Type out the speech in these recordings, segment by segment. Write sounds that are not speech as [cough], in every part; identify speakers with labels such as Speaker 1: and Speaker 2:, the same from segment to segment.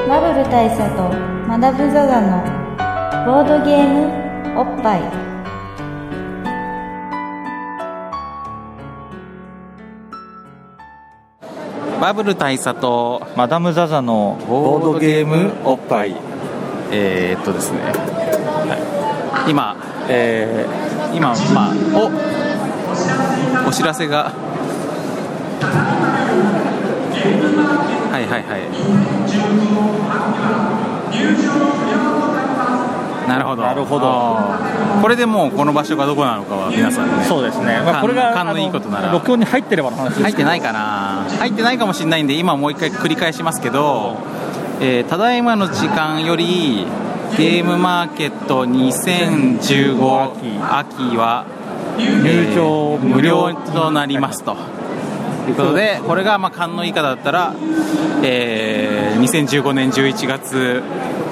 Speaker 1: 大佐とマダム・ザ・ザのボードゲームおっぱい
Speaker 2: バブル大佐と、
Speaker 3: マダム・ザ・ザのボードゲームおっぱい、
Speaker 2: えーっとですね、はい今、
Speaker 3: え
Speaker 2: 今、まあ、おお知らせが、はいはいはい。なるほど
Speaker 3: なるほど
Speaker 2: あーこれでもうこの場所がどこなのかは皆さんね
Speaker 3: ーそうですね、まあ、これが
Speaker 2: 勘の
Speaker 3: あの
Speaker 2: いいことなら
Speaker 3: 録音に入ってればの話です
Speaker 2: 入ってないいかな入ってないかもしれないんで今もう一回繰り返しますけど、えーただいまの時間よりゲームマーケット2015秋は
Speaker 3: 入場
Speaker 2: えー無
Speaker 3: 無料
Speaker 2: 料となりますと。ということでこれがまあ勘のいい方だったら、えー2015年11月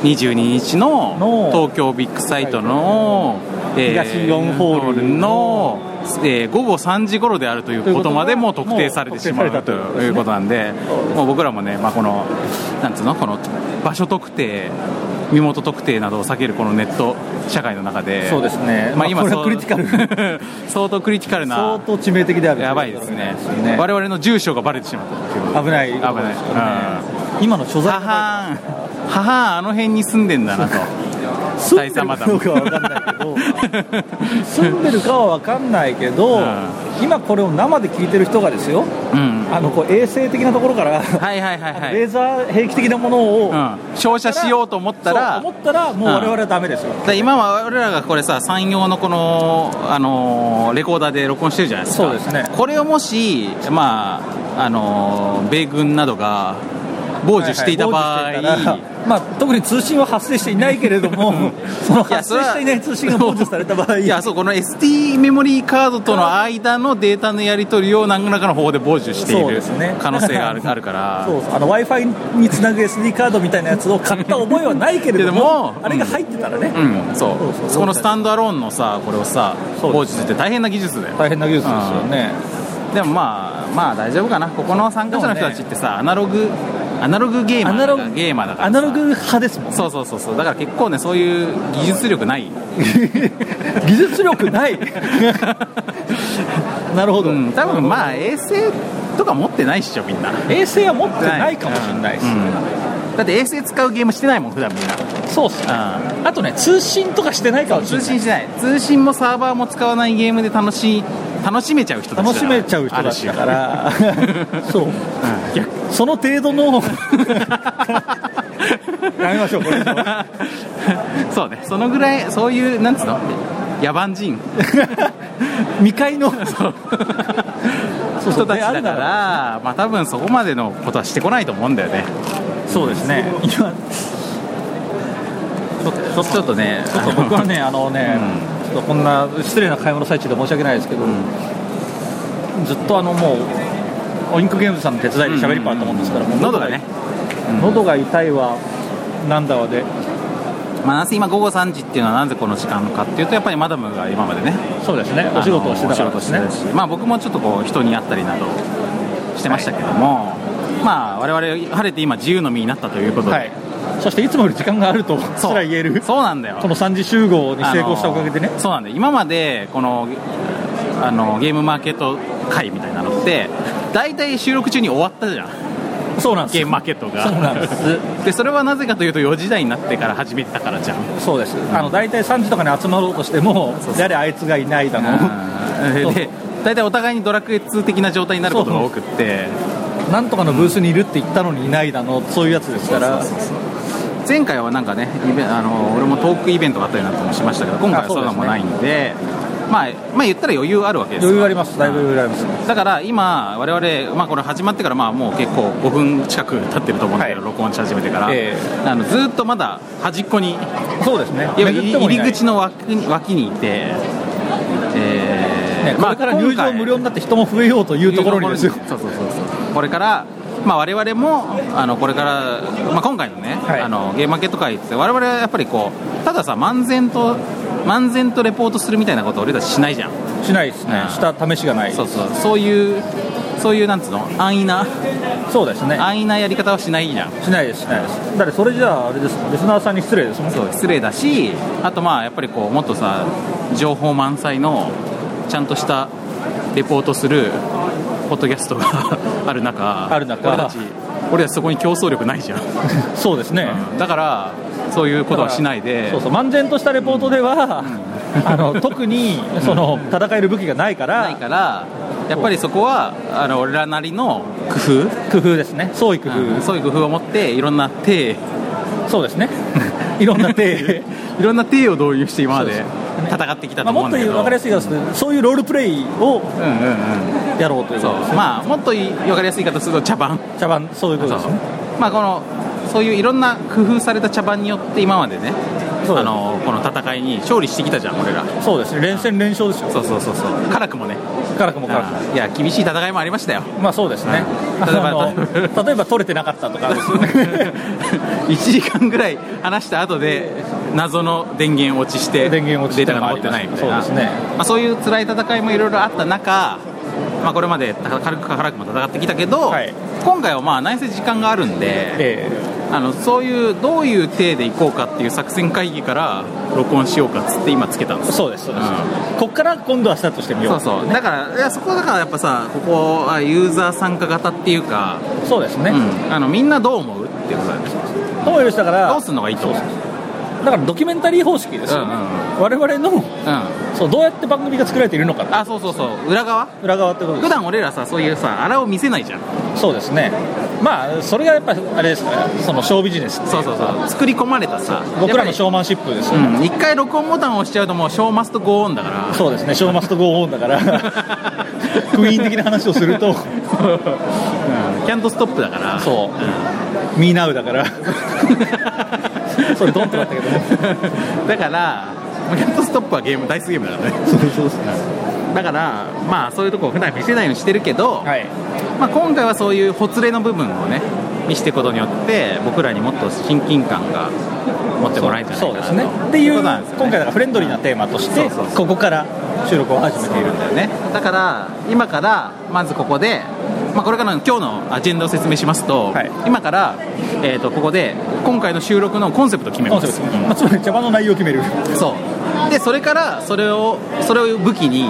Speaker 2: 22日の
Speaker 3: の
Speaker 2: 東京ビッグサイトの、え
Speaker 3: 東4ホール
Speaker 2: の、えー午後3時頃であるということまでもう特定されてしま
Speaker 3: もう
Speaker 2: う
Speaker 3: 特
Speaker 2: と
Speaker 3: 定されたということですね
Speaker 2: いうことなんで、もう僕らもね、まあ、この、なんつうの、この場所特定、身元特定などを避けるこのネット社会の中で、
Speaker 3: そうですねまあこれはクリティカ
Speaker 2: ル [laughs] 相当クリティカル
Speaker 3: 相
Speaker 2: な、
Speaker 3: 当致命的である
Speaker 2: やばいですね、
Speaker 3: 我
Speaker 2: 我々の住所がバレてしまったっていう
Speaker 3: 々危ない
Speaker 2: 危ない、
Speaker 3: です
Speaker 2: う
Speaker 3: よ
Speaker 2: ん、
Speaker 3: ね
Speaker 2: は
Speaker 3: 今の所在が
Speaker 2: はーん、ははーん、あの辺に住んでんだなと、
Speaker 3: [laughs] 住んでるかどうかは分かんない
Speaker 2: [laughs]
Speaker 3: けど住んでるかは分かんないけど、
Speaker 2: うん
Speaker 3: 今これを生で聞いてる人がですよ
Speaker 2: うん、
Speaker 3: あのこう衛生的なところから、
Speaker 2: はいはいはいはい
Speaker 3: レー、ザー兵器的なものを、
Speaker 2: うん、照射しようと思ったら、
Speaker 3: そう思ったらもう我々はダメですよ、
Speaker 2: だから今は俺らがこれさ山陽のこの、あのーレコーダーで録音してるじゃないですか
Speaker 3: そうですね
Speaker 2: これをもし、まああのー米軍などが傍受していた場合、
Speaker 3: はいいはい傍受していたらまあ、特に通信は発生していないけれども、その発生していない通信が傍受された場合、
Speaker 2: いやそうこの ST メモリーカードとの間のデータのやり取りを何らかの方法で傍受してい
Speaker 3: そう
Speaker 2: る
Speaker 3: ですね [laughs]
Speaker 2: 可能性がある,、あるから
Speaker 3: そうそうあの w i f i につなぐ SD カードみたいなやつを買った覚えはないけれども
Speaker 2: けれども
Speaker 3: あれが入ってたらね、
Speaker 2: うんそう
Speaker 3: そうそう
Speaker 2: このスタンドアローンのさこれをさ
Speaker 3: そう
Speaker 2: 傍受するって大変な技術だよ
Speaker 3: 大変な技術ですよね、
Speaker 2: でもまあまあ大丈夫かなここの参加者の人たちってさ、アナログアナログゲーマ
Speaker 3: ア
Speaker 2: ー
Speaker 3: ナ
Speaker 2: だ
Speaker 3: ロ
Speaker 2: か
Speaker 3: グ
Speaker 2: らゲーマーだから
Speaker 3: アナロ
Speaker 2: グ
Speaker 3: グ派ですもん
Speaker 2: そうそうそうそうだから結構ねそういう技術力ない
Speaker 3: [laughs] 技術力ない
Speaker 2: [laughs]
Speaker 3: なるほど、
Speaker 2: うん多分まあ衛星とか持ってないっしょみんな
Speaker 3: 衛星は持ってないかもしれないです、
Speaker 2: うんだって衛星使うゲームしてないもん普段みん
Speaker 3: そうっすね
Speaker 2: な、うん
Speaker 3: あとね通信とかしてないかもしれな
Speaker 2: 通
Speaker 3: い
Speaker 2: 信してない通信もサーバーも使わないゲームで楽しい楽しめちゃう人たちだ
Speaker 3: 楽しめちゃう人だったから、そう、逆その程度
Speaker 2: [laughs]
Speaker 3: の、やめましょう、こ [laughs] れ、
Speaker 2: ある種 [laughs] そうねそのぐらいそういうなんつうの野蛮人
Speaker 3: 未開の、
Speaker 2: [laughs] そう
Speaker 3: そう
Speaker 2: 人たち
Speaker 3: で
Speaker 2: だから、
Speaker 3: あるな
Speaker 2: まあ多分そこまでのことはしてこないと思うんだよね。
Speaker 3: そうですね、今、
Speaker 2: ちょちょっとね、
Speaker 3: ちょっと僕はね、あのね、ちょっとこんな失礼な買い物最中で申し訳ないですけど、ずっとあのもう、オインクゲームズさんの手伝いで喋りっぱだと思うんですから、もう
Speaker 2: 喉がね、、
Speaker 3: 喉が痛いわ、なんだわで、
Speaker 2: まあ、なんせ今午後3時っていうのはなぜこの時間かっていうとやっぱりマダムが今までね
Speaker 3: そうですね、お仕事をしてたから
Speaker 2: あの
Speaker 3: で
Speaker 2: お仕
Speaker 3: す
Speaker 2: 事
Speaker 3: ね
Speaker 2: を。してたしまあ、僕もちょっとこう人に会ったりなどしてましたけども、まあ我々晴れて今自由の身になったということで、
Speaker 3: はい、そしていつもより時間があるとす
Speaker 2: そう
Speaker 3: ら言える、
Speaker 2: そうなんだよ
Speaker 3: この3次集合に成功したおかげでね
Speaker 2: あの、そうなんで今までこのあのゲームマーケット会みたいなのって大体収録中に終わったじゃん
Speaker 3: そうなんです
Speaker 2: ゲー
Speaker 3: よ
Speaker 2: ムマーケットが
Speaker 3: そうなんです
Speaker 2: でそれはなぜかというと4時台になってから始めたからじゃん
Speaker 3: そうです、あの大体3時とかに集まろうとしても、誰あいつがいないだの、そう
Speaker 2: で大体お互いにドラクエ2的な状態になることが多くって
Speaker 3: なんとかのブースにいるって言ったのにいないだの、そういうやつですから、
Speaker 2: 前回はなんかねイベあの俺もトークイベントがあったりなんかもしましたけど今回は
Speaker 3: あそ
Speaker 2: そうう
Speaker 3: です
Speaker 2: な
Speaker 3: ね
Speaker 2: のもないんでまあ、まあ言ったら余裕あるわけですよ
Speaker 3: 余裕あります、だいぶ余裕あります、
Speaker 2: だから今我々、まあ、これ始まってからまあもう結構5分近く経ってると思うんだけど、
Speaker 3: はい
Speaker 2: 録音し始めてから、
Speaker 3: え
Speaker 2: あのずっとまだ端っこに
Speaker 3: そうですね、
Speaker 2: いや
Speaker 3: 巡っても
Speaker 2: 入
Speaker 3: い
Speaker 2: り
Speaker 3: ない
Speaker 2: 口の脇に脇にいて、え
Speaker 3: ね
Speaker 2: ー
Speaker 3: これから入場無料になって人も増えようというところにですよ、
Speaker 2: そうそうそうそうこれから、まあ、我々もあのこれから、まあ、今回のね、
Speaker 3: はい
Speaker 2: あのゲームマーケット会って我々はやっぱりこうたださ漫然と漫然とレポートするみたいなことを俺たちしないじゃん
Speaker 3: しないですね
Speaker 2: う、ん
Speaker 3: した試しがない、
Speaker 2: そうそうそういうそういうなんつうの安易な
Speaker 3: そうですね
Speaker 2: 安易なやり方はしないじゃん
Speaker 3: しないですしないですだってそれじゃああれですもんリスナーさんに失礼ですもん
Speaker 2: そう失礼だしあとまあやっぱりこうもっとさ情報満載のちゃんとしたレポートするポッドキャストが [laughs] ある中
Speaker 3: ある中
Speaker 2: 俺たち俺たちそこに競争力ないじゃん
Speaker 3: そうですね、
Speaker 2: だからそういうことはしないで
Speaker 3: そうそう漫然としたレポートでは、 [laughs] あの特にその戦える武器がないか
Speaker 2: ない
Speaker 3: ら
Speaker 2: からやっぱりそこはあの俺らなりの工
Speaker 3: 工
Speaker 2: 夫
Speaker 3: 夫ですね創意工夫、
Speaker 2: うんそういう工夫を持っていろんな手
Speaker 3: そうですね [laughs] いろんな手
Speaker 2: [laughs] いろんな手を導入して今まで
Speaker 3: そうそう
Speaker 2: 戦ってきた
Speaker 3: ま
Speaker 2: と
Speaker 3: あ、もっ
Speaker 2: 思う
Speaker 3: と
Speaker 2: んだけ
Speaker 3: 言う
Speaker 2: ど、
Speaker 3: 分かりやすいですねそういうロールプレイを
Speaker 2: うんうんうん
Speaker 3: やろうという
Speaker 2: そう
Speaker 3: ことですね
Speaker 2: まあもっとい分かりやすい言い方すると茶番
Speaker 3: 茶番そういうことですね
Speaker 2: まあこのそういういろんな工夫された茶番によって今までね
Speaker 3: そう
Speaker 2: あのこの戦いに勝利してきたじゃん俺ら
Speaker 3: そうですね連戦連勝ですよ
Speaker 2: そうそうそうそう辛くもね
Speaker 3: 辛くも辛くも
Speaker 2: いや厳しい戦いもありましたよ
Speaker 3: まあそうですね
Speaker 2: うん例えば
Speaker 3: あの例えば取れてなかったと
Speaker 2: [laughs]
Speaker 3: かですよね
Speaker 2: 1時間ぐらい話した後で謎の電源落ちして
Speaker 3: 電源落ち
Speaker 2: デ
Speaker 3: し
Speaker 2: ー
Speaker 3: て
Speaker 2: タが残ってないみたいな
Speaker 3: そうですね
Speaker 2: まあ、そういう辛い戦いもいろいろあった中、まあ、これまで軽く辛くも戦ってきたけど、
Speaker 3: はい
Speaker 2: 今回はまあ内せ時間があるんで、
Speaker 3: ええ
Speaker 2: あのそういうどういう体でいこうかっていう作戦会議から録音しようかっつって今つけたんです
Speaker 3: そうですそうです、こっから今度はスタートしてみよ
Speaker 2: そう
Speaker 3: う
Speaker 2: そうだからいやそこだからやっぱさここあユーザー参加型っていうか、
Speaker 3: そうですね、
Speaker 2: うんあのみんなどう思うっていうことだよね
Speaker 3: ともよりしたから
Speaker 2: どうすんのがいいと思う
Speaker 3: だからドキュメンタリー方式ですよね、
Speaker 2: うんうん
Speaker 3: 我々の
Speaker 2: うん
Speaker 3: そうどうやって番組が作られているのか
Speaker 2: あそうそうそう裏側
Speaker 3: 裏側ってことで
Speaker 2: 普段俺らさそういうさあらを見せないじゃん
Speaker 3: すそうですねまあそれがやっぱあれですねそのショービジネス
Speaker 2: そうそうそう作り込まれたさ
Speaker 3: 僕ら
Speaker 2: や
Speaker 3: の
Speaker 2: っ
Speaker 3: ショーマンシップですよ
Speaker 2: ぱ
Speaker 3: ね、
Speaker 2: りうん一回録音ボタンを押しちゃうともうショーマストゴーオンだから
Speaker 3: そうですねショーマストゴーオンだから
Speaker 2: [laughs]
Speaker 3: クイーン的な話をすると
Speaker 2: キャントストップだから
Speaker 3: そう
Speaker 2: う
Speaker 3: ミーナウだから [laughs] それドンとなったけどね
Speaker 2: ん [laughs] だからキャントストップはゲームダイスゲームだからね
Speaker 3: そうそうそう
Speaker 2: だからまあそういうとこを普段見せないようにしてるけど、
Speaker 3: はい
Speaker 2: まあ、今回はそういうほつれの部分をね見せていくことによって僕らにもっと親近感が持ってもらえたんじゃ
Speaker 3: そう
Speaker 2: ない
Speaker 3: で
Speaker 2: か
Speaker 3: すね
Speaker 2: なと
Speaker 3: っていう
Speaker 2: こ
Speaker 3: 今
Speaker 2: となんです
Speaker 3: 回
Speaker 2: よね
Speaker 3: だからフレンドリーなテーマとして
Speaker 2: そうそうそう
Speaker 3: ここから収録を始めてい
Speaker 2: い
Speaker 3: る
Speaker 2: るんだよねだから今からまずここで、まあ、これからの今日のアジェンダを説明しますと、
Speaker 3: はい
Speaker 2: 今から、えー、とここで今回の収録のコンセプトを決め
Speaker 3: コ
Speaker 2: ま
Speaker 3: ンセ
Speaker 2: す
Speaker 3: プトまあつまり茶番の内容を決める
Speaker 2: そうでそれからそれをそれを武器に、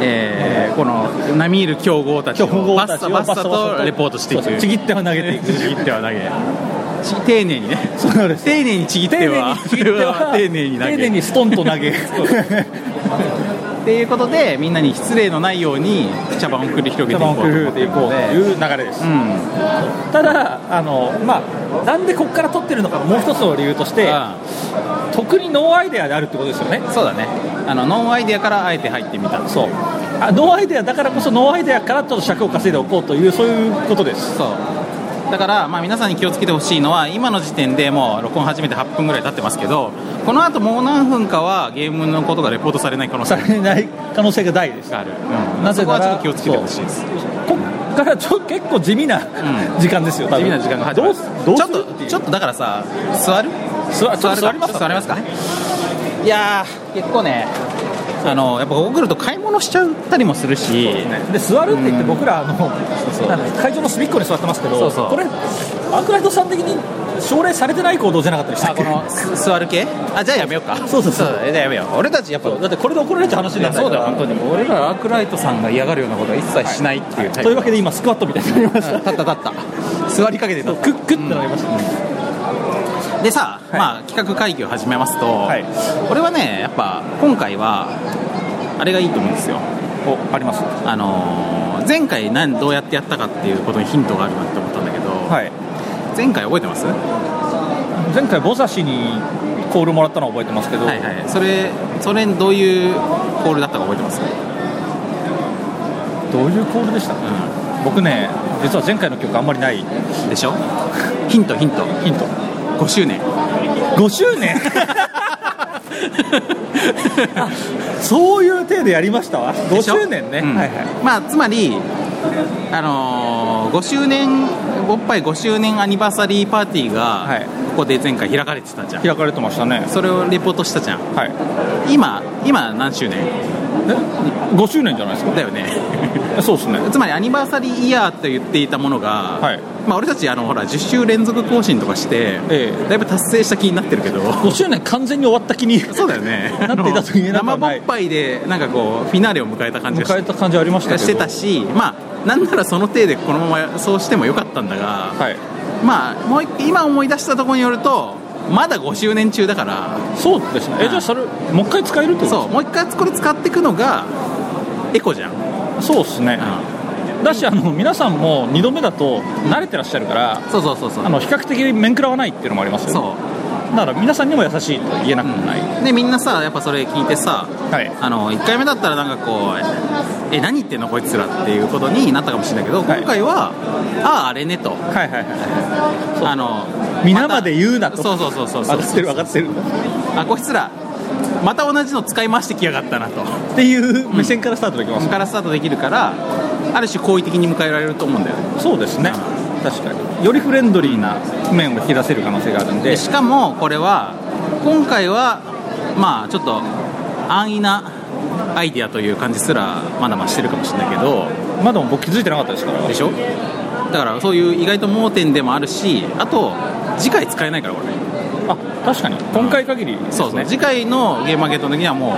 Speaker 2: えーこの並みいる強豪たちを
Speaker 3: 強豪
Speaker 2: バッ
Speaker 3: たち
Speaker 2: サ
Speaker 3: を
Speaker 2: バッサとレポートしていく
Speaker 3: そうそうちぎっては投げていく
Speaker 2: ちぎっては投げち丁寧にね
Speaker 3: そうです
Speaker 2: 丁寧にちぎって
Speaker 3: 丁寧
Speaker 2: は
Speaker 3: にちぎっては
Speaker 2: 丁寧に投
Speaker 3: 丁
Speaker 2: げ
Speaker 3: 寧にストンと投げる
Speaker 2: っていうことでみんなに失礼のないように茶番を繰り広げ
Speaker 3: 茶
Speaker 2: てい
Speaker 3: 番
Speaker 2: こ
Speaker 3: を工
Speaker 2: うと思
Speaker 3: 夫
Speaker 2: っ
Speaker 3: で
Speaker 2: て
Speaker 3: い
Speaker 2: る
Speaker 3: こ
Speaker 2: の
Speaker 3: うと
Speaker 2: で
Speaker 3: いう流れです
Speaker 2: うん
Speaker 3: ただあの、まあ、なんでここから撮ってるのかもう一つの理由として特にノーアイデアであるってことですよね
Speaker 2: うんそうだねあのノンアイデアからあえて入ってみた
Speaker 3: そうあノーアイデアだからこそノーアイデアからちょっと尺を稼いでおこうというそういうことです
Speaker 2: そうだから、まあ、皆さんに気をつけてほしいのは今の時点でもう録音始めて8分ぐらい経ってますけどこのあともう何分かはゲームのことがレポートされない可能性
Speaker 3: されない可能性が大です
Speaker 2: がある、うん、
Speaker 3: なぜ
Speaker 2: そこは
Speaker 3: なら
Speaker 2: ちょっと気をつけてほしいです
Speaker 3: こっからちょ結構地味な
Speaker 2: う
Speaker 3: 時間ですよ、多分
Speaker 2: 地味な時間が始ま
Speaker 3: ど
Speaker 2: る
Speaker 3: うどう
Speaker 2: ちょ
Speaker 3: す
Speaker 2: っ
Speaker 3: るってい
Speaker 2: と
Speaker 3: う
Speaker 2: ちょっとだからさ座る
Speaker 3: 座ちょっと座ります
Speaker 2: か座りますかいやー結構ねあのやっぱここ来ると買い物しちゃったりもするし
Speaker 3: で座るって言って
Speaker 2: うん
Speaker 3: 僕らあの
Speaker 2: そう
Speaker 3: なんか会場の隅っこに座ってますけど
Speaker 2: そうそう
Speaker 3: これアークライトさん的に奨励されてない行動じゃなかったでした
Speaker 2: あ
Speaker 3: っけ
Speaker 2: このす座る系あじゃあやめようか
Speaker 3: そうそうそう
Speaker 2: じゃあやめよう俺たちやっぱ
Speaker 3: だってこれで怒られちゃう話にならないから
Speaker 2: 当に俺らアークライトさんが嫌がるようなことは一切しないっていうタイプ
Speaker 3: というわけで今スクワットみたいになりまし
Speaker 2: 立った立った座りかけて
Speaker 3: たクックってなりました、 [laughs]
Speaker 2: でさ、
Speaker 3: い
Speaker 2: まあ企画会議を始めますと、
Speaker 3: はい
Speaker 2: 俺はねやっぱ今回はあれがいいと思うんですよ
Speaker 3: おあります
Speaker 2: あのー前回何どうやってやったかっていうことにヒントがあるなって思ったんだけど、
Speaker 3: はい
Speaker 2: 前回覚えてますは
Speaker 3: 前回ボサシにコールもらったのは覚えてますけど、
Speaker 2: いはいそれそれどういうコールだったか覚えてます、
Speaker 3: どういうコールでした
Speaker 2: う
Speaker 3: 僕ね実は前回の曲あんまりない
Speaker 2: ん、でしょヒントヒント
Speaker 3: ヒント
Speaker 2: 5周年
Speaker 3: 5周年そういう体でやりましたわ5
Speaker 2: でしょ
Speaker 3: 周年ね、
Speaker 2: うん
Speaker 3: はいはい
Speaker 2: まあつまりあのー、5周年おっぱい5周年アニバーサリーパーティーが
Speaker 3: はい
Speaker 2: ここで前回開かれてたじゃん、
Speaker 3: 開かれてましたね
Speaker 2: それをレポートしたじゃん
Speaker 3: はい
Speaker 2: 今今何周年
Speaker 3: 5周年じゃないですか
Speaker 2: だよね
Speaker 3: そうですね
Speaker 2: つまりアニバーサリーイヤーと言っていたものが、
Speaker 3: はい
Speaker 2: まあ、俺たちあのほら10週連続更新とかして、
Speaker 3: ええ
Speaker 2: だいぶ達成した気になってるけど
Speaker 3: 5周年完全に終わった気に
Speaker 2: [laughs] そうだよね
Speaker 3: なっていたと言えなく
Speaker 2: 生
Speaker 3: は
Speaker 2: ぼ
Speaker 3: な
Speaker 2: っ
Speaker 3: い
Speaker 2: ぱいでなんかこうフィナーレを迎えた感じがし
Speaker 3: 迎えた感じありましたけど
Speaker 2: してたしまあなんならその体でこのままそうしてもよかったんだが、
Speaker 3: はい
Speaker 2: まあもう一今思い出したところによるとまだ5周年中だから
Speaker 3: そうですねえじゃあそれもう一回使えるってこと
Speaker 2: そうもう一回これ使っていくのがエコじゃん、うん
Speaker 3: そうですね、だしあの皆さんも2度目だと慣れてらっしゃるから、
Speaker 2: そうそうそうそう
Speaker 3: あの比較的面食らわないっていうのもありますよ、ね、
Speaker 2: そ
Speaker 3: だから皆さんにも優しいと言えなくもない、
Speaker 2: うでみんなさやっぱそれ聞いてさ
Speaker 3: はい
Speaker 2: あの1回目だったらなんかこうえ何言ってんのこいつらっていうことになったかもしれないけど
Speaker 3: はい
Speaker 2: 今回は、あああれねと
Speaker 3: はいはいは
Speaker 2: あの
Speaker 3: い皆まで言うなと
Speaker 2: そうそうそうそうそう
Speaker 3: 分かってる分かってる
Speaker 2: あこいつらまた同じの使い回してきやがったなと
Speaker 3: っていう目線からスタートできます、
Speaker 2: からスタートできるからある種好意的に迎えられると思うんだよね
Speaker 3: そうですね確かによりフレンドリーな面を引き出せる可能性があるんで
Speaker 2: でしかもこれは今回はまあちょっと安易なアイディアという感じすらまだましてるかもしれないけど
Speaker 3: まだ僕気づいてなかったですから
Speaker 2: でしょだからそういう意外と盲点でもあるしあと次回使えないからこれ
Speaker 3: あ確かに今回限りですね
Speaker 2: そうそう次回のゲームマーケットの時にはもう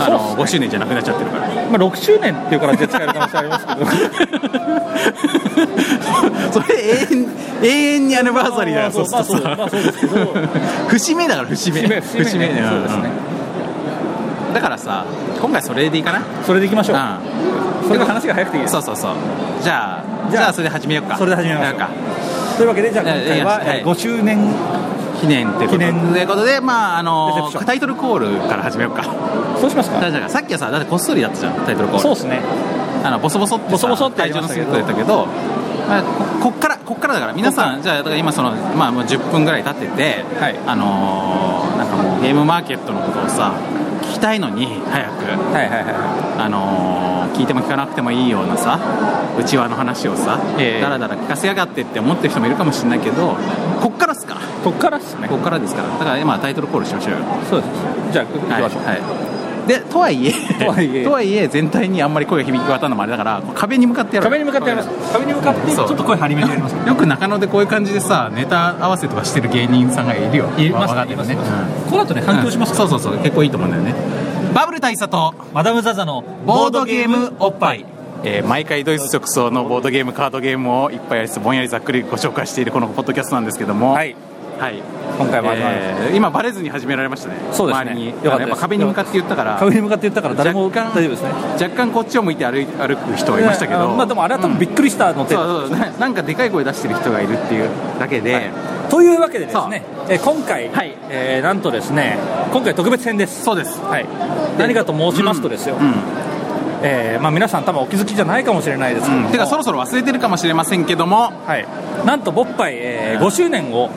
Speaker 2: あ
Speaker 3: そうっす
Speaker 2: の
Speaker 3: ね
Speaker 2: 5周年じゃなくなっちゃってるから
Speaker 3: まあ、6周年っていうから絶対使える可能性ありますけど
Speaker 2: それ永遠永遠にアニバーサリーだよ
Speaker 3: そう
Speaker 2: するとさ
Speaker 3: まあそうまあそうですけど
Speaker 2: [laughs] 節目だから節目
Speaker 3: 節目節目ねそうですね
Speaker 2: だからさ今回それでいいかな
Speaker 3: それでいきましょう、
Speaker 2: う
Speaker 3: それが話が早くていい
Speaker 2: ん
Speaker 3: です
Speaker 2: そうそうそうじゃあ
Speaker 3: じ
Speaker 2: じ
Speaker 3: ゃあ
Speaker 2: ゃあそれで始めようか
Speaker 3: それで始めましょう
Speaker 2: なんか
Speaker 3: というわけでじゃあ今
Speaker 2: いやい
Speaker 3: 回
Speaker 2: や
Speaker 3: は
Speaker 2: はい
Speaker 3: えー5周年
Speaker 2: 記念というこ
Speaker 3: 記
Speaker 2: と
Speaker 3: 念
Speaker 2: ということでまああ
Speaker 3: レセ
Speaker 2: の
Speaker 3: プション
Speaker 2: タイトルコールから始めようか
Speaker 3: そうしますか
Speaker 2: だからさっきはさだってこっそりだったじゃんタイトルコール
Speaker 3: そうですね
Speaker 2: あのボソボソってさ
Speaker 3: ボソボソってや
Speaker 2: 会
Speaker 3: り
Speaker 2: 場
Speaker 3: ま
Speaker 2: の
Speaker 3: した
Speaker 2: 隅
Speaker 3: けど
Speaker 2: っこでやったけど、まあ、ここっからこっからだから皆さんじゃあだから今その、まあ、もう10分ぐらい経ってて、
Speaker 3: はい
Speaker 2: あのーなんかもうゲームマーケットのことをさ聞きたいのに早く、
Speaker 3: はいはいは
Speaker 2: あのー聞いても聞かなくてもいいようなさうちわの話をさ、
Speaker 3: ええ
Speaker 2: だらだら聞かせやがってって思ってる人もいるかもしれないけどこっからっすか
Speaker 3: いこっからですね
Speaker 2: こっからですからだから今タイトルコールしましょうよ
Speaker 3: そうですじゃあ行き
Speaker 2: はい
Speaker 3: ましょう、
Speaker 2: はい、でとはいえ
Speaker 3: とはいえ
Speaker 2: とはいえ全体にあんまり声が響き渡るのもあれだから壁に向かってやる
Speaker 3: 壁に向かってやります壁に向かってちょっと声張り目でやります
Speaker 2: よく中野でこういう感じでさネタ合わせとかしてる芸人さんがいるよ
Speaker 3: います
Speaker 2: わかって
Speaker 3: い
Speaker 2: る
Speaker 3: ます
Speaker 2: ね
Speaker 3: この後ね
Speaker 2: うん
Speaker 3: 反響します
Speaker 2: そうそうそう結構いいと思うんだよねバブル大佐と
Speaker 3: マダム・ザ・ザの
Speaker 2: ボードゲームおっぱい、えー毎回ドイツ直送のボードゲームカードゲームをいっぱいやりつつぼんやりざっくりご紹介しているこのポッドキャストなんですけども
Speaker 3: はい
Speaker 2: はい
Speaker 3: 今回も始まりました
Speaker 2: えー今バレずに始められましたね
Speaker 3: そうですね
Speaker 2: 周りに
Speaker 3: よかったです
Speaker 2: あのやっぱ壁に向かって言ったから
Speaker 3: 壁に向かって言ったから誰も
Speaker 2: 若干
Speaker 3: 大丈夫ですね
Speaker 2: 若干こっちを向いて歩い歩く人がいましたけど、
Speaker 3: あまあでもあれは多分びっくりしたので、
Speaker 2: そうそうななんかでかい声出してる人がいるっていうだけで、
Speaker 3: というわけでですね、えー今回、
Speaker 2: はい
Speaker 3: えーなんとですね今回特別編です
Speaker 2: そうです
Speaker 3: はい、何かと申しますとですよ、
Speaker 2: うん
Speaker 3: えーまあ、皆さん多分お気づきじゃないかもしれないですけども、
Speaker 2: てかそろそろ忘れてるかもしれませんけども
Speaker 3: はい、なんとボッパイ、えー5周年を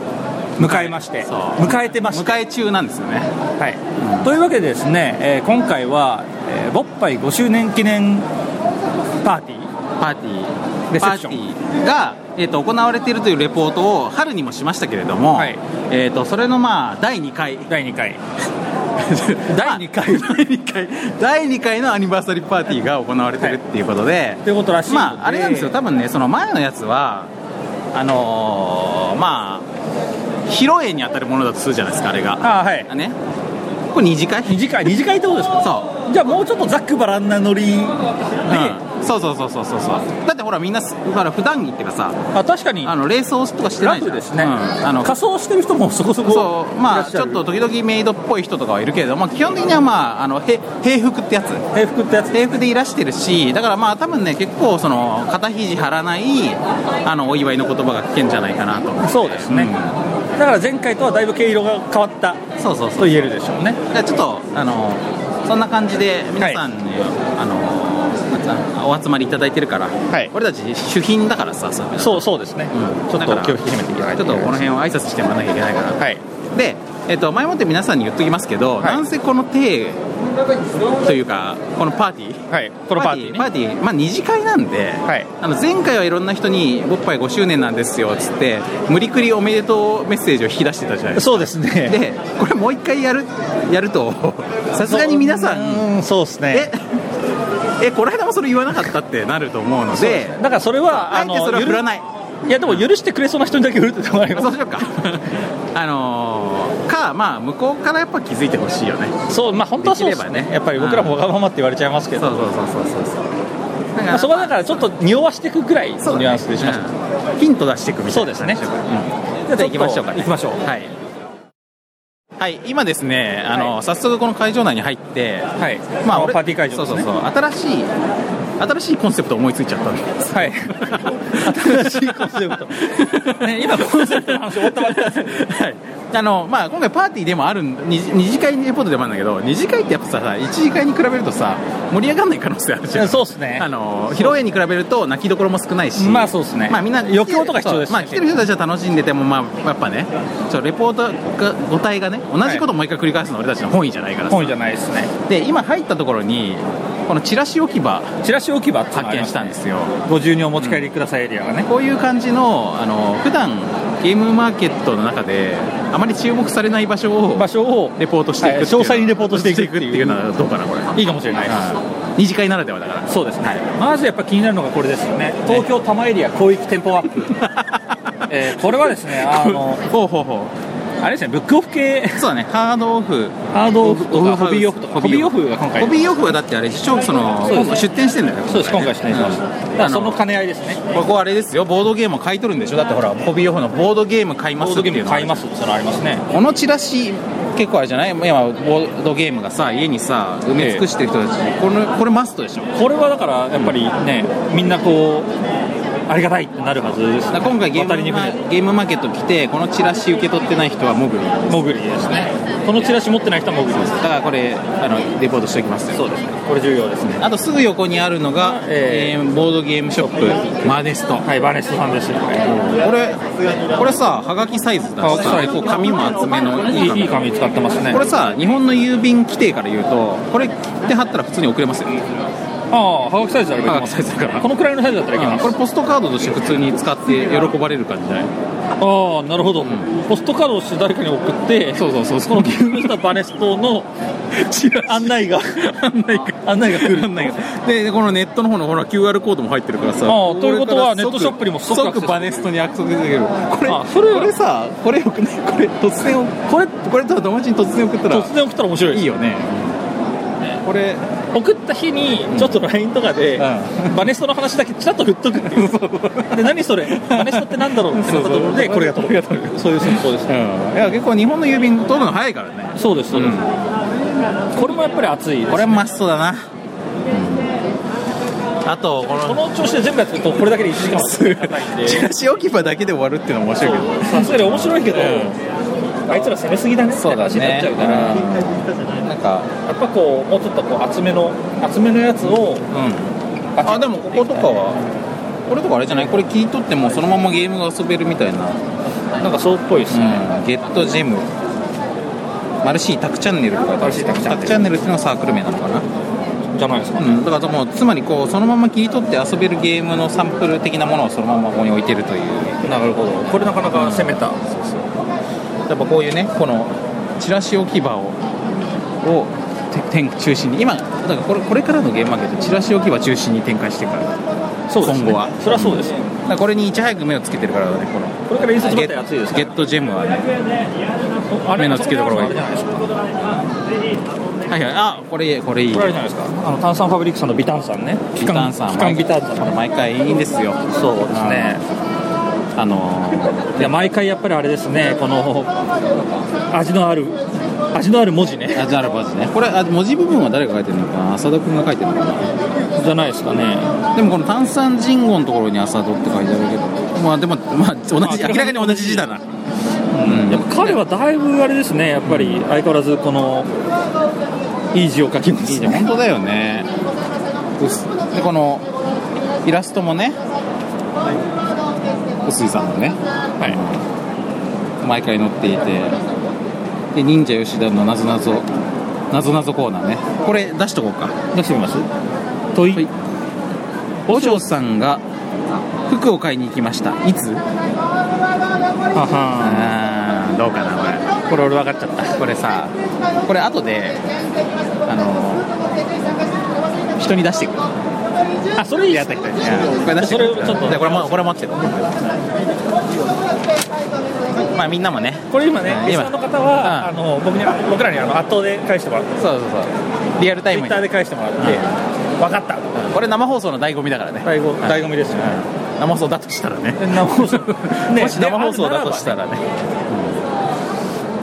Speaker 3: 迎えまして
Speaker 2: そう
Speaker 3: 迎えてまして
Speaker 2: 迎え中なんですよね
Speaker 3: はいというわけでですね、えー今回は、えー、ボッパイ5周年記念パーティー
Speaker 2: パーティー
Speaker 3: レ
Speaker 2: パ
Speaker 3: セ
Speaker 2: ー
Speaker 3: プ
Speaker 2: テ
Speaker 3: ション
Speaker 2: ィーが、えー、と行われているというレポートを春にもしましたけれども、
Speaker 3: はい
Speaker 2: えー、とそれのまあ第2回
Speaker 3: 第2回
Speaker 2: [laughs] 第
Speaker 3: 2回
Speaker 2: 第2回第2回のアニバーサリーパーティーが行われてるっていうことで、
Speaker 3: ということらしいので
Speaker 2: まあ、あれなんですよ、多分ね、その前のやつは、あのーまあ、披露宴に当たるものだとするじゃないですか、あれが。
Speaker 3: あーはい
Speaker 2: ね、これ二次会
Speaker 3: 2次会2次会ってことですか
Speaker 2: そう
Speaker 3: じゃあもうちょっとざっくばらんなノリで、
Speaker 2: うんそうそうそうそうそうそうだってほらみんなすほら普段着っていうかさ
Speaker 3: あ確かに
Speaker 2: あのレースをとかしてな
Speaker 3: ラ
Speaker 2: いじ
Speaker 3: フ
Speaker 2: ゃん
Speaker 3: ですね、
Speaker 2: うん
Speaker 3: あ
Speaker 2: あ
Speaker 3: の
Speaker 2: の
Speaker 3: 仮装してる人もそこそこ
Speaker 2: そうま
Speaker 3: いら
Speaker 2: あ
Speaker 3: し
Speaker 2: ち
Speaker 3: ゃ
Speaker 2: ょ
Speaker 3: る
Speaker 2: っと時々メイドっぽい人とかはいるけれども基本的にはまああのへ平服ってやつ
Speaker 3: 平服ってやつ
Speaker 2: 制服でいらしてるしだからまあ多分ね結構その肩肘張らないあのお祝いの言葉が聞けんじゃないかなと
Speaker 3: そうですね、
Speaker 2: うん
Speaker 3: だから前回とはだいぶ毛色が変わった
Speaker 2: そうそうそ
Speaker 3: と
Speaker 2: う
Speaker 3: 言えるでしょうね
Speaker 2: じゃあちょっとあのそんな感じで皆さんね、あのなんかお集まりいただいてるから、
Speaker 3: い
Speaker 2: 俺たち主品だからさそういうの
Speaker 3: そうそうですね、
Speaker 2: うん
Speaker 3: ちょっ
Speaker 2: だ
Speaker 3: と
Speaker 2: から
Speaker 3: 気を引き締めていただい
Speaker 2: ち
Speaker 3: て
Speaker 2: ょっとこの辺を挨拶してもらわなきゃいけないから、
Speaker 3: はい
Speaker 2: でえっと、前もって皆さんに言っときますけど、
Speaker 4: い
Speaker 2: なんせこの手というかこのパーティー
Speaker 4: はい、このパーティーね
Speaker 2: パーティーまあ二次会なんで、
Speaker 4: はい
Speaker 2: あの前回はいろんな人に「僕ぱい5周年なんですよ」っつって無理くりおめでとうメッセージを引き出してたじゃないですか
Speaker 3: そうですね
Speaker 2: でこれもう一回やるやるとさすがに皆さん
Speaker 3: うんそうですね
Speaker 2: ええ [laughs] この間もそれ言わなかったってなると思うので
Speaker 3: だからそれは
Speaker 2: あえてそれは振らない
Speaker 3: ゆるいやでも許してくれそうな人にだけ振るってのもあり
Speaker 2: あそ
Speaker 3: ま
Speaker 2: うしようかあのーかまあ向こうからやっぱ気づいてほしいよね
Speaker 3: すそうまあ本当はそうです
Speaker 2: できれば
Speaker 3: ね
Speaker 2: ね
Speaker 3: やっぱり僕らもわがままって言われちゃいますけ
Speaker 2: そう
Speaker 3: ど
Speaker 2: そうそうそうそうそうだか
Speaker 3: まあそこはだからちょっと匂わしていくぐらいのニ
Speaker 2: そうだね
Speaker 3: ュアンスでしまし
Speaker 2: うんヒント出していくみたいな
Speaker 3: そうですね
Speaker 2: じゃあ行きましょうか、
Speaker 3: 行きましょう
Speaker 2: はい、はい、今ですねあの、早速この会場内に入って
Speaker 3: たはい
Speaker 2: まあ
Speaker 3: まあ
Speaker 2: 俺
Speaker 3: パーティー会場
Speaker 2: そう
Speaker 3: です
Speaker 2: そう
Speaker 3: ね
Speaker 2: そう新しい新しいコンセプト思いついちゃったんで
Speaker 3: はい新しいコンセプト、ね、今コンセプトの話終わったばっかりです
Speaker 2: はい、あのまあ今回パーティーでもあるん二次二次会レポートでもあるんだけど二次会ってやっぱさ一次会に比べるとさ盛り上がらない可能性あるじゃん
Speaker 3: そうですね
Speaker 2: あの披露宴に比べると泣きどころも少ないし
Speaker 3: まあそうっすね
Speaker 2: まあ、みんな
Speaker 3: 余興とか必要です
Speaker 2: そうまあ、来てる人たちは楽しんでても、まあ、やっぱねちょレポートが五体がね同じことをもう一回繰り返すのは俺たちの本意じゃないからさ
Speaker 3: 本意じゃないですね
Speaker 2: で今入ったところにこのチラシ置き場
Speaker 3: チラシ置き場っていうのがあ
Speaker 2: 発
Speaker 3: りま
Speaker 2: 見したんですよ
Speaker 3: ご自由にお持ち帰りくださいエリアがね、
Speaker 2: こういう感じのあの普段ゲームマーケットの中であまり注目されない場所を
Speaker 3: 場所を
Speaker 2: レポートしていくっていう
Speaker 3: はい詳細にレポートしていくっていう
Speaker 2: していうのはどうかなこれ
Speaker 3: いいかもしれないです、
Speaker 2: 二次会ならではだから
Speaker 3: そうですね、まずやっぱ気になるのがこれですよね東京多摩エリア広域店舗 [laughs] アップ、えーこれはですねあの
Speaker 2: ほうほうほ
Speaker 3: あれですねブックオフ系
Speaker 2: うそうだねハードオフ
Speaker 3: ハードオフとか
Speaker 2: ハウス
Speaker 3: ホビーオフとか
Speaker 2: ホビーオフ
Speaker 3: ホビーオフが今回
Speaker 2: ホビーオフはだってあれ一応その
Speaker 3: そうです
Speaker 2: 今回出店してんだよね
Speaker 3: そうです今回
Speaker 2: ね
Speaker 3: 出演しました、
Speaker 2: うん
Speaker 3: だからその兼ね合いですね
Speaker 2: ここあれですよボードゲームを買い取るんでしょだってほらホビーオフのボードゲーム買いま
Speaker 3: ボー
Speaker 2: す
Speaker 3: ド
Speaker 2: って
Speaker 3: ゲ
Speaker 2: い
Speaker 3: ー
Speaker 2: う
Speaker 3: ム
Speaker 2: のがあ
Speaker 3: 買い
Speaker 2: るじゃん
Speaker 3: ますそれありますね
Speaker 2: このチラシ結構あれじゃない今ボードゲームがさ家にさ埋め尽くしてる人たち、これこれマストでしょ
Speaker 3: これはだからやっぱりね、みんなこうありがたいってなるはずです、
Speaker 2: だから今回ゲー
Speaker 3: 渡りに
Speaker 2: ムマ
Speaker 3: 船
Speaker 2: ゲームマーケット来てこのチラシ受け取ってない人はモグリだ
Speaker 3: モグリですねこのチラシ持ってない人はモグリです
Speaker 2: からこれあのレポートしておきますそうです
Speaker 3: これ重要ですね
Speaker 2: あとすぐ横にあるのが、え
Speaker 3: え
Speaker 2: ーボードゲームショップマネスト
Speaker 3: はいバネストさんですよね
Speaker 2: これこれさはがきサイズだし
Speaker 3: は
Speaker 2: さ
Speaker 3: がきサイズ
Speaker 2: こう紙も厚めのいい
Speaker 3: いい
Speaker 2: 紙
Speaker 3: いい紙使ってますね
Speaker 2: これさ日本の郵便規定から言うとこれ切って貼ったら普通に送れますよ、
Speaker 3: ああはがきサイズあればいけます
Speaker 2: はがきサイズだから
Speaker 3: このくらいのサイズだったらいけます、
Speaker 2: これポストカードとして普通に使って喜ばれる感じじゃない
Speaker 3: ああなるほど、ポストカードをして誰かに送って
Speaker 2: そうそうそう
Speaker 3: このゲームしたバネスト
Speaker 2: [laughs]
Speaker 3: の案内が案内が案内が来る案内が
Speaker 2: ででこのネットの方のほら QR コードも入ってるからさ
Speaker 3: ああということはネットショップにも
Speaker 2: 即
Speaker 3: 即アクセス
Speaker 2: 即バネストにアクセスできるこれ
Speaker 3: あ
Speaker 2: そ
Speaker 3: それ
Speaker 2: れこれさこれよくないこれ突然これこれとは友達に突然送ったら
Speaker 3: 突然送ったら面白いです
Speaker 2: いいよねこれ
Speaker 3: 送った日にちょっと LINE とかで、バネストの話だけちらっと振っとくっていうで何それバネストってなんだろうってなったところでこれが届くそういう戦法です
Speaker 2: うんいや結構日本の郵便届くの早いからね
Speaker 3: そうですそうです、これもやっぱり熱いです
Speaker 2: これマストだなあとこ
Speaker 3: こ
Speaker 2: の
Speaker 3: の調子で全部やってるとこれだけで1時間はかかんで
Speaker 2: チラシ置き場だけで終わるっていうのも面白いけど
Speaker 3: さすがに面白いけど、あいつら攻めすぎだねって話になっちゃうから、
Speaker 2: なんか
Speaker 3: やっぱこうもうちょっとこう厚めの厚めのやつを
Speaker 2: うんあでもこことかはこれとかあれじゃないこれ切り取ってもうそのままゲームが遊べるみたいな、
Speaker 3: なんかそうっぽいですね、
Speaker 2: ゲットジェムマルシータクチャンネルとか
Speaker 3: マルシータクチャンネル
Speaker 2: タクチャンネルっていうのがサークル名なのかな、
Speaker 3: じゃないですか、
Speaker 2: うん、だからもうつまりこうそのまま切り取って遊べるゲームのサンプル的なものをそのままここに置いてるという
Speaker 3: なるほどこれなかなか攻めた、
Speaker 2: やっぱこういうねこのチラシ置き場ををててん中心に今だからこれこれからのゲームマーケットチラシ置き場中心に展開していくからだか
Speaker 3: そうですね
Speaker 2: 今後は
Speaker 3: それはそうですよ
Speaker 2: らこれにいち早く目をつけてるからねこの
Speaker 3: これから印刷
Speaker 2: ゲ
Speaker 3: ま
Speaker 2: ッ
Speaker 3: で熱いです
Speaker 2: ゲットジェムはね
Speaker 3: あれ
Speaker 2: 目の付けどころがいい
Speaker 3: あれじゃないですかこ
Speaker 2: はいはい、あこれこれいい
Speaker 3: れあれじゃないですかあの炭酸ファブリックさんのビタンさんね
Speaker 2: ビタンさん
Speaker 3: 期間ビタン
Speaker 2: これ毎回いいんですよ
Speaker 3: そうですね
Speaker 2: あのー
Speaker 3: いや毎回やっぱりあれですねこの味のある味のある文字ね
Speaker 2: あじゃあある文字ねこれあ文字部分は誰が書いてるのかな浅田君が書いてるのか
Speaker 3: じゃないですかね
Speaker 2: なでもこの炭酸人号のところに浅田って書いてあるけどまあでもまあ同じ
Speaker 3: あ
Speaker 2: 明らかに同じ字だな
Speaker 3: やっぱ彼はだいぶあれですねやっぱり相変わらずこのいい字を書きま
Speaker 2: いい
Speaker 3: す
Speaker 2: じゃん
Speaker 3: ね
Speaker 2: 本当だよねうすでこのイラストもね臼井さんのね、はい、毎回載っていてで忍者吉田のなぞなぞなぞなぞコーナーねこれ出しとこうか
Speaker 3: 出してみます問い、
Speaker 2: はいお嬢さんが服を買いに行きましたいつ
Speaker 3: はは
Speaker 2: あーどうかなこれ
Speaker 3: これ俺分かっちゃった
Speaker 2: これさこれ後であの人に出していくこ
Speaker 3: あそれいいやったっけ
Speaker 2: れ出し
Speaker 3: そ
Speaker 2: ていく
Speaker 3: れちょっと
Speaker 2: でこれもこれ持ってるまあみんなもね
Speaker 3: これ今ね
Speaker 2: 今
Speaker 3: リスナーの方はあ
Speaker 2: う
Speaker 3: の僕に僕らにあの圧倒で返してもらって
Speaker 2: そうそうそうリアルタイムに
Speaker 3: Twitter で返してもらって分かった
Speaker 2: これ生放送の醍醐味だからね
Speaker 3: 醍醐
Speaker 2: はい
Speaker 3: 醍醐味ですよ
Speaker 2: 生放送だとしたらね
Speaker 3: [laughs] 生放
Speaker 2: [laughs]
Speaker 3: 送ね
Speaker 2: もし生放送だとしたらね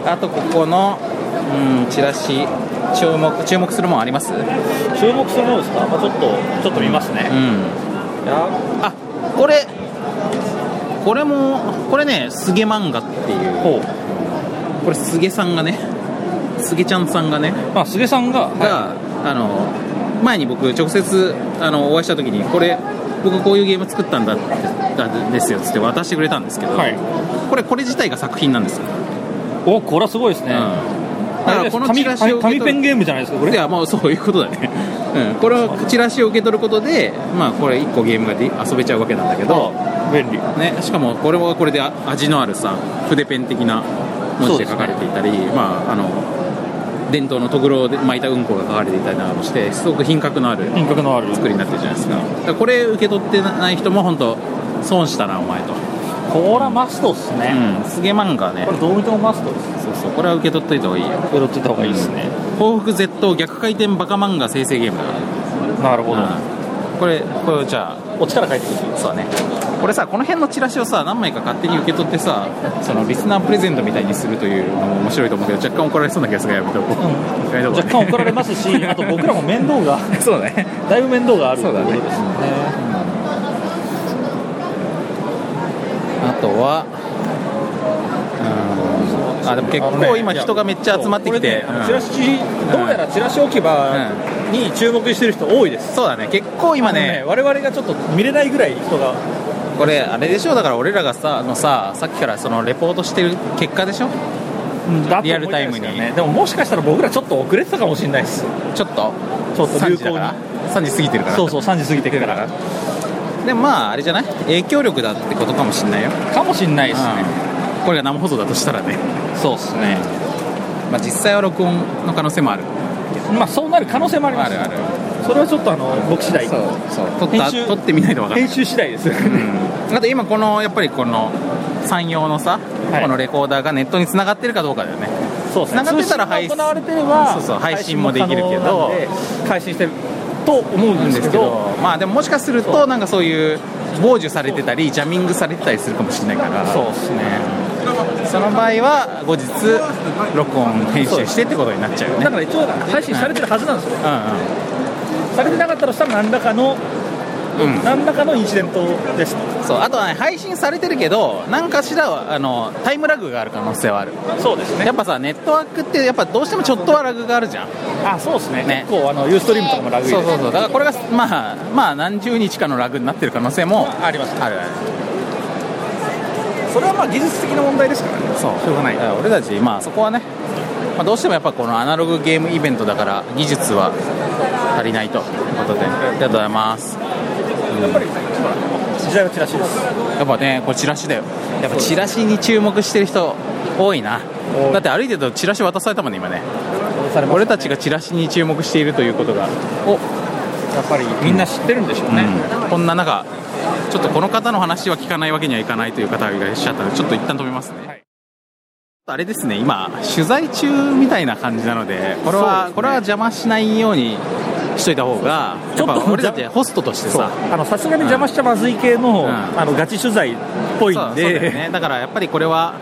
Speaker 2: あとここの、うん、チラシ注目注目するもんありますう
Speaker 3: 注目するものですか、まあ、ちょっとちょっと見ますね、
Speaker 2: ん
Speaker 3: いや
Speaker 2: あこれこれもこれねすげ漫画っていう
Speaker 3: ほ
Speaker 2: これすげさんがねすげちゃんさんがね
Speaker 3: うまあ菅さんが、
Speaker 2: が、あの前に僕直接あのお会いした時にこれ僕こういうゲーム作ったんだだですよっつって渡してくれたんですけど、
Speaker 3: はい
Speaker 2: これこれ自体が作品なんですよ、
Speaker 3: おこれはすごいですね、
Speaker 2: うん、
Speaker 3: あ
Speaker 2: だか
Speaker 3: れ
Speaker 2: ら
Speaker 3: です
Speaker 2: この
Speaker 3: 紙
Speaker 2: チラシ
Speaker 3: 紙
Speaker 2: を受け
Speaker 3: 紙
Speaker 2: 取る
Speaker 3: ペンゲームじゃないですかこ
Speaker 2: い
Speaker 3: れ
Speaker 2: やまあそういうことだね、うん、これはチラシを受け取ることでまあこれ1個ゲームがで遊べちゃうわけなんだけど、
Speaker 3: 便利
Speaker 2: ね、しかもこれはこれであ味のあるさ筆ペン的な文字で書かれていたり、まああの伝統のとぐろで巻いたうんこが書かれていたりなどしてすごく品格のある
Speaker 3: 品格のある
Speaker 2: 作りになってるじゃないですかだからこれ受け取ってない人も本当損したなお前と、
Speaker 3: これはマストっすね、
Speaker 2: うん、すげえ漫画ね
Speaker 3: これどう見てもマストです
Speaker 2: そうそうこれは受け取っといた方がいいよ
Speaker 3: 受け取ってた方がいいですね、
Speaker 2: 報復絶倒逆回転バカ漫画生成ゲームだから
Speaker 3: なるほど、
Speaker 2: うんこれこれをじゃあ
Speaker 3: お力返ってくる
Speaker 2: そうだねこれさこの辺のチラシをさ何枚か勝手に受け取ってさそのリスナープレゼントみたいにするというのも面白いと思うけど若干怒られそうな気がするからやめとこう、やめとこう
Speaker 3: 若干怒られますし
Speaker 2: [laughs]
Speaker 3: あと僕らも面倒が
Speaker 2: す [laughs] そうだね
Speaker 3: だいぶ面倒がある
Speaker 2: そうだね
Speaker 3: ということですよね
Speaker 2: あとはうんあでも結構今人がめっちゃ集まってきて、
Speaker 3: これねあの
Speaker 2: うん
Speaker 3: チラシどうやらチラシ置き場に注目してる人多いです、
Speaker 2: そうだね結構今
Speaker 3: あ
Speaker 2: ね
Speaker 3: の我々がちょっと見れないぐらい人が
Speaker 2: これあれでしょだから俺らがさあのささっきからそのレポートしてる結果でしょ
Speaker 3: だと思いたいですけどね
Speaker 2: リアルタイムに
Speaker 3: でももしかしたら僕らちょっと遅れてたかもしれないです
Speaker 2: ちょっと
Speaker 3: ちょっと
Speaker 2: 3
Speaker 3: 流
Speaker 2: 時だ
Speaker 3: 行
Speaker 2: か
Speaker 3: に
Speaker 2: ら3時過ぎてるから
Speaker 3: そうそう3時過ぎてから
Speaker 2: でもまああれじゃない影響力だってことかもしんないよ
Speaker 3: かもしれないですね、
Speaker 2: うんこれが生放送だとしたらね、
Speaker 3: そうですね
Speaker 2: まあ、実際は録音の可能性もある
Speaker 3: まあそうなる可能性もあります
Speaker 2: る
Speaker 3: それはちょっとあの僕次第
Speaker 2: そうそう撮っ
Speaker 3: 編
Speaker 2: た
Speaker 3: 集
Speaker 2: 撮ってみないと分から
Speaker 3: 編集次第です
Speaker 2: ないあと今このやっぱりこの山陽のさ、
Speaker 3: はい
Speaker 2: このレコーダーがネットに繋がってるかどうかだよね
Speaker 3: そうですね
Speaker 2: 繋がってたら配信
Speaker 3: 通信が行われてれば
Speaker 2: そうそう配信もできるけど
Speaker 3: 配信も可能なんで配信してると思うんですけど
Speaker 2: まあでももしかする
Speaker 3: そ
Speaker 2: となんかそういう傍受されてたりジャミングされてたりするかもしれないから
Speaker 3: そうですね
Speaker 2: その場合は後日録音編集してってことになっちゃうよね
Speaker 3: だから一応配信されてるはずなんですよされてなかったとしたら何らかの
Speaker 2: うんうん、うん
Speaker 3: 何らかのインシデントです
Speaker 2: そうあとは、ね、配信されてるけど何かしらはあのタイムラグがある可能性はある、
Speaker 3: そうです
Speaker 2: やっぱさネットワークってやっぱどうしてもちょっとはラグがあるじゃん
Speaker 3: あそうですね
Speaker 2: ね
Speaker 3: 結構あのユーストリームとかもラグいい
Speaker 2: そうそう
Speaker 3: で
Speaker 2: そうだからこれがまあまあ何十日かのラグになってる可能性も
Speaker 3: あります
Speaker 2: あるある
Speaker 3: それはまあ技術的な問題ですからね
Speaker 2: そう
Speaker 3: しょうがない
Speaker 2: だから俺たちまあそこはね、まあ、どうしてもやっぱこのアナログゲームイベントだから技術は足りないということでありがとうございます
Speaker 3: やっぱり時代はチラシです
Speaker 2: やっぱねこれチラシだよやっぱチラシに注目してる人多いな
Speaker 3: 多い
Speaker 2: だって歩いてるとチラシ渡されたもんね今ね
Speaker 3: されます
Speaker 2: 俺たちがチラシに注目しているということが、
Speaker 3: おやっぱりみんな知ってるんでしょうね、
Speaker 2: こんな中、ちょっとこの方の話は聞かないわけにはいかないという方がいらっしゃったので、ちょっと一旦止めますね。
Speaker 3: はい
Speaker 2: あれですね、今、取材中みたいな感じなので、これ
Speaker 3: そうで
Speaker 2: は、
Speaker 3: すね
Speaker 2: これは邪魔しないようにしといた方が、
Speaker 3: ち
Speaker 2: や
Speaker 3: ょ
Speaker 2: っ
Speaker 3: っと
Speaker 2: ぱ俺たちホストとして
Speaker 3: そう
Speaker 2: さ、
Speaker 3: あのさすがに邪魔しちゃまずい系の,、
Speaker 2: うん
Speaker 3: あのガチ取材っぽい
Speaker 2: そ
Speaker 3: ん
Speaker 2: うそうだよ
Speaker 3: で、
Speaker 2: ね、だからやっぱりこれは、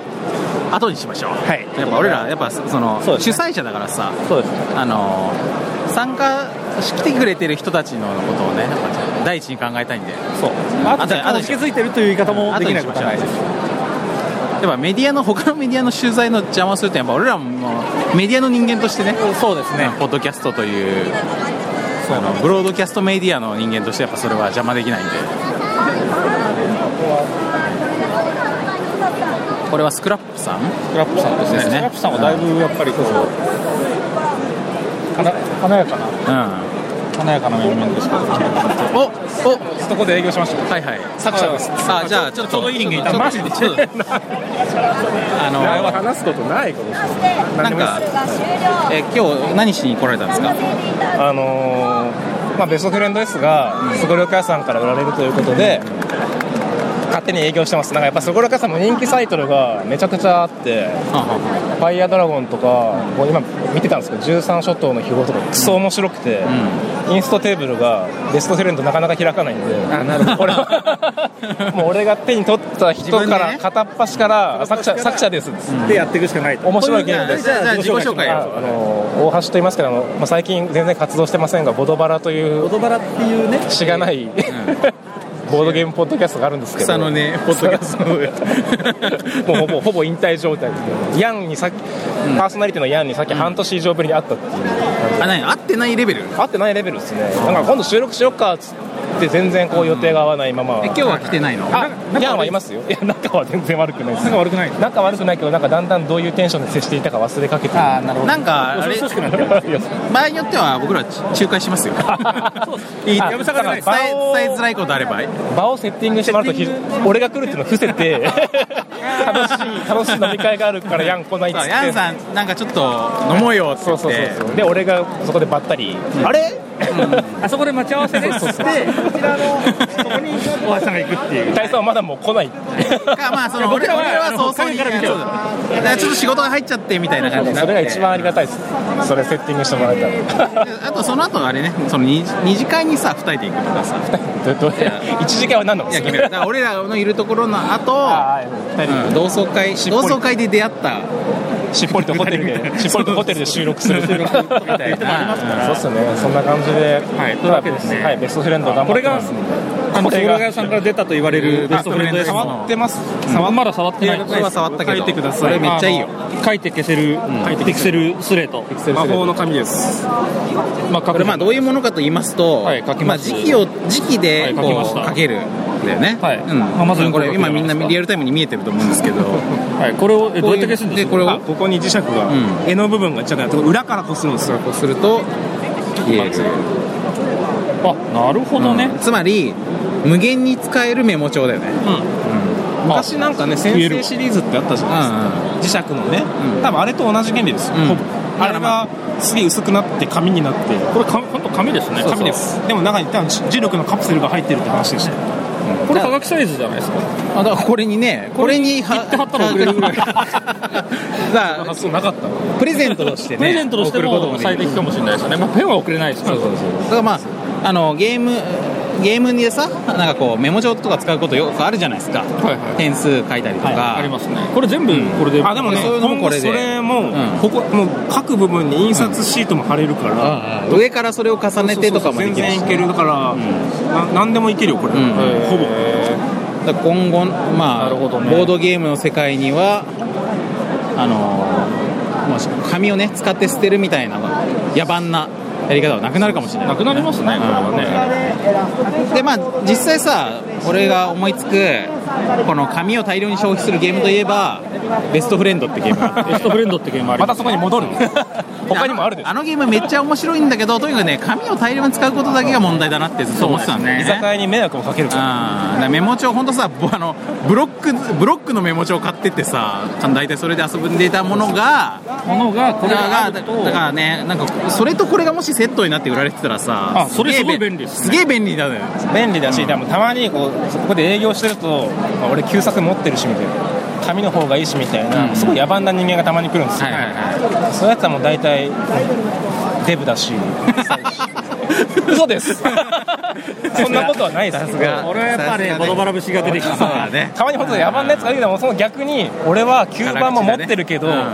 Speaker 2: 後にしましょう。
Speaker 3: はい
Speaker 2: やっぱ俺ら、やっぱその、
Speaker 3: そうで
Speaker 2: 主
Speaker 3: す
Speaker 2: 催者だからさ、
Speaker 3: そうです
Speaker 2: あの参加してきてくれてる人たちのことをね、やっぱ第一に考えたいんで。
Speaker 3: そうあと
Speaker 2: あと
Speaker 3: 若干
Speaker 2: あと
Speaker 3: 引き付いてるという言い方もできなくはないです
Speaker 2: やっぱメディアの他のメディアの取材の邪魔をするとやっぱ俺らもメディアの人間としてねそうですねポッドキャストというあのブロードキャストメディアの人間としてやっぱそれは邪魔できないんでこれはスクラップさん
Speaker 3: スクラップさんですね
Speaker 2: ですね
Speaker 3: スクラップさんはだいぶやっぱりこう、華華やかな
Speaker 2: うん
Speaker 3: 華やかな面々ですけど
Speaker 2: おお
Speaker 3: そこで営業しました
Speaker 2: はいはい
Speaker 3: 作者です
Speaker 2: あじゃあちょっと
Speaker 3: ちょうどいい人間いた
Speaker 2: ちょっとちょっと
Speaker 3: [laughs]
Speaker 2: あの
Speaker 4: 話すことないかもしれな。
Speaker 2: ない
Speaker 4: 何で
Speaker 2: ん
Speaker 4: もいい
Speaker 2: かえ今日何しに来られたんですか
Speaker 4: ですあのーまあベストフレンドですが、すごろく屋さんから売られるということで、勝手に営業してます。なんかやっぱすごろく屋さんも人気サイトルがめちゃくちゃあって、ファイヤードラゴンとか、もう今見てたんですけど、13諸島の秘宝とかクソ面白くて、インストテーブルがベストフレンドなかなか開かないんで、
Speaker 3: あなるほど
Speaker 4: 俺は [laughs] もう俺が手に取った人
Speaker 2: 自
Speaker 4: か
Speaker 2: 分で
Speaker 4: ら
Speaker 2: ね
Speaker 4: 片っ端から作者作者です。
Speaker 3: でやっていくしかないと
Speaker 4: 面白いゲームです
Speaker 2: じゃあじゃあ自己紹介
Speaker 4: ああの大橋と言いますけどあの、まあ、最近全然活動してませんがボドバラという
Speaker 3: ドバラっていうね
Speaker 4: しがない、 [laughs] ボードゲームポッドキャストがあるんですけど
Speaker 2: 草のねポッドキャスト
Speaker 4: もうほぼほぼ引退状態でヤンにさっき、パーソナリティのヤンにさっき半年以上ぶりに会ったっていう、
Speaker 2: あ何合ってないレベルえ
Speaker 4: 会ってないレベルですねなんか今度収録しよっかっつって全然こう予定が合わないまま、
Speaker 2: 今日は来てないの
Speaker 4: あヤンはいますよいや仲は全然悪くないです
Speaker 3: 仲悪くない
Speaker 4: 仲悪くないけどなんかだんだんどういうテンションで接していたか忘れかけてる
Speaker 3: ああなるほど
Speaker 2: なんかあれ
Speaker 3: 恐ろしくなってる
Speaker 4: いや
Speaker 2: 場合によっては僕ら仲介しますよいい
Speaker 3: やぶさかじゃない
Speaker 2: 伝え伝えづらいことあれば
Speaker 4: 場をセッティングしてもらうとひ俺が来るっていうのを伏せて楽しい楽しい飲み会があるからヤン来ないっつっ
Speaker 2: そう
Speaker 4: て
Speaker 2: ヤンさんなんかちょっと飲もうよって
Speaker 4: そう
Speaker 2: 言っ
Speaker 4: そう
Speaker 2: て
Speaker 4: そうそうで俺がそこでばったり、あれ
Speaker 3: あそこで待ち合わせですってこちらのそこに大橋さんが行くっていう
Speaker 4: 大佐はまだもう来ない
Speaker 2: かまあその
Speaker 3: 僕
Speaker 2: 俺
Speaker 3: らは
Speaker 2: 俺らは早々に
Speaker 3: あの北海道
Speaker 2: そうだだからちょっと仕事が入っちゃってみたいな感じにな
Speaker 4: そ
Speaker 2: って
Speaker 4: れが一番ありがたいですそれセッティングしてもらえたら
Speaker 2: であと [laughs] その後あれねその二二次会にさ二人で行くとかさ
Speaker 4: どど1時間は何度も
Speaker 2: いや決めるだから俺らのいるところの後、
Speaker 4: あー二
Speaker 2: うん、
Speaker 4: 人
Speaker 2: 同窓会
Speaker 4: しっぽ
Speaker 2: 同
Speaker 4: り
Speaker 2: 窓会で出会った
Speaker 4: しっぽりとホテル
Speaker 2: [laughs]
Speaker 4: でしっぽりとホテルで収録するみたいなそう
Speaker 2: みたいな
Speaker 4: っすねそんな感じで、
Speaker 3: はいというわけですね
Speaker 4: はい、ベストフレンド頑張
Speaker 3: こ
Speaker 4: っ
Speaker 3: れ
Speaker 4: て
Speaker 3: が
Speaker 4: ます
Speaker 3: あの
Speaker 4: こ
Speaker 3: ソウ
Speaker 4: れ
Speaker 3: ル
Speaker 4: が
Speaker 3: ガヤさんから出たと言われるベストフレンドです
Speaker 2: あ
Speaker 4: 触ってます
Speaker 3: 触まだ触ってない
Speaker 2: いや僕は触ったけど
Speaker 3: 書いてください
Speaker 2: これめっちゃいいよ
Speaker 3: あの書いて消せる、ピクセルスレート
Speaker 4: 魔法
Speaker 3: の紙ですまあ
Speaker 2: これまあどういうものかと言いますと、
Speaker 3: はい書き
Speaker 2: ま
Speaker 3: ま
Speaker 2: あ
Speaker 3: す
Speaker 2: 時期を時期でこ
Speaker 3: はいう書きました
Speaker 2: 書けるんだよね。
Speaker 3: はい
Speaker 2: うん。
Speaker 3: まあまず
Speaker 2: これ今みんな
Speaker 3: これを
Speaker 2: リアルタイムに見えてると思うんです
Speaker 4: [laughs]
Speaker 2: けど、
Speaker 3: はい、これをえどうやって消すんです
Speaker 2: で
Speaker 3: か
Speaker 2: これを
Speaker 5: あここに磁石が、
Speaker 2: うん
Speaker 5: 柄の部分が磁石だと裏からこするんですよ
Speaker 2: こうすると消える。
Speaker 3: あなるほどね、
Speaker 2: つまり無限に使えるメモ帳だよね。
Speaker 5: 昔なんかね先
Speaker 3: 消える
Speaker 5: 生シリーズってあったじゃないですか、磁石のね、
Speaker 2: うん
Speaker 5: 多分あれと同じ原理ですよ、
Speaker 2: うん
Speaker 5: ほぼあれがすげえ薄くなって紙になって
Speaker 3: これか本当紙ですね
Speaker 5: 紙ですでも中に多分磁力のカプセルが入ってるって話でした
Speaker 3: これ科学サイズじゃないですか
Speaker 2: あだからこれにねこれに
Speaker 3: 切って貼ったら送れるぐらい
Speaker 2: [laughs] だから
Speaker 5: そうなかったの
Speaker 2: プレゼントとしてね
Speaker 3: プレゼントとして
Speaker 2: 送ること
Speaker 3: も
Speaker 2: もでき
Speaker 3: 最
Speaker 2: る
Speaker 3: 適かもしれないですよね、まあ、ペンは送れないですけど
Speaker 2: だからまああのゲームゲームでさなんかこうメモ帳とか使うことよくあるじゃないですか、
Speaker 3: はいはい
Speaker 2: 点数書いたりとか、
Speaker 3: ありますねこれ全部これで、
Speaker 5: あでもね
Speaker 2: そういうのも
Speaker 5: 今
Speaker 2: こ
Speaker 5: 後
Speaker 2: れで
Speaker 5: それも、
Speaker 2: うん
Speaker 5: ここもう各部分に印刷シートも貼れるから、
Speaker 2: 上からそれを重ねてとかもできる
Speaker 5: 全
Speaker 2: し
Speaker 5: 然いけるだから、な何でもいけるよこれ、
Speaker 2: うん
Speaker 5: ほぼ
Speaker 2: だから今後、まあ
Speaker 3: なるほどね
Speaker 2: ボードゲームの世界にはあのもう紙をね使って捨てるみたいな野蛮なやり方はなくなるかもしれない
Speaker 3: なくなりますねこれはね
Speaker 2: でまあ実際さ俺が思いつくこの紙を大量に消費するゲームといえばベストフレンドってゲームがあって
Speaker 3: ベストフレンドってゲームあり
Speaker 4: ま
Speaker 3: ま
Speaker 4: た
Speaker 3: す
Speaker 4: そこに戻
Speaker 3: [laughs]
Speaker 4: る他にもあるでしょ
Speaker 2: あのゲームめっちゃ面白いんだけどとにかくね紙を大量に使うことだけが問題だなってずっと思ってたんだよ
Speaker 4: 居
Speaker 2: ね
Speaker 4: 酒屋に迷惑をかけるから
Speaker 2: あーだからメモ帳本当さぼあのブロックブロックのメモ帳買ってってさ大体それで遊んでいたものが
Speaker 3: ものがこ
Speaker 2: だ
Speaker 3: れ
Speaker 2: から
Speaker 3: があ
Speaker 2: だ
Speaker 3: ると
Speaker 2: だからねなんかそれとこれがもしセットになって売られてたらさ
Speaker 3: あそれすごい便利ですす
Speaker 2: げえ便利だね
Speaker 4: 便利だし、でもたまにこうそこで営業してると、まあ俺旧作持ってるしみたいな紙の方がいいしみたいな、
Speaker 2: うん
Speaker 4: すごい野蛮な人間がたまに来るんですよ、
Speaker 2: はいはいはい
Speaker 4: そういうやつはもう大体デブだ
Speaker 3: [laughs]
Speaker 4: し嘘です [laughs] そんなことはないですけど
Speaker 3: 俺はやっぱりボドバラ節が出てきた
Speaker 2: そうだね
Speaker 4: [laughs] たまに本当に野蛮なやつがいるけどもその逆に俺は吸盤も持ってるけど、
Speaker 2: 辛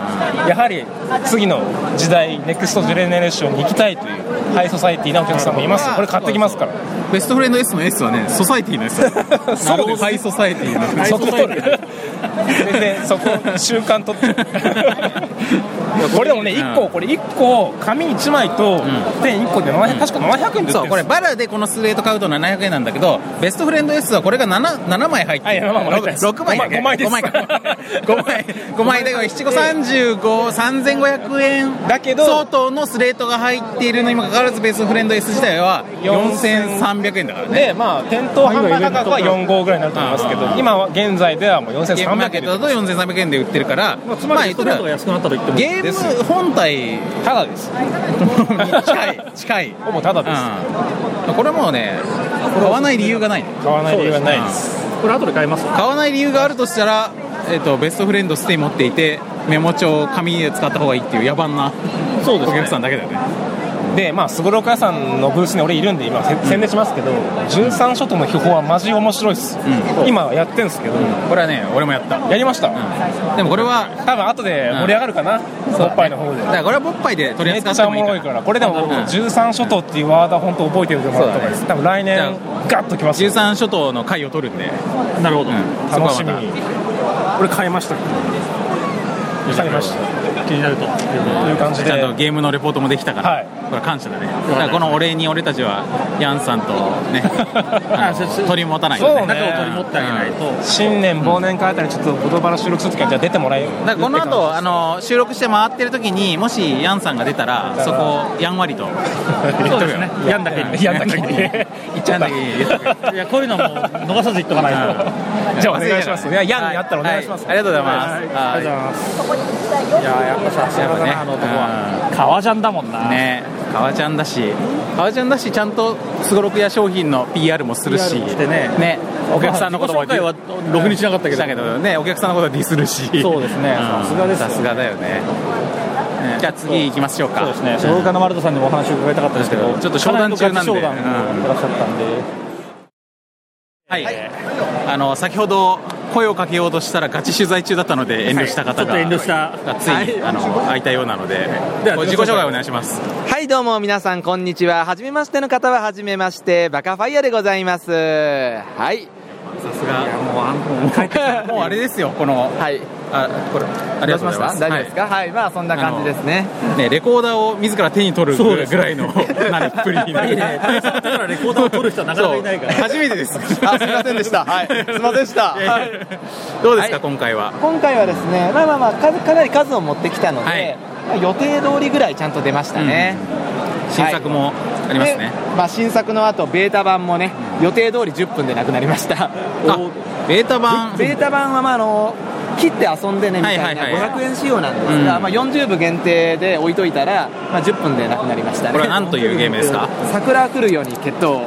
Speaker 2: 口
Speaker 4: やはり次の時代ネクストジェネレーションに行きたいというハイソサイティなお客さんもいますこれ買ってきますから [laughs]
Speaker 2: ベストフレンド S の S はねソサイティの S だ
Speaker 4: そうです
Speaker 2: ハイソサイティの
Speaker 4: そこ取る
Speaker 3: [laughs]
Speaker 4: 全然そこ習慣取ってこれでもね1個これ1個紙1枚とペン1個で700確か700円で売ってるんです
Speaker 2: そうこれバラでこのスレート買うと700円なんだけどベストフレンド S はこれが 7, 7枚入ってる
Speaker 4: はい7枚入ってます
Speaker 2: 6枚だけ
Speaker 4: 5枚です
Speaker 2: 5枚か5枚5枚だから七五三十五三千五百円
Speaker 4: だけど
Speaker 2: 相当のスレートが入っているのにもかかわらずベストフレンド S 自体は4300円だからね
Speaker 4: でまあ店頭販売価格は4号ぐらいになると思いますけど今は現在ではもう
Speaker 2: ゲームマー
Speaker 4: 4300
Speaker 2: ケッ
Speaker 4: 円
Speaker 2: トだと4300円で売ってるから、ま
Speaker 3: まあ、つまりストレートが安くなったと言っても
Speaker 2: ゲーム本体
Speaker 4: ただです
Speaker 2: に近い近い、うん、
Speaker 4: ほぼただです
Speaker 2: これもうね買わない理由がない
Speaker 4: 買わない理由はないです
Speaker 3: これ後で買えます
Speaker 2: 買わない理由があるとしたら、えっとベストフレンドステイ持っていてメモ帳紙で使った方がいいっていう野蛮な
Speaker 3: そう
Speaker 2: お客さんだけだよね
Speaker 4: でまあすごろく屋さんのブースに俺いるんで今せ宣伝しますけど13諸島の秘宝はマジ面白いっす
Speaker 2: う
Speaker 4: 今はやってんすけど
Speaker 2: これはね俺もやった、
Speaker 4: やりました
Speaker 2: でもこれは
Speaker 4: 多分後で盛り上がるかなおっぱいの方で
Speaker 2: だからこれは勃発で取り
Speaker 4: めっち
Speaker 2: 扱って
Speaker 4: ゃお
Speaker 2: もいい
Speaker 4: もろ
Speaker 2: か
Speaker 4: い
Speaker 2: ら
Speaker 4: からこれでも
Speaker 2: うん
Speaker 4: 13諸島っていうワードは本当覚えておいてもらった方がいいです多分来年
Speaker 2: じゃ
Speaker 4: ガッときますよ
Speaker 2: 13諸島の回を取るんで、
Speaker 3: なるほど、
Speaker 2: そこ
Speaker 4: 楽
Speaker 2: はまた
Speaker 4: しみに
Speaker 5: 俺買いました
Speaker 4: 買いました
Speaker 3: 気になると
Speaker 4: という感じで
Speaker 2: ちゃんとゲームのレポートもできたから、
Speaker 4: はい
Speaker 2: これ感謝だねだからこのお礼に俺たちはヤンさんと
Speaker 3: [laughs]
Speaker 2: ね
Speaker 4: [laughs]
Speaker 2: あの取り持たない
Speaker 4: そうね
Speaker 2: 中
Speaker 4: 中を
Speaker 2: を取
Speaker 4: 取
Speaker 2: り
Speaker 4: り
Speaker 2: 持
Speaker 4: 持
Speaker 2: ってあげないと、うん
Speaker 4: 新年忘年会あたりちょっと言葉の収録するときはじゃあ出てもらえ
Speaker 2: だからこの後あの収録して回ってる時にもしヤンさんが出たらそこをやんわりと
Speaker 3: そうですねやんだけに
Speaker 4: やんだけ
Speaker 3: [laughs]
Speaker 4: に言っちゃった
Speaker 2: やんだけに言っとく
Speaker 3: いやこういうのも逃さず言っとかない
Speaker 2: [laughs]
Speaker 3: と
Speaker 4: じゃあお願いしますいやヤンになったらお願いします
Speaker 2: はありがとうございます
Speaker 3: ありがとうございますいややっぱさすがだなあの男は革ジャンだもんな、
Speaker 2: ね革ちゃんだし革ちゃんだしちゃんとすごろくや商品の PR もするし
Speaker 3: PR もしてね
Speaker 2: お客さんのことも
Speaker 3: 自己紹介はろくにしなかったけど
Speaker 2: だけどねお客さんのことはディスるし
Speaker 3: そうですね
Speaker 2: うん
Speaker 3: さすがですよ
Speaker 2: さすがだよねじゃあ次行きましょうか
Speaker 3: そうですね、小家の丸田さんにもお話を伺いたかったですけど、
Speaker 2: ちょっと商談中な
Speaker 3: かり
Speaker 2: んで
Speaker 3: のガチ商談もいらっしゃったんで、
Speaker 2: はい、あの先ほど声をかけようとしたらガチ取材中だったので遠慮した方が、
Speaker 3: はいちょっと遠慮した
Speaker 2: がついに、あの会いたようなので
Speaker 3: では
Speaker 2: こう自己紹介お願いします
Speaker 6: はい、どうも皆さん、こんにちは。はじめましての方は、はじめまして、バカファイヤでございます。はい。
Speaker 2: さすがもうもうあれですよこの
Speaker 6: はい。
Speaker 2: あこれあり
Speaker 6: ど
Speaker 2: が
Speaker 6: う
Speaker 2: と
Speaker 6: し
Speaker 2: うご
Speaker 6: まし
Speaker 2: ざいま
Speaker 6: た
Speaker 2: す
Speaker 6: 大丈夫ですかはい、まあ、そんな感じですね。
Speaker 2: はいね、レコーダーを自ら手に取るぐらいのなりっぷりにな
Speaker 6: [laughs]
Speaker 2: る
Speaker 3: だからレコーダーを撮る人はなかな [laughs] かいないから、
Speaker 2: そう初めてです
Speaker 6: あ、すいませんでした。はい。すいませんでした。はい。
Speaker 2: どうですか、
Speaker 6: はい
Speaker 2: 今回は
Speaker 6: 今回はですね、まあまあまあ、数かなり数を持ってきたので、
Speaker 2: はい
Speaker 6: まあ予定通りぐらいちゃんと出ましたね。
Speaker 2: 新作もありますね、
Speaker 6: でまあ、新作の後、ベータ版もね、予定通り10分でなくなりました。
Speaker 2: あベータ版
Speaker 6: ベータ版は、まあ、あの切って遊んでねみたいな、
Speaker 2: はいはいはい
Speaker 6: 500円仕様なんですが、
Speaker 2: うん
Speaker 6: まあ、40部限定で置いといたら、まあ、10分でなくなりましたね
Speaker 2: これは何というゲームですか
Speaker 6: 桜来るように決闘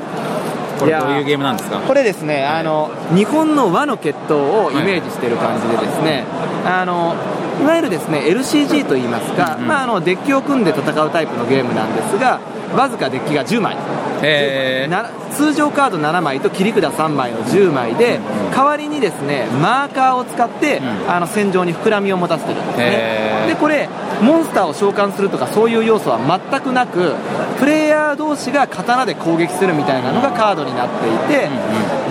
Speaker 2: これどうい
Speaker 6: ー
Speaker 2: うゲームなんですか
Speaker 6: これですね、あの日本の和の決闘をイメージしてる感じでですね、あのいわゆるですね LCG といいますか、
Speaker 2: うん
Speaker 6: まあ、あのデッキを組んで戦うタイプのゲームなんですがわずかデッキが10枚
Speaker 2: えー
Speaker 6: な通常カード7枚と切り札3枚の10枚で、代わりにですねマーカーを使って、
Speaker 2: うん
Speaker 6: あの戦場に膨らみを持たせてるんです
Speaker 2: へ
Speaker 6: ね
Speaker 2: ー
Speaker 6: でこれモンスターを召喚するとかそういう要素は全くなくプレイヤー同士が刀で攻撃するみたいなのがカードになっていて、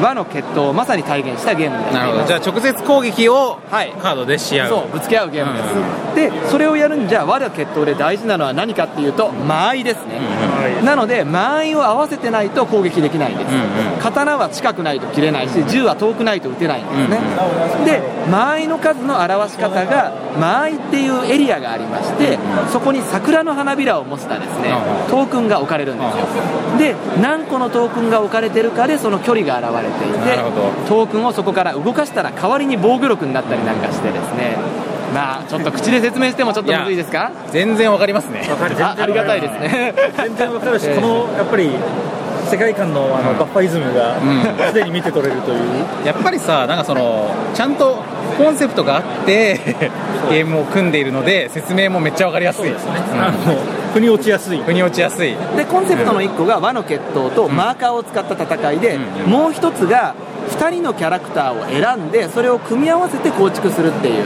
Speaker 6: 和の決闘をまさに体現したゲームに
Speaker 2: な
Speaker 6: なっ
Speaker 2: る
Speaker 6: てい
Speaker 2: ほど
Speaker 6: ます
Speaker 2: じゃあ直接攻撃を
Speaker 6: はい
Speaker 2: カードでし合う、
Speaker 6: そうぶつけ合うゲームです、でそれをやるんじゃ和の決闘で大事なのは何かっていうと間合いですね、なので間合いを合わせてないと攻撃できないんです、
Speaker 2: うん
Speaker 6: 刀は近くないと切れないし銃は遠くないと撃てないんですね、で間合いの数の表し方が間合いっていうエリアがありまして、そこに桜の花びらを模したですね、トークンが置かれるんですよ、で何個のトークンが置かれてるかでその距離が現れていて
Speaker 2: なるほど
Speaker 6: トークンをそこから動かしたら代わりに防御力になったりなんかしてですねまあちょっと口で説明してもちょっとむずいですか
Speaker 2: 全然わかりますね
Speaker 6: あありがたいですね
Speaker 3: 全然わかるし、このやっぱり世界観のあのバッファイズムが
Speaker 2: ん
Speaker 3: すでに見て取れるという、
Speaker 2: やっぱりさなんかそのちゃんとコンセプトがあってゲームを組んでいるので説明もめっちゃわかりやすいですね、
Speaker 3: あの腑に落ちやすい
Speaker 2: うん、、腑に落ちやすい
Speaker 6: でコンセプトの1個が和の決闘とマーカーを使った戦いで、
Speaker 2: うん
Speaker 6: もう1つが2人のキャラクターを選んでそれを組み合わせて構築するっていう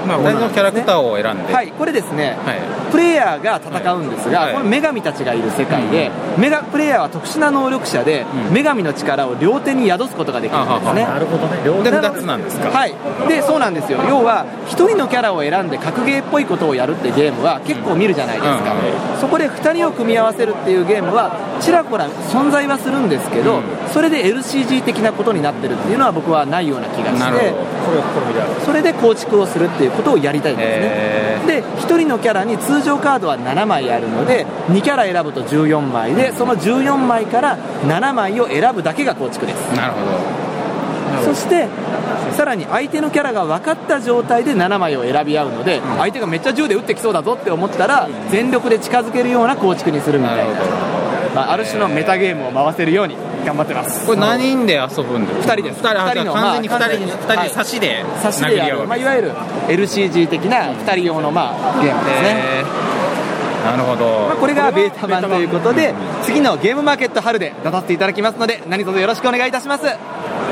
Speaker 2: まあ、同じのキャラクターを選んで、
Speaker 6: はい、これですね、
Speaker 2: は
Speaker 6: プレイヤーが戦うんですが、
Speaker 2: はい
Speaker 6: これ女神たちがいる世界で、メガプレイヤーは特殊な能力者で、
Speaker 2: うん
Speaker 6: 女神の力を両手に宿すことができるんですね。
Speaker 2: あはは
Speaker 3: るほどね両
Speaker 2: い、で2つなんですか、
Speaker 6: はい、でそうなんですよ、要は1人のキャラを選んで格ゲーっぽいことをやるってゲームは結構見るじゃないですか、そこで2人を組み合わせるっていうゲームは、ちらほら存在はするんですけど、それで LCG 的なことになってるっていうのは僕はないような気が
Speaker 2: な
Speaker 6: し
Speaker 2: るほ
Speaker 6: て、それで構築をするっていうことをやりたいんですね。で1人のキャラに通常カードは7枚あるので2キャラ選ぶと14枚でその14枚から7枚を選ぶだけが構築です
Speaker 2: どなるほ
Speaker 6: そしてさらに相手のキャラが分かった状態で7枚を選び合うので、相手がめっちゃ銃で撃ってきそうだぞって思ったら、全力で近づけるような構築にするみたいなまあ、ある種のメタゲームを回せるように頑張ってます
Speaker 2: どこれ何人で遊ぶんですか
Speaker 6: 二人です
Speaker 2: 2人あ
Speaker 6: 二人の
Speaker 2: じゃあ完全に
Speaker 6: まあ
Speaker 2: 2人に
Speaker 6: は
Speaker 2: 2
Speaker 6: い
Speaker 2: 人差しで
Speaker 6: 差しで
Speaker 2: 殴
Speaker 6: や
Speaker 2: り合
Speaker 6: る、
Speaker 2: うわ
Speaker 6: まあ、
Speaker 2: け
Speaker 6: いわゆる LCG 的な2人用の、まあ、ゲームですね、
Speaker 2: えーなるほど、
Speaker 6: まあ、これがベータ版ということで、次のゲームマーケット春で出させていただきますので、何卒よろしくお願いいたします。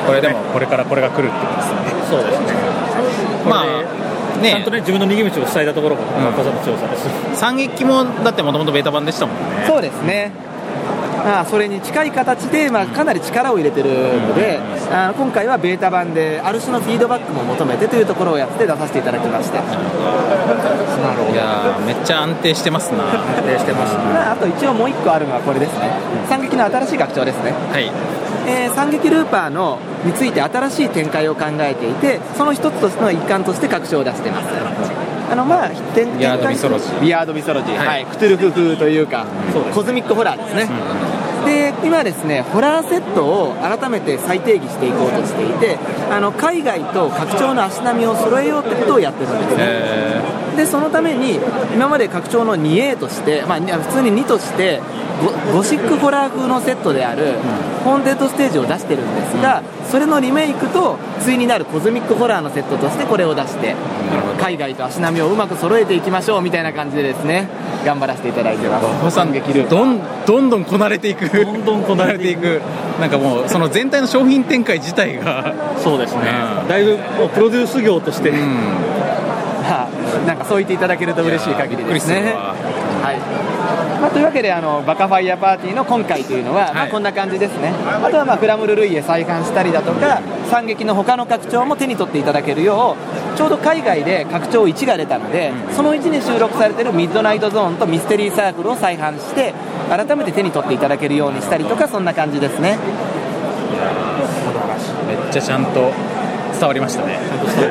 Speaker 2: これでも
Speaker 4: これからこれが来るってことですね
Speaker 3: そうですね
Speaker 2: まあ
Speaker 3: ちゃん
Speaker 2: ね
Speaker 3: とね自分の逃げ道を塞いだところも中岡さんの強さです、
Speaker 2: 三撃もだってもともとベータ版でしたもんね
Speaker 6: そうですねまあ、それに近い形で、まあ、かなり力を入れてるので、あの今回はベータ版で、ある種のフィードバックも求めてというところをやって出させていただきました、
Speaker 2: いやーめっちゃ安定してますな安定してますは
Speaker 6: まあ、あと一応もう一個あるのはこれですね、三撃の新しい学長ですね、
Speaker 2: い
Speaker 6: えー三撃ルーパーのについて新しい展開を考えていて、その一つとしての一環として拡張を出してます。あのまあ、展展開
Speaker 2: ビアードミソロジー
Speaker 6: ビアードミソロジー、
Speaker 2: は
Speaker 6: はいいクトゥルフ風というか、コズミックホラーですね、で今ですねホラーセットを改めて再定義していこうとしていてあの海外と拡張の足並みを揃えようってことをやってるんですね、
Speaker 2: え
Speaker 6: でそのために今まで拡張の 2A として、まあ、に普通に2としてゴゴシックホラー風のセットであるホーンデッドステージを出してるんですが、それのリメイクと対になるコズミックホラーのセットとしてこれを出して海外と足並みをうまく揃えていきましょうみたいな感じでですね頑張らせていただいてます
Speaker 2: ー、保三撃どんどんどんこなれていく
Speaker 3: どんどんこなれてい
Speaker 2: くなんかもうその全体の商品展開自体が
Speaker 3: そうですね
Speaker 2: うん
Speaker 3: だいぶもうプロデュース業として、 [laughs]
Speaker 2: うん
Speaker 6: まあなんかそう言っていただけると嬉しい限りです
Speaker 2: い
Speaker 6: ね。
Speaker 2: や
Speaker 6: はいまあ、というわけであの、バカファイヤーパーティーの今回というのは、ま
Speaker 2: は
Speaker 6: あ、
Speaker 2: い
Speaker 6: こんな感じですね、あとは、まあ、フラムルルイへ再販したりだとか、惨劇の他の拡張も手に取っていただけるよう、ちょうど海外で拡張1が出たので、その1に収録されているミッドナイトゾーンとミステリーサークルを再販して、改めて手に取っていただけるようにしたりとか、そんな感じですね。
Speaker 2: めっちゃちゃんと伝わりましたね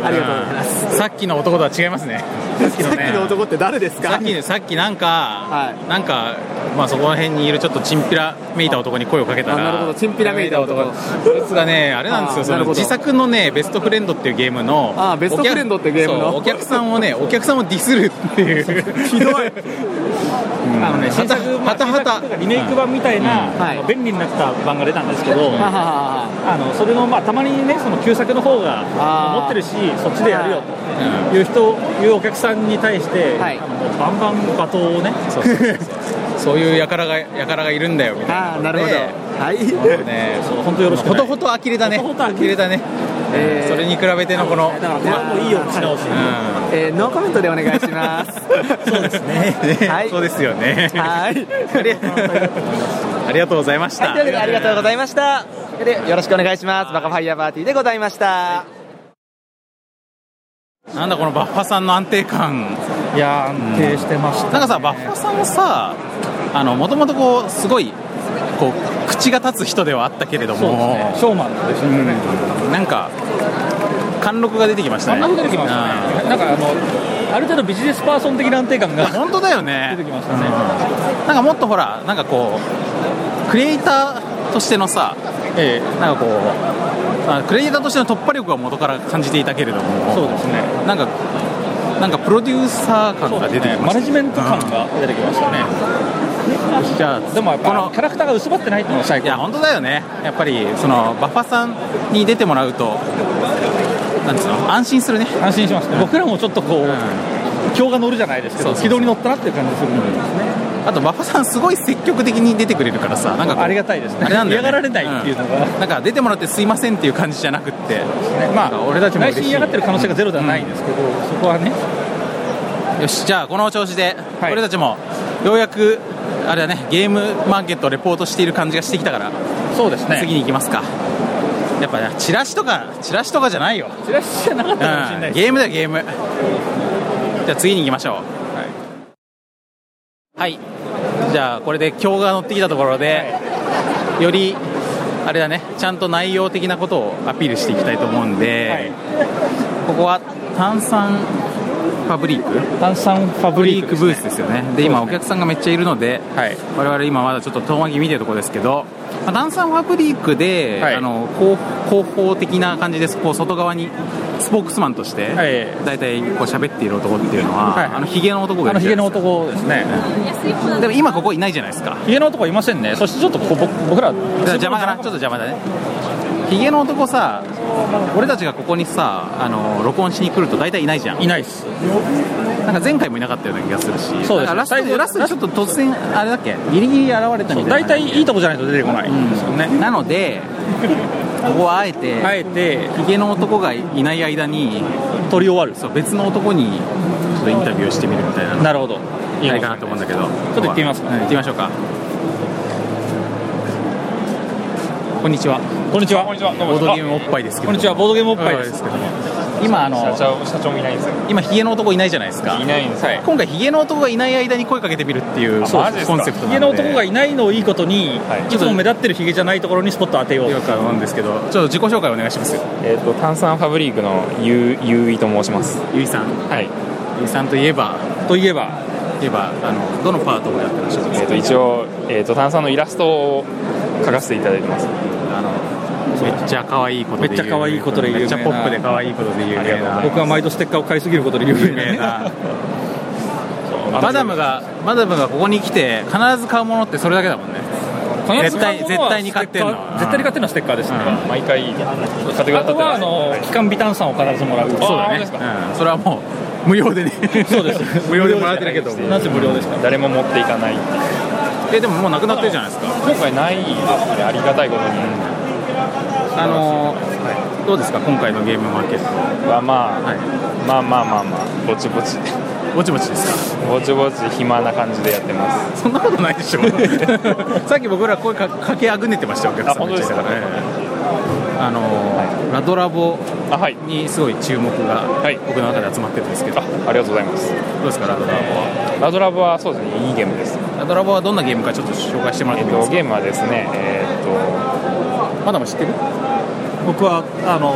Speaker 6: ありがとうございます。
Speaker 2: さっきの男とは違いますね
Speaker 6: さっきの男って誰ですか
Speaker 2: さっきさっきなんか、
Speaker 6: はい
Speaker 2: なんか、まあ、そこら辺にいるちょっとチンピラめいた男に声をかけたら
Speaker 6: あなるほどチンピラめいた男
Speaker 2: そいつがねあれなんですよ
Speaker 6: あ
Speaker 2: そ
Speaker 6: なる
Speaker 2: の
Speaker 6: ほど
Speaker 2: 自作のね「ベストフレンド」っていうゲームの
Speaker 6: あベストフレンドってゲームの
Speaker 2: お客そうお客さんをねお客さんをディスるっていうひどい、うん、
Speaker 3: あのね、
Speaker 2: は
Speaker 3: 新
Speaker 2: た
Speaker 3: 作ま
Speaker 2: は
Speaker 3: あ
Speaker 2: たは
Speaker 3: 新
Speaker 2: た
Speaker 3: 作とかリメイク版みたいな、
Speaker 6: んはい
Speaker 3: 便利になった版が出たんですけど、
Speaker 6: はははは
Speaker 3: あのそれの、まあ、たまにね、その旧作の方が
Speaker 6: あー
Speaker 3: 持ってるし、そっちでやるよ
Speaker 2: う
Speaker 3: という人、いうお客さんに対して、
Speaker 6: はい
Speaker 3: あのバンバン罵倒をね、
Speaker 2: そうそうそう [laughs] そうそういうやからがやからがいるんだよみたいな
Speaker 6: あーなるほど、
Speaker 2: ね
Speaker 6: はい
Speaker 2: ね
Speaker 3: そう本当よろしく
Speaker 2: ほ
Speaker 3: な
Speaker 2: と
Speaker 3: い
Speaker 2: ほと呆れだね
Speaker 3: ほとほと呆れ
Speaker 2: 呆れだね、
Speaker 6: えー
Speaker 2: それに比べてのこの、
Speaker 6: だからこれはもう
Speaker 3: いいよ、し直し、
Speaker 2: うん
Speaker 6: えーノーコメントでお願いし
Speaker 2: [laughs]
Speaker 6: ます。
Speaker 2: そうですね。
Speaker 6: はい
Speaker 2: そうですよね。
Speaker 6: はい。という
Speaker 2: [laughs] ありありがとうございました。
Speaker 6: わけでありがとうございました。でよろしくお願いします。バカファイヤーパーティーでございました。
Speaker 2: なんだこのバッファさんの安定感。
Speaker 3: いやー、安定してました、
Speaker 2: なんかさ、バッファさんもさ、あの、もともとこう、すごい、こう、口が立つ人ではあったけれど
Speaker 3: そうです
Speaker 2: も
Speaker 3: ね、、ショーマンですね、
Speaker 2: なんか、貫禄が出てきましたね。
Speaker 3: 貫禄出てきましたねなんかあの、ある程度ビジネスパーソン的な安定感
Speaker 2: うん
Speaker 3: が
Speaker 2: 本当だよね。
Speaker 3: 出てきましたね
Speaker 2: なんかもっとほら、なんかこう、クリエイターとしてのさ、
Speaker 3: え
Speaker 2: なんかこう、あクリエイターとしての突破力は元から感じていたけれども、
Speaker 3: そうですね。
Speaker 2: なんか、なんかプロデューサー感が出てきま
Speaker 3: マ
Speaker 2: した
Speaker 3: ネジメント感が出てきましたね、
Speaker 2: じゃあ
Speaker 3: でもやっ
Speaker 2: こ
Speaker 3: ぱ
Speaker 2: の
Speaker 3: キャラクターが薄まってないっていうのが最
Speaker 2: い
Speaker 3: 高
Speaker 2: や本当だよねやっぱりそのバッファさんに出てもらうとなんつうの安心するね
Speaker 3: 安心しますね僕らもちょっとこう、
Speaker 2: う
Speaker 3: 今日が乗るじゃないですけど
Speaker 2: そうそうそ
Speaker 3: 軌
Speaker 2: う
Speaker 3: 道に乗ったなっていう感じするのでですね
Speaker 2: あと馬場さんすごい積極的に出てくれるからさなんかこう
Speaker 3: ありがたいですね
Speaker 2: あれなんだよ、ね、
Speaker 3: 嫌がられないっていうのが
Speaker 2: んなんか出てもらってすいませんっていう感じじゃなくってまあ俺たちも
Speaker 3: 内
Speaker 2: 嬉し
Speaker 3: 心
Speaker 2: い
Speaker 3: 嫌がってる可能性がゼロではないんですけど、そこはね、
Speaker 2: よしじゃあこの調子で、
Speaker 3: はい
Speaker 2: 俺たちもようやくあれだねゲームマーケットをレポートしている感じがしてきたから
Speaker 3: そうですね、
Speaker 2: 次に行きますかやっぱねチラシとかチラシとかじゃないよ
Speaker 3: チラシじゃなかったかもしれない
Speaker 2: う
Speaker 3: です
Speaker 2: んゲームだよゲームじゃあ次に行きましょうはい、じゃあこれで今日が乗ってきたところで、よりあれだねちゃんと内容的なことをアピールしていきたいと思うんで、ここは炭酸ファブリック
Speaker 3: 炭酸ファ
Speaker 2: ブ
Speaker 3: ブ
Speaker 2: リ
Speaker 3: リー
Speaker 2: ー
Speaker 3: ク
Speaker 2: クブ
Speaker 3: ブー
Speaker 2: ース
Speaker 3: ス
Speaker 2: で
Speaker 3: ですす
Speaker 2: よ
Speaker 3: よ
Speaker 2: ね
Speaker 3: ね、
Speaker 2: で
Speaker 3: で
Speaker 2: 今
Speaker 3: 今、
Speaker 2: お
Speaker 3: お客
Speaker 2: 客さんがめっちゃいるので、
Speaker 3: はい
Speaker 2: 我々今まだちょっと遠巻き見てるところですけど、まあ、ダンサーファブリークで、
Speaker 3: はい
Speaker 2: あの広広報的な感じですこう外側にスポークスマンとして、
Speaker 3: はい
Speaker 2: 大体こう喋っている男っていうのは、
Speaker 3: はい
Speaker 2: あのヒゲの男が
Speaker 3: あ
Speaker 2: い
Speaker 3: の
Speaker 2: る
Speaker 3: ヒ
Speaker 2: じ
Speaker 3: ゲ
Speaker 2: ゃな
Speaker 3: の男
Speaker 2: いです
Speaker 3: ですね、
Speaker 2: かでも今ここいないじゃないですか
Speaker 3: ヒゲの男いませんね、そしてちょっとこう僕僕ら、
Speaker 2: だから邪魔かなちょっと邪魔だねヒゲの男さ俺たちがここにさあの録音しに来ると大体いないじゃん
Speaker 3: いないです、
Speaker 2: なんか前回もいなかったような気がするし
Speaker 3: そうですね
Speaker 2: なんかラストラストちょっと突然あれだっけギリギリ現れたみたいな
Speaker 3: 大体いいとこじゃないと出てこないんですよね、
Speaker 2: なので、ここはあえて、
Speaker 3: あえて
Speaker 2: ヒゲの男がいない間に、
Speaker 3: 取り終わる、
Speaker 2: そう別の男にちょっとインタビューしてみるみたいなのが
Speaker 3: なるほど、
Speaker 2: いいかなと思うんだけど、ちょ
Speaker 3: っと行ってみますか
Speaker 2: 行ってみましょうか。こんにちは、
Speaker 3: こんにちは、
Speaker 4: こんにちはどうも
Speaker 2: ボードゲームおっぱいですけど、
Speaker 3: こんにちは、ボードゲームおっぱいです。
Speaker 2: 今、あの
Speaker 4: 社長社長もいないんですよ
Speaker 2: 今ヒゲの男いないじゃないですか
Speaker 4: い、ないんですよ、
Speaker 2: 今回、ヒゲの男がいない間に声かけてみるっていう
Speaker 4: あマジですか
Speaker 2: コンセプトなので、
Speaker 3: ヒゲの男がいないのをいいことに、
Speaker 4: はい
Speaker 3: い、つも目立ってるヒゲじゃないところにスポット当てよう
Speaker 2: よくあるんですけど、ちょっと自己紹介お願いしますよ、
Speaker 4: えっと炭酸ファブリークのゆうゆういと申します
Speaker 2: ゆいさん。
Speaker 4: はい
Speaker 2: ゆいさんといえば、
Speaker 3: といえば、
Speaker 2: 言えばあのどのパートをやってらっしゃるんで
Speaker 4: え
Speaker 2: す
Speaker 4: っ
Speaker 2: か
Speaker 4: と一応、えっと炭酸のイラストを描かせていただいてます
Speaker 2: あのめっちゃ可愛いことで有名
Speaker 3: めっちゃ可愛いことで有名な
Speaker 2: めっちゃポップで可愛いことで有
Speaker 4: ありがとうござ
Speaker 2: 名ない
Speaker 4: ます
Speaker 3: 僕は毎度ステッカーを買いすぎることで有
Speaker 2: 有
Speaker 3: 名
Speaker 2: 名
Speaker 3: な、
Speaker 2: なマダムがマダムがここに来て必ず買うものってそれだけだもんね絶対
Speaker 3: 必ず買うものは
Speaker 2: 絶対に買ってん
Speaker 3: ス
Speaker 2: の
Speaker 3: テッカー絶対に買ってんのはステッカーですね、
Speaker 4: 毎回買ってくだ
Speaker 3: あ
Speaker 4: さって
Speaker 3: とはあの機関微炭酸を必ずもらう、
Speaker 4: そうだね
Speaker 2: うん、それはもう無料でね
Speaker 3: そうです
Speaker 2: [laughs] 無料でもらってるけど
Speaker 3: なぜ無料ですか、
Speaker 4: 誰も持っていかない
Speaker 2: えでももうなくなってるじゃないですか
Speaker 4: 今回ないですねありがたいことに
Speaker 2: あのどうですか今回のゲームマーケット
Speaker 4: はまあ、
Speaker 2: はい
Speaker 4: まあまあまあまあぼちぼち
Speaker 2: ぼちぼちですか
Speaker 4: ぼちぼち暇な感じでやってます
Speaker 2: そんなことないでしょさっき僕ら声かかけあぐねてましたよお客さん
Speaker 4: あ本当ですか
Speaker 2: ええあの、ラドラボ
Speaker 4: あはい
Speaker 2: にすごい注目が
Speaker 4: い
Speaker 2: 僕の中で集まってるんですけど、
Speaker 4: あありがとうございます
Speaker 2: どうですかラドラボは
Speaker 4: ラドラブはそうですねいいゲームです、
Speaker 2: ラドラボはどんなゲームかちょっと紹介してもらっ
Speaker 4: え
Speaker 2: て
Speaker 4: っ
Speaker 2: もい
Speaker 4: と、
Speaker 2: いですか
Speaker 4: ゲームはですねえっと
Speaker 2: まだも知ってる
Speaker 3: 僕はあの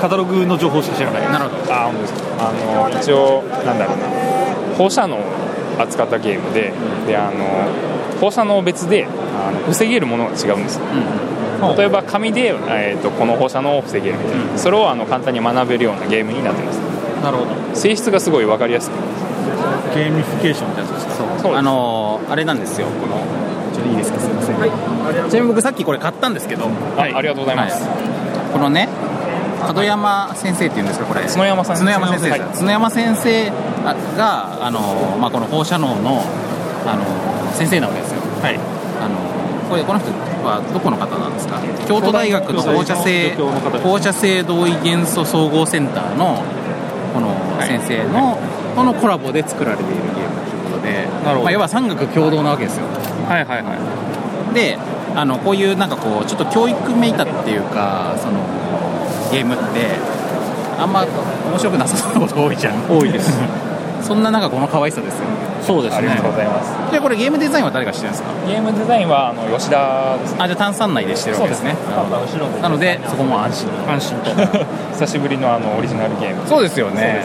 Speaker 3: カタログの情報しか知らない、
Speaker 2: なるほど
Speaker 4: あ本当ですかあの一応なんだろうな放射能を扱ったゲームでであの放射能別であの防げるものが違うんですよ例えば紙で、えー、とこの放射能を防げるみたいな、それをあの簡単に学べるようなゲームになってます
Speaker 3: なるほど、
Speaker 4: 性質がすごい分かりやすく
Speaker 3: ゲーミフィケーションってやつですか、
Speaker 4: そうです
Speaker 2: あのーあれなんですよこのちょっといいですかすいません、ちなみに僕さっきこれ買ったんですけど、
Speaker 4: あ,、ありがとうございます、
Speaker 2: はいこのね角山先生っていうんですかこれ
Speaker 4: 角山さん
Speaker 2: 角山先生です
Speaker 4: はい
Speaker 2: 角山先生があの、まあ、この放射能のあの先生なわけですよ
Speaker 4: はい
Speaker 2: あのこれこの人はどこの方なんですか京都大学の放射性
Speaker 3: 京都大学の
Speaker 2: 放射性同位元素総合センターのこの先生の、このコラボで作られているゲームということで
Speaker 3: なるほど
Speaker 2: まあ、要は産学共同なわけですよ
Speaker 3: はいはいは
Speaker 2: であのこういうなんかこうちょっと教育めいたっていうかそのゲームってあんま面白くなさそうなこと多いじゃん
Speaker 3: い、多いです、
Speaker 2: [laughs] そんな中この可愛さですよ
Speaker 3: そうです
Speaker 4: ありが
Speaker 3: ね
Speaker 4: とう、ございます
Speaker 2: でこれゲームデザインは誰がしてるんですか
Speaker 4: ゲームデザインはあの吉田ですね
Speaker 2: あじゃあ炭酸内でしてるわけですねなのでそこも安心
Speaker 3: 安心と、
Speaker 4: 久しぶりのあのオリジナルゲーム
Speaker 2: そうですよね
Speaker 4: ね。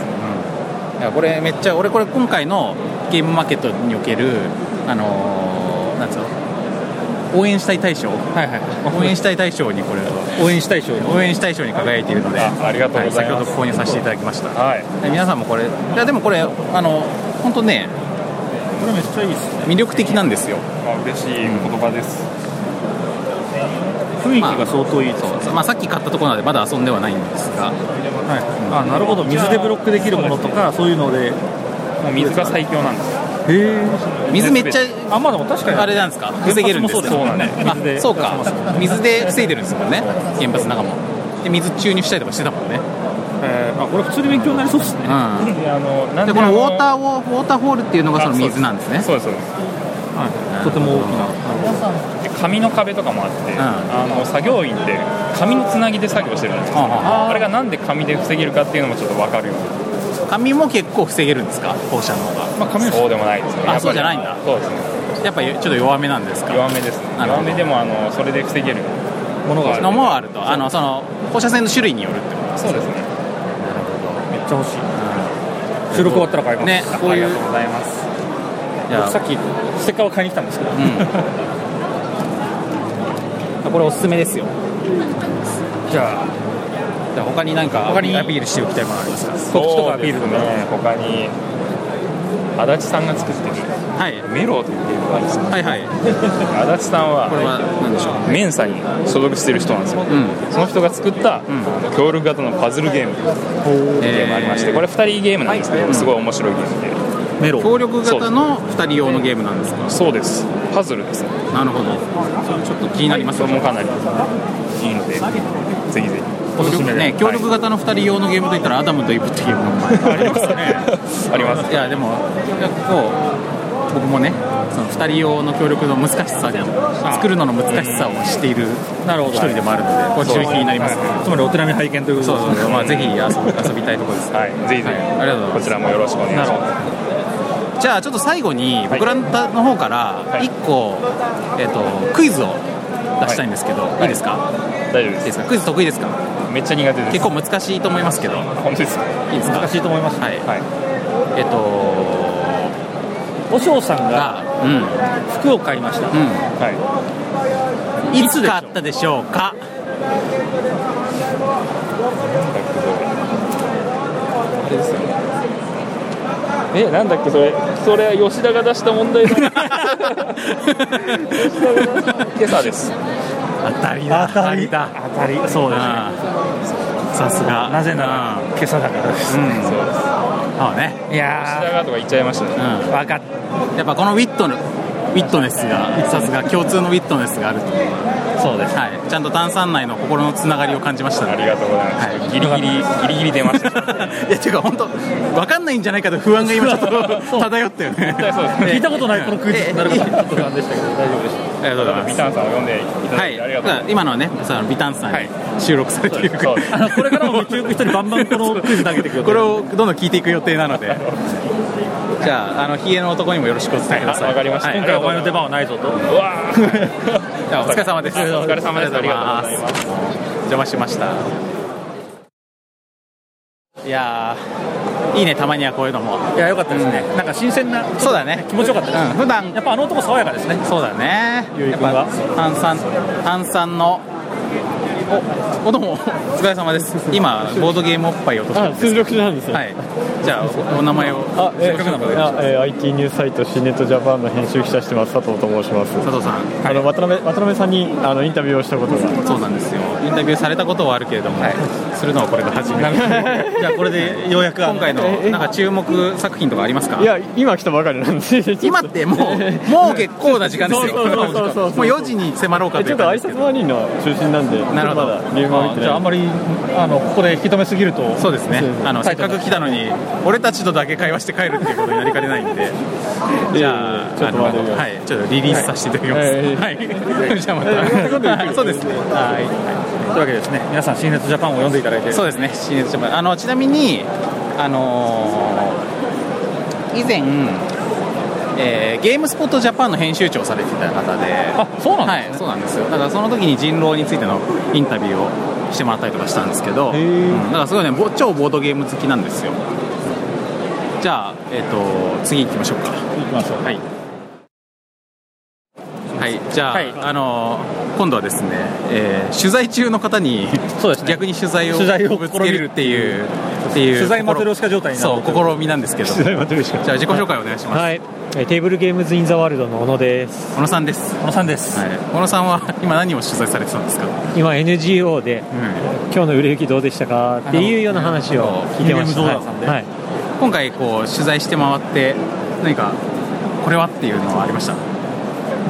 Speaker 2: いやこれめっちゃ俺これ今回のゲームマーケットにおけるあのーなんつうの応援したい大賞
Speaker 3: はいは
Speaker 2: 応援したい大賞にこれを
Speaker 3: い、応援したい賞
Speaker 2: 応援したい賞に輝いているので、
Speaker 4: あありがとうございます
Speaker 2: は先ほど購入させていただきました。
Speaker 4: はい
Speaker 2: で皆さんもこれいやでもこれあの本当ね
Speaker 3: これめっちゃいいですね、
Speaker 2: 魅力的なんですよ。
Speaker 4: あ嬉しい言葉です、
Speaker 3: 雰囲気が相当いいですね、
Speaker 2: まあさっき買ったところなのでまだ遊んではないんです
Speaker 3: は
Speaker 2: が、
Speaker 3: い、あなるほど、水でブロックできるものとか、そういうので、
Speaker 4: もう水が最強なんです
Speaker 2: 水めっちゃ
Speaker 3: あまあでも確かに
Speaker 2: あれなんですか防げるんで
Speaker 3: 原発もそう
Speaker 2: すね
Speaker 3: ですそうだね水で
Speaker 2: あそうか水で防いでるんですもんね原発の中もで水注入したりとかしてたもんね
Speaker 3: えーあこれ普通に勉強になりそうですね、
Speaker 2: うん
Speaker 3: であのなんで
Speaker 2: でこのウォ
Speaker 3: あ
Speaker 2: ーターウォーウォーターホールっていうのがその水なんですね
Speaker 7: そうですそうです
Speaker 3: はいとても大き
Speaker 7: で紙の壁とかもあって、
Speaker 2: ん
Speaker 7: あの作業員って紙のつなぎで作業してるんですよ
Speaker 2: はあは
Speaker 7: あれがなんで紙で防げるかっていうのもちょっと分かるような、
Speaker 2: 紙も結構防げるんですか放射能が
Speaker 7: まあ、紙そうでもないですね
Speaker 2: あ
Speaker 7: やっぱり
Speaker 2: そうじゃないんだ
Speaker 7: そうですね
Speaker 2: やっぱちょっと弱めなんですか
Speaker 7: 弱めですね
Speaker 2: なる
Speaker 7: 弱
Speaker 2: ほど
Speaker 7: めでもあのそれで防げる
Speaker 3: なものがある
Speaker 2: のもあるとあのその放射線の種類によるってこ
Speaker 7: そうですね
Speaker 3: めっちゃ欲しい収録終わったら買い
Speaker 2: と
Speaker 3: ます、
Speaker 2: ねこういうありがとうございますいや
Speaker 3: さっきステッカーを買いに来たんです
Speaker 7: [laughs]
Speaker 3: けど、
Speaker 2: うんこれおすすめですよ
Speaker 3: じゃあ
Speaker 2: じゃあ他に何か
Speaker 3: 他に
Speaker 2: アピールしておきたいものありますか
Speaker 3: 告知とかアピール
Speaker 7: そ
Speaker 3: と
Speaker 7: う
Speaker 3: か、
Speaker 7: ですね他に足立さんが作ってる
Speaker 2: はい
Speaker 7: メロというゲームがあるんですよ
Speaker 2: はいはい
Speaker 7: 足立さん
Speaker 2: これ
Speaker 7: は
Speaker 2: は何でしょう
Speaker 7: メンサに所属してる人なんですよ、
Speaker 2: ん
Speaker 7: その人が作った、協力型のパズルゲームっていうゲームがありまして、
Speaker 2: えー
Speaker 7: これ2人ゲームなんですけど、すごい面白いゲームで、
Speaker 3: メロ
Speaker 2: 協力型の2人用のゲームなんですか
Speaker 7: そうですパズルですね
Speaker 2: なるほどそれちょっと気になります
Speaker 7: それもかなりいいのでぜひぜひ
Speaker 2: 協力ね協力型の2人用のゲームといったらアダムとイブっていうゲームがあります
Speaker 7: [laughs]
Speaker 2: ね
Speaker 7: あります
Speaker 2: いやでも結構僕もねその2人用の協力の難しさで作るのの難しさを知っている一人でもあるのでこれ非常に気になりますね
Speaker 3: つまりお手並み拝見ということ
Speaker 2: そう
Speaker 3: です
Speaker 2: そうそうまあぜひ遊び遊びたいところです
Speaker 7: はいぜひぜひ、
Speaker 2: ありがとうございます
Speaker 7: こちらもよろしくお願いします
Speaker 2: じゃあちょっと最後に僕らの方から
Speaker 7: い
Speaker 2: 1個、えっとクイズを出したいんですけど、い、いですか、
Speaker 7: 大丈夫
Speaker 2: いい
Speaker 7: で
Speaker 2: ですすかクイズ得意ですか
Speaker 7: めっちゃ苦手です
Speaker 2: 結構難しいと思いますけど
Speaker 7: 本当ですか
Speaker 2: いいですか
Speaker 3: 難しいと思います、
Speaker 2: はい
Speaker 7: はい
Speaker 2: えっと
Speaker 3: おしょうさんが
Speaker 2: が、うん
Speaker 3: 服を買いました、
Speaker 7: は
Speaker 2: うん、いつ買ったでしょうか
Speaker 7: いあれですよねえなんだっけそれそれは吉田が出した問
Speaker 2: [laughs]
Speaker 7: 題だ今朝です
Speaker 2: 当たりだ当たりだ
Speaker 3: 当たりそうですね
Speaker 2: さすが
Speaker 3: なぜなら今朝だからです、
Speaker 2: う
Speaker 7: そ
Speaker 2: ん
Speaker 7: うです
Speaker 2: そうね
Speaker 3: い
Speaker 7: 吉
Speaker 3: や
Speaker 7: 田がとか言っちゃいましたね
Speaker 2: う
Speaker 3: ー分かっ
Speaker 2: んやっぱこのウィットのウィットネスがさすが共通のウィットネスがあると
Speaker 3: たそうです
Speaker 2: はいちゃんと炭酸内の心のつながりを感じました
Speaker 7: あ
Speaker 2: ね
Speaker 7: りがとうございます、
Speaker 2: はい
Speaker 7: ギリギリギリギリ出ました
Speaker 2: [laughs] いやていうか本当わかんないんじゃないかと不安が今ちょっと [laughs] 漂ったよね
Speaker 7: そうです
Speaker 2: え
Speaker 3: 聞いたことないこのクイズ
Speaker 2: え
Speaker 3: なるほ
Speaker 8: [laughs]
Speaker 3: ど不安でしたけど大丈夫でし
Speaker 2: ありがとうございま
Speaker 7: ビ
Speaker 2: す
Speaker 7: タンさんを呼んでいただ
Speaker 2: はいい
Speaker 7: てありがとうございます、
Speaker 2: 今のはねそのビタンさんに収録されている
Speaker 7: そうです
Speaker 3: たあのこれからも道行く人にバンバンこのクイズ投げていくよ
Speaker 2: これをどんどん聞いていく予定なのでじゃああのヒエの男にもよろしくお伝えください
Speaker 7: わかりました
Speaker 2: はい
Speaker 3: 今回はお前の出番はないぞと
Speaker 7: うわー
Speaker 2: じゃあお疲れ様です
Speaker 7: お疲れ様ですありがとうございます
Speaker 2: 邪魔しましたいやーいいねたまにはこういうのも
Speaker 3: いやよかったですね、なんか新鮮な
Speaker 2: そうだね
Speaker 3: 気持ちよかったです、
Speaker 2: うん普段
Speaker 3: やっぱあの男爽やかですね
Speaker 2: そうだね
Speaker 3: ゆうい
Speaker 2: やっ
Speaker 3: くんは
Speaker 2: ぱ炭酸炭酸のおおどうもお疲れ
Speaker 3: [laughs]
Speaker 2: 様です今ボードゲームおっぱいを落としてるんです
Speaker 9: 通力なんですよ。
Speaker 2: はいじゃあおお名前を
Speaker 9: あ、え
Speaker 2: せっかくなので
Speaker 9: あえー IT ニュースサイト、シネットジャパンの編集記者してます、佐藤と申します。
Speaker 2: 佐藤さん
Speaker 9: あの渡辺渡辺さんにあのインタビューをしたことが、
Speaker 2: そうなんですよインタビューされたことはあるけれども、するのはこれが初めて [laughs]
Speaker 3: じゃあこれでようやくあの
Speaker 2: 今回のなんか注目作品とかありますか
Speaker 9: いや、今来たばかりなんです、ちょっと
Speaker 2: 今ってもうもう結構な時間ですよ
Speaker 9: そうそうそうそう
Speaker 2: もう4時に迫ろうか
Speaker 9: え
Speaker 2: とい
Speaker 9: ちょ
Speaker 2: う
Speaker 9: っと
Speaker 2: 感
Speaker 9: 挨
Speaker 2: じですけ
Speaker 9: 拶
Speaker 2: ど
Speaker 9: 回りの中心なんで、
Speaker 2: なるほど
Speaker 9: ちょっとまだ理由も見て
Speaker 3: じ
Speaker 9: な
Speaker 3: ゃああ
Speaker 9: い
Speaker 3: んまりあのここで引き止めすぎると
Speaker 2: そうですね
Speaker 9: そうです
Speaker 2: あのせっかく来たのに俺たちとだけ会話して帰るっていうことになりかねないん
Speaker 9: [laughs]
Speaker 2: でじゃあ
Speaker 9: ちょっと待って
Speaker 2: あ
Speaker 9: く
Speaker 2: の
Speaker 9: ださ
Speaker 2: はいちょっとリリースさせていただきますは、
Speaker 9: はい
Speaker 2: [laughs] じゃあまた、はい [laughs] そうですねはい
Speaker 3: というわけでですね皆さん新熱ジャパンを読んでいただいて
Speaker 2: そうですね新越島あのちなみにあのー以前、えーゲームスポットジャパンの編集長をされていた方で
Speaker 3: あそうなん
Speaker 2: はい、そうなんですよだからその時に人狼についてのインタビューをしてもらったりとかしたんですけど、うんだからすごいねぼ超ボードゲーム好きなんですよじゃあ、えっと次行きましょうか
Speaker 3: 行きましょう
Speaker 2: はいはい、じゃあ、
Speaker 3: はい
Speaker 2: あのー今度はですね、えー取材中の方に
Speaker 3: そうですね
Speaker 2: 逆に取材を
Speaker 3: 取材を
Speaker 2: ぶつけるっていうっていう
Speaker 3: 取材マトリョーシカ状態になる
Speaker 2: そう試みなんですけどじゃあ自己紹介お願いします、
Speaker 9: はい、えテーブルゲームズ・イン・ザ・ワールドの小野です。
Speaker 2: 小野さんです、
Speaker 3: 小野さんです、
Speaker 2: はい、小野さんは今何を取材されてたんですか、
Speaker 9: 今 NGO で、
Speaker 2: うん
Speaker 9: 今日の売れ行きどうでしたかっていうような話を聞いてました。
Speaker 3: あのゲーム動画さんで
Speaker 9: はい
Speaker 2: 今回こう取材して回って何かこれはっていうのはありました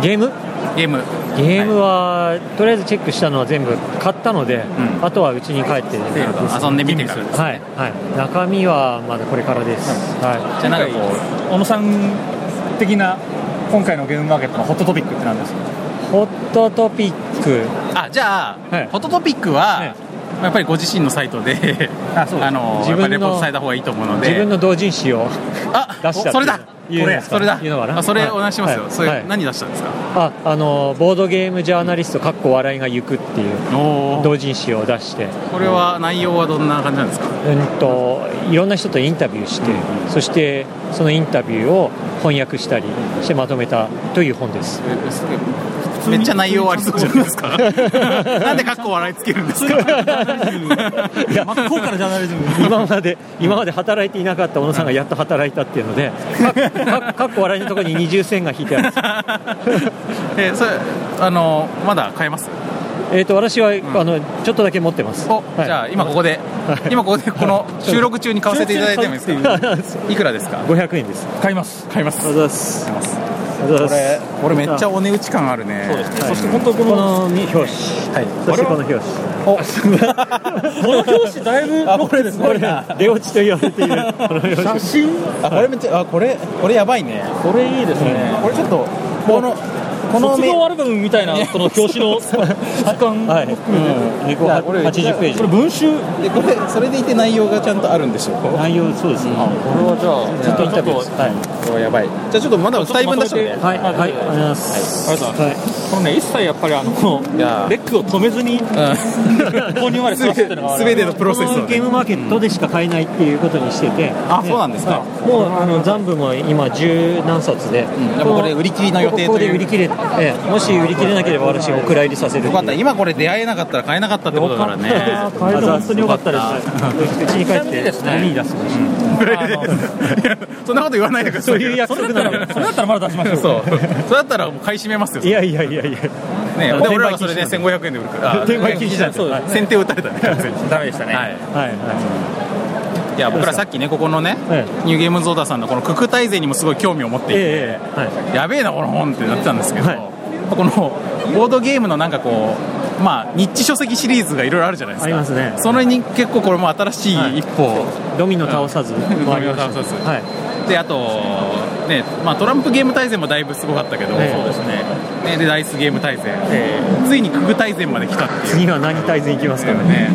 Speaker 8: ゲーム
Speaker 2: ゲーム
Speaker 8: ゲームは、とりあえずチェックしたのは全部買ったので、あとはうちに帰って、
Speaker 2: セールと遊んでみてからですね
Speaker 8: はいはい、中身はまだこれからです、はい、
Speaker 2: じゃあなんかこ
Speaker 3: 小野さん的な今回のゲームマーケットのホットトピックって何ですか
Speaker 8: ホットトピック
Speaker 2: あじゃあ、フォトトピックは、やっぱりご自身のサイト
Speaker 8: [laughs]
Speaker 2: であの
Speaker 8: 自
Speaker 2: やっぱ
Speaker 8: 分の
Speaker 2: りレポートされた方がいいと思うので
Speaker 8: 自分の同人誌を
Speaker 2: あ
Speaker 8: 出した
Speaker 2: おそれだ
Speaker 8: 言うんですか
Speaker 2: それだ
Speaker 8: 言うのかな
Speaker 2: あそれお願いしますよ、
Speaker 8: はい
Speaker 2: それ、
Speaker 8: はい
Speaker 2: 何出したんですか
Speaker 8: ああのボードゲームジャーナリストかっこ笑いが行くっていう同人誌を出して
Speaker 2: これは内容はどんな感じなんですか
Speaker 8: うんといろんな人とインタビューして、そしてそのインタビューを翻訳したりしてまとめたという本です
Speaker 2: めっちゃ内容ありそうじゃないです
Speaker 8: [laughs]
Speaker 2: か [laughs] なんでかっこ笑いつけるんですか
Speaker 8: いや真っ向からジャーナリズム今まで今まで働いていなかった小野さんがやっと働いたっていうのでかかかっこ笑いのところに二重線が引いてあるんです
Speaker 2: えそれあのまだ買えます
Speaker 8: えー、と私は、あのちょっとだけ持ってます、
Speaker 2: じゃあ今ここで今ここでこの収録中に買わせていただいてもいいですかいくらですか
Speaker 8: 500円です
Speaker 3: 買います
Speaker 2: 買います
Speaker 8: ありがとうございます
Speaker 2: これこれめっちゃお値打ち感あるねそうです
Speaker 3: そして本当この
Speaker 8: 表紙
Speaker 2: はい
Speaker 8: そしてこの表紙
Speaker 3: おすごいこの表紙だいぶあこれですこれこ
Speaker 8: 出落ちと言われているこの表紙
Speaker 3: 真
Speaker 2: あこれめっちゃあこれこれやばいね
Speaker 3: れいいですね
Speaker 2: これちょっとこのこの
Speaker 3: 卒
Speaker 2: め
Speaker 3: 業アルバムみたいなこの表紙の質感
Speaker 8: はい、うん、80ペー
Speaker 3: こ
Speaker 8: ジ
Speaker 3: れ文集
Speaker 2: でこれそれでいて内容がちゃんとあるんでしょこ
Speaker 8: 内容そうです
Speaker 3: こ
Speaker 8: ね、
Speaker 3: れはじゃあ
Speaker 8: インタビューですはい
Speaker 2: れやばいじゃあちょっとまだ2人分出したんで
Speaker 8: はい、はい、ありがとうございま
Speaker 3: あ
Speaker 8: す、
Speaker 3: りがとうござい
Speaker 8: はい
Speaker 3: このね一切やっぱりあの
Speaker 2: や
Speaker 3: レックを止めずに購入まで済ませてるのが
Speaker 2: すべてのプロセスを
Speaker 8: このゲー
Speaker 2: ね
Speaker 8: ムマーケットでしか買えないっていうことにしてて、
Speaker 2: あそうなんですか
Speaker 8: はいもうあの残部も今十何冊で、
Speaker 2: やっぱこれ売り切りの予定という
Speaker 8: ここで売り切れ、ええ [laughs] もし売り切れなければ私お蔵入りさせる
Speaker 2: よかった
Speaker 8: 今
Speaker 2: 今これ出会えなかったら買えなかったってことだからね
Speaker 8: 買えて本当に良かったですうちに帰って飲みに出す
Speaker 2: いや [laughs] そんなこと言わないでください
Speaker 8: そういう約束なの
Speaker 3: それだったらまだ出しましょう
Speaker 2: そうそれだったらもう買い占めますよ
Speaker 8: いやいやいやいや
Speaker 2: ね、で
Speaker 8: 転売
Speaker 2: 俺らはそれで
Speaker 8: 禁止
Speaker 2: 1500円で売るからあ
Speaker 8: [laughs] 転売禁止なんで
Speaker 2: そうです先手を打たれたね完全に
Speaker 3: ダメでしたね
Speaker 2: はい
Speaker 8: はいはい
Speaker 2: いや僕らさっきねここのね、
Speaker 8: え
Speaker 2: ニューゲームゾーダさんのこのクク大勢にもすごい興味を持っていて、
Speaker 8: ええええはい
Speaker 2: やべえなこの本ってなってたんですけど、
Speaker 8: はい
Speaker 2: このボードゲームのなんかこうまあニッチ書籍シリーズがいろいろあるじゃないです
Speaker 8: あ
Speaker 2: か
Speaker 8: りますね
Speaker 2: そのに結構これも新しい一歩、
Speaker 8: ドミノ倒さず回りました
Speaker 2: ドミノ倒さず
Speaker 8: はい
Speaker 2: であと、ねまあ、トランプゲーム大全もだいぶすごかったけど、
Speaker 8: ええ
Speaker 2: そうですねねでダイスゲーム大全、ついにクグ大全まで来たっていう
Speaker 8: 次は何対戦いきますかね
Speaker 2: ね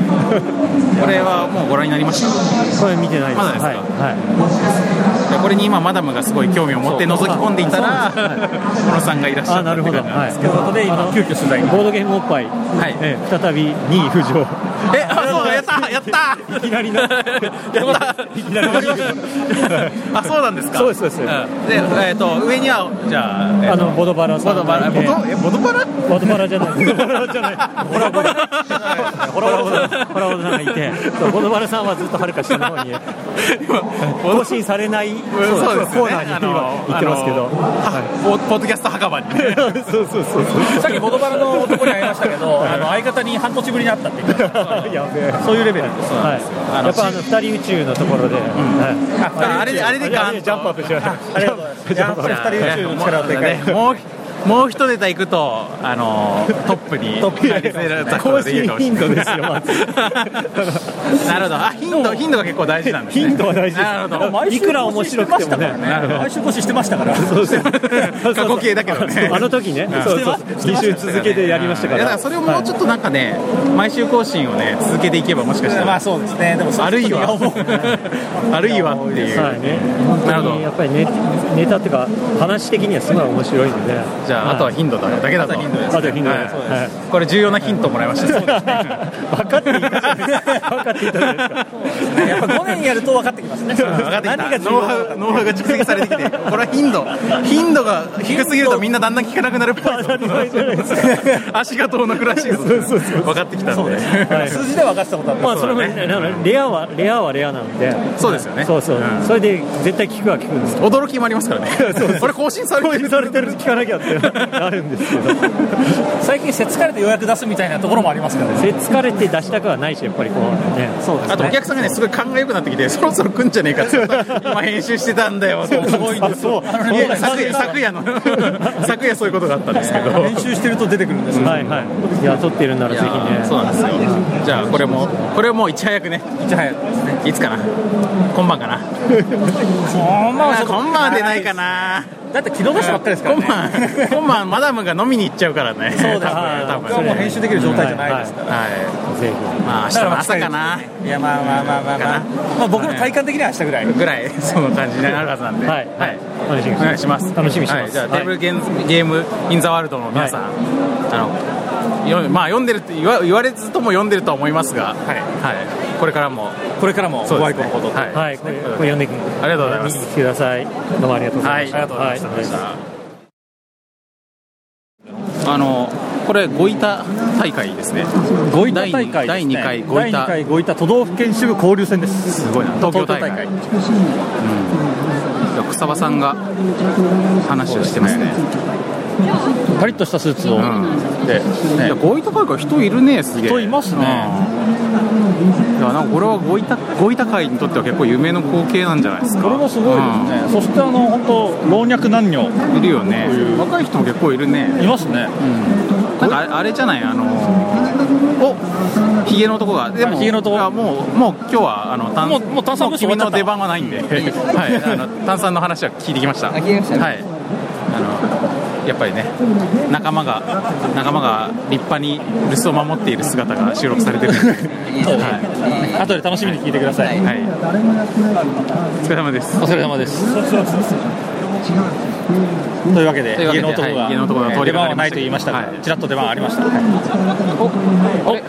Speaker 2: これはもうご覧になりました
Speaker 8: これ見てないです
Speaker 2: まだですか
Speaker 8: はいはい
Speaker 2: でこれに今マダムがすごい興味を持って覗き込んでいたら小野さんがいらっしゃ
Speaker 8: あ
Speaker 2: った
Speaker 8: な
Speaker 2: っ
Speaker 8: る
Speaker 2: て
Speaker 8: ほ
Speaker 2: 感じ
Speaker 8: ど
Speaker 2: な
Speaker 8: は
Speaker 2: んです
Speaker 8: いということで今急遽取材ボードゲームおっぱい
Speaker 2: い
Speaker 8: ええ再び2位浮上
Speaker 2: けどえあそうだやったやった
Speaker 8: いきなりな
Speaker 2: やった
Speaker 8: いきなりな
Speaker 2: [laughs] あそうなんですか
Speaker 8: そうですそうです
Speaker 2: んでえっ、と上にはじゃあ、えー
Speaker 8: あのボドバラさ
Speaker 2: ボ
Speaker 8: ん
Speaker 2: ドバラボ
Speaker 8: え
Speaker 2: ドえボドバラ
Speaker 8: えボドバラじゃないボドバラじゃないホラボドホラボドホラボドさんがいてそうボドバラさんはずっとはるか下
Speaker 2: [laughs]
Speaker 8: の方に更新されないそう
Speaker 2: そうです
Speaker 8: コ
Speaker 2: よ
Speaker 8: ー
Speaker 2: ね
Speaker 8: ナーに今行ってますけどは
Speaker 2: ポポッドキャスト墓場にね
Speaker 8: いそうそうそう
Speaker 3: さっきボドバラの男に会いましたけどあの相方に半年ぶりに会ったって言って
Speaker 8: そう [laughs] やべえ
Speaker 3: そういうレベルです
Speaker 8: はい、やっぱあの二人宇宙のところで、はい
Speaker 2: あれであれでガンと
Speaker 8: ジャンプアップしました。ありがとうございます。ジャンプアップ
Speaker 2: 二人宇宙の力をもうもう一ネタ行くとあのトップにトップ
Speaker 8: 更新頻度ですよまず
Speaker 2: なるほどあ頻度頻度が結構大事なんですね
Speaker 8: 頻度は大事です
Speaker 2: なるほど
Speaker 8: いくら面白くてもね
Speaker 2: なるほど
Speaker 3: 毎週更新してましたから
Speaker 8: そうそうそう
Speaker 2: [laughs] 過去形だけどね
Speaker 8: [laughs] あの時ね、そうそう2週続けてやりましたか
Speaker 2: いやだ
Speaker 8: ら
Speaker 2: からそれをもうちょっとなんかね、毎週更新をね続けていけばもしかしたら、
Speaker 3: まあそうですねでも
Speaker 2: あるい [laughs] はあるいはっていう、
Speaker 8: はいね、本
Speaker 2: なるほ
Speaker 8: 当
Speaker 2: ど
Speaker 8: にやっぱりネネタっていうか話的にはすごい面白いので
Speaker 2: じゃあ、あとは
Speaker 8: あ
Speaker 2: 頻度だだけだと頻度
Speaker 8: とは頻度です、はい
Speaker 2: これ重要なヒントもらいました、
Speaker 8: 分かっていたじゃないですか分かっていたじゃないですか
Speaker 3: やっぱ5年やると分かってきますね
Speaker 2: 分かってきたノウハウノウハウが蓄積されてきてこれは [laughs] 頻度 [laughs] 頻
Speaker 8: [laughs]
Speaker 2: 度が低すぎるとみんなだんだん聞かなくなるっぽいぞ足が遠のくらしいぞ [laughs] 分かってきたんで [laughs]
Speaker 3: 数字で分かってたことある
Speaker 8: まあそれもねなのでレアはレアはレアなので
Speaker 2: そうですよね
Speaker 8: そうそう、
Speaker 2: ん
Speaker 8: それで絶対聞くは聞くんです [laughs]
Speaker 2: 驚きもありますからねこれ更新されてる
Speaker 8: されてる聞かなきゃって
Speaker 9: あるんですけど
Speaker 3: [laughs] 最近せっつかれて予約出すみたいなところもありますからね
Speaker 8: せっつかれて出したくはないしやっぱりこうねそう
Speaker 2: あとお客さんがねすごい勘が良くなってきてそろそろ来んじゃねえかって今編集してたんだよすごいんですよ昨夜
Speaker 3: [laughs]
Speaker 2: 昨夜の昨夜そういうことがあったんですけど
Speaker 5: 練習してると出てくるんですよ、
Speaker 8: はいはい雇ってるんならぜひね
Speaker 2: そうなんですよじゃあこれもこれをもういち早くねいち早くいつかな今晩かな
Speaker 3: こんばんはちょっと
Speaker 2: 今晩は出ないかな
Speaker 3: だって昨日出したばっかりですから
Speaker 2: 今
Speaker 3: ね
Speaker 2: 晩今晩マダムが飲みに行っちゃうからね
Speaker 3: そうです
Speaker 2: 多分
Speaker 3: 僕はもう編集できる状態じゃないですから、
Speaker 2: はい
Speaker 8: ぜ
Speaker 2: まあ明日の朝かない
Speaker 3: やまあまあまあまあまあ、まあ、僕の体感的には明日ぐらい
Speaker 2: ぐらい [laughs] その感じになるはずなんで
Speaker 8: ひはい
Speaker 2: はい
Speaker 8: 楽しみ
Speaker 2: お願いします
Speaker 8: 楽しみにしてます
Speaker 2: はいじゃあテーブルゲームゲームインザワールドの皆さんあのよまあ読んでるって言わ言われずとも読んでるとは思いますがはいこれからも
Speaker 3: これからも
Speaker 2: そう
Speaker 3: ご
Speaker 2: で
Speaker 3: 愛
Speaker 2: す
Speaker 3: 顧
Speaker 2: ね
Speaker 3: のほど
Speaker 2: は
Speaker 8: はいいこれこれ読んでいく
Speaker 2: ありがとうございます
Speaker 8: 見に来てくださいどうもありがとうございました
Speaker 2: はいありがとうございま
Speaker 8: はお願し
Speaker 2: あのこれ五板大会ですね
Speaker 3: ごいた大会です、
Speaker 2: 第
Speaker 3: ね、
Speaker 2: 二回ごい
Speaker 3: 第
Speaker 2: た
Speaker 3: 二回ごいた都道府県支部交流戦です
Speaker 2: すごいな東京大会
Speaker 3: 東
Speaker 2: うん草場さんが話をしてますね
Speaker 3: パリッとしたスーツを、
Speaker 2: うんで、いや五板大会人いるねすげえ
Speaker 3: 人いますね
Speaker 2: うんいやなんかこれは五板五板会にとっては結構夢の光景なんじゃないですか
Speaker 3: これもすごいですね、そしてあの本当老若男女
Speaker 2: うんいるよね若い人も結構いるね
Speaker 3: いますね
Speaker 2: なんかああれじゃないあのおひげの男がでも
Speaker 3: あヒゲの男
Speaker 2: いやもうもう今日はあの炭
Speaker 3: もうもう炭酸
Speaker 2: もう
Speaker 3: 物質終わ
Speaker 2: 君
Speaker 3: っちゃ
Speaker 2: の
Speaker 3: った
Speaker 2: 出番はないんではいあの炭酸の話は聞いてきました
Speaker 6: 聞いてきましたね
Speaker 2: はいあのやっぱりね仲間が仲間が立派に留守を守っている姿が収録されてるんでは
Speaker 3: 後で楽しみに聞いてください、
Speaker 2: い、はい、お疲れ様です
Speaker 3: お疲れ様ですというわけで
Speaker 2: というわけ
Speaker 3: 家
Speaker 2: で
Speaker 3: の男が,、
Speaker 2: はい家の男が通り
Speaker 3: 出
Speaker 2: かか
Speaker 3: 番
Speaker 2: り
Speaker 3: は
Speaker 2: ま
Speaker 3: な
Speaker 2: し
Speaker 3: いと
Speaker 2: たけど
Speaker 3: 言いましたが、
Speaker 2: はい
Speaker 3: [laughs] ちらっと出番ありました、おおじ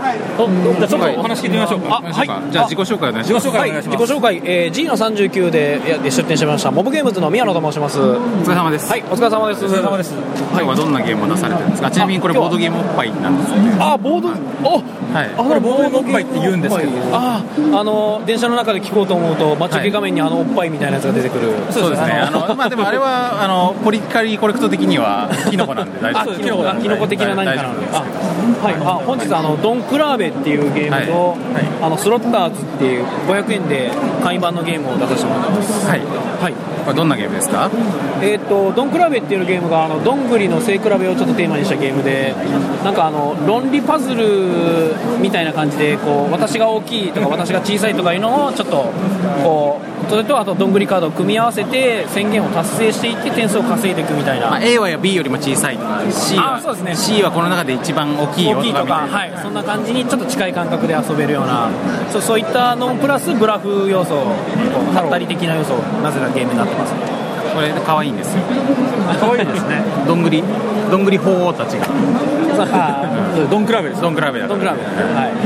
Speaker 3: ゃあちょっとお話聞いてみましょうか、
Speaker 2: あはいじゃあ自己紹介お願いします
Speaker 3: 自己紹介お願いします、
Speaker 10: 自己紹介、えー、G の39でいや出店してましたモブゲームズの宮野と申しますは
Speaker 2: お疲れ様です、
Speaker 10: いお疲れ様です
Speaker 3: です
Speaker 2: 今日はどんなゲームを出されてるんですかちなみにこれボードゲームおっぱいなんですよね
Speaker 10: あボードお
Speaker 2: はい
Speaker 10: あ
Speaker 3: これボードゲームおっぱいって言うんですけど
Speaker 10: ああの電車の中で聞こうと思うと待ち受け画面にあのおっぱいみたいなやつが出てくる、
Speaker 2: そうですね。あの、まあ、でも、あれは、あの、ポリカリコレクト的には、キノコなんで、大
Speaker 10: あ
Speaker 2: 丈夫。
Speaker 10: キノコだキノコ的な何かな
Speaker 2: 大丈
Speaker 10: の
Speaker 2: 夫
Speaker 10: で
Speaker 2: です
Speaker 10: あはいあ本日あのドンクラーベっていうゲームと、
Speaker 2: はいは
Speaker 10: あのスロッターズっていう500円で会員版のゲームを出させてもらってます
Speaker 2: はい。
Speaker 10: はい
Speaker 2: これ、どんなゲームですか。
Speaker 10: えー、とドンクラベっていうゲームがあのどんぐりの背比べをちょっとテーマにしたゲームでなんかあの論理パズルみたいな感じでこう私が大きいとか私が小さいとかいうのをちょっとこうそれとあとどんぐりカードを組み合わせて宣言を達成していって点数を稼いでいくみたいな、
Speaker 2: まあ、A. はや B. よりも小さいとか、C. は
Speaker 10: あそうですね
Speaker 2: C. はこの中で一番大きいよ
Speaker 10: 大きいと
Speaker 2: みた
Speaker 10: か、
Speaker 2: いな
Speaker 10: はい、そんな感じにちょっと近い感覚で遊べるようなそうそういったのプラスブラフ要素こうハったり的な要素をなぜかゲームになってますね
Speaker 2: これ、可愛いんですよ。
Speaker 3: 可愛いですね
Speaker 2: どんぐり、どんぐり鳳凰たちが。
Speaker 3: ドンクラブです
Speaker 2: どんぐらべだ。
Speaker 10: ドンクラベはい
Speaker 2: [laughs]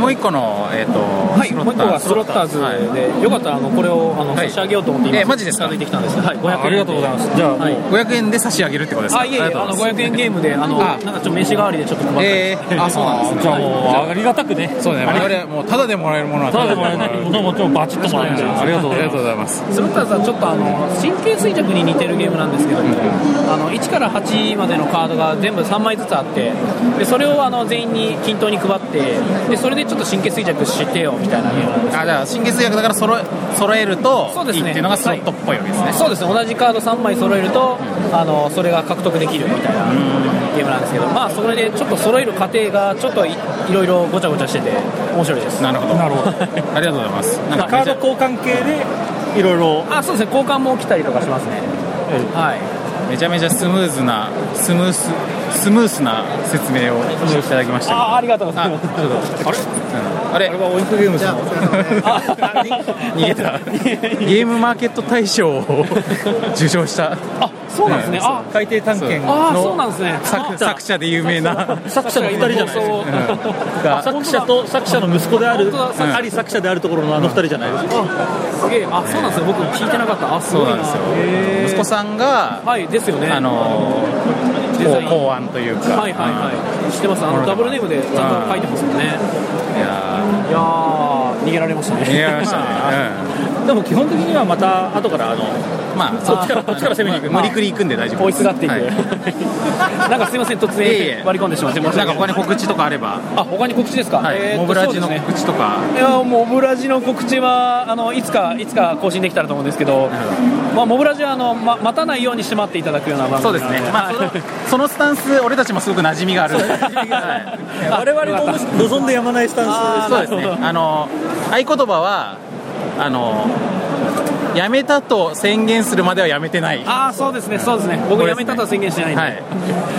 Speaker 2: もう一個の、えっと。
Speaker 10: はい、もう一個はスロッターズで、よかったらあのこれをあの、
Speaker 2: はい
Speaker 10: 差し上げようと思って今、
Speaker 2: えマジですか
Speaker 10: 近づいてきたんです。はい、500円。
Speaker 3: ありがとうございますじゃあ
Speaker 10: はい。
Speaker 2: 五百円で差し上げるってことですか。
Speaker 10: あ、いえいえ、あ
Speaker 2: りがとう
Speaker 10: の
Speaker 2: ございます
Speaker 10: 500円ゲームで、あの、
Speaker 2: あ
Speaker 10: なんかちょっと名刺代わりでちょっと配って、
Speaker 2: えー、あ、そうなんですね。
Speaker 3: じゃあもうありがたくね
Speaker 2: そうね、我々はもうただでもらえるものは
Speaker 3: ただでもらえないものもちろんバチッともらえるありがとうご
Speaker 2: あ
Speaker 3: ざい
Speaker 2: りが
Speaker 3: ま
Speaker 2: とうございます。
Speaker 10: スロッターズはちょっとあの神経衰弱に似てるゲームなんですけども、あの1から8までのカードが全部3枚ずつあってでそれをあの全員に均等に配ってでそれでちょっと神経衰弱してよみたいなゲームなんです
Speaker 2: あじゃあ新月薬だから揃え揃えると
Speaker 10: そうで
Speaker 2: いい
Speaker 10: す
Speaker 2: っ
Speaker 10: ね
Speaker 2: ていうのがスロットっぽいわけですね、
Speaker 10: そうですね同じカード3枚揃えるとあのそれが獲得できるみたいなゲームなんですけどまあそれでちょっと揃える過程がちょっといいろいろごちゃごちゃしてて面白いです
Speaker 2: なるほど
Speaker 3: なるほど
Speaker 2: ありがとうございますなんか
Speaker 3: カー
Speaker 2: めち
Speaker 3: ド
Speaker 2: ゃ
Speaker 3: 交換系でいろいろ
Speaker 10: あそうですね交換も起きたりとかしますねはい
Speaker 2: めちゃめちゃスムーズなスムーススムースな説明をしていただきました
Speaker 10: あありがとうございます
Speaker 2: あれあれはオインクゲームズの逃げたゲームマーケット大賞を受賞した
Speaker 10: あそうなんですねあ
Speaker 3: 海底探検
Speaker 10: あーそうなんですね
Speaker 2: 作作者で有名な
Speaker 3: 作者の二人じゃないですか
Speaker 2: が
Speaker 3: 作者と作者の息子である
Speaker 10: 本当
Speaker 2: だ
Speaker 3: あり作者であるところのあの二人じゃないですか
Speaker 10: すげえあそうなんですよ僕聞いてなかったあす
Speaker 2: そう
Speaker 10: ごい
Speaker 2: なん
Speaker 10: な
Speaker 2: ですよ
Speaker 10: へー
Speaker 2: 息子さんが
Speaker 10: はいですよね
Speaker 2: あの
Speaker 10: デザイン
Speaker 2: こう考案というか
Speaker 10: はいはいはい知ってますあのダブルネームでちゃんと書いてますよね
Speaker 2: いや
Speaker 10: いやー逃げられましたね
Speaker 2: ー逃げられましたね、うん
Speaker 10: だ
Speaker 3: でも基本的にはまた後からあの
Speaker 2: まあ
Speaker 3: こっちからこっちから攻めに行く、
Speaker 2: 無理くり行くんで大丈夫
Speaker 3: 追
Speaker 2: で
Speaker 3: いすがっていく
Speaker 2: は
Speaker 3: [laughs]
Speaker 2: い
Speaker 10: なんかすいません、突
Speaker 2: いえいえ
Speaker 10: 然割り込んでしまって、申し
Speaker 2: なん
Speaker 10: 訳
Speaker 2: か
Speaker 10: ない
Speaker 2: 他に告知とかあれば
Speaker 10: あ他に告知ですか、
Speaker 2: はい
Speaker 10: えーっと
Speaker 2: モブラジの
Speaker 10: そうですね
Speaker 2: 告知とか
Speaker 10: いやもうモブラジの告知はあのいつかいつか更新できたらと思うんですけど、まあ、モブラジはあの、ま、待たないようにして待っていただくような番組
Speaker 2: そうですね、まあ、そのそのスタンス俺たちもすごく馴染みがあるんで
Speaker 10: 我々も
Speaker 2: 望んでやまないスタ
Speaker 10: タ
Speaker 2: ン
Speaker 10: ン
Speaker 2: ス
Speaker 10: ス
Speaker 2: そう
Speaker 10: で
Speaker 2: ですすねあの合言葉はあのやめたと宣言するまではやめてない
Speaker 10: ああそうですねそうですね僕辞めたとは宣言してないんで、
Speaker 2: はい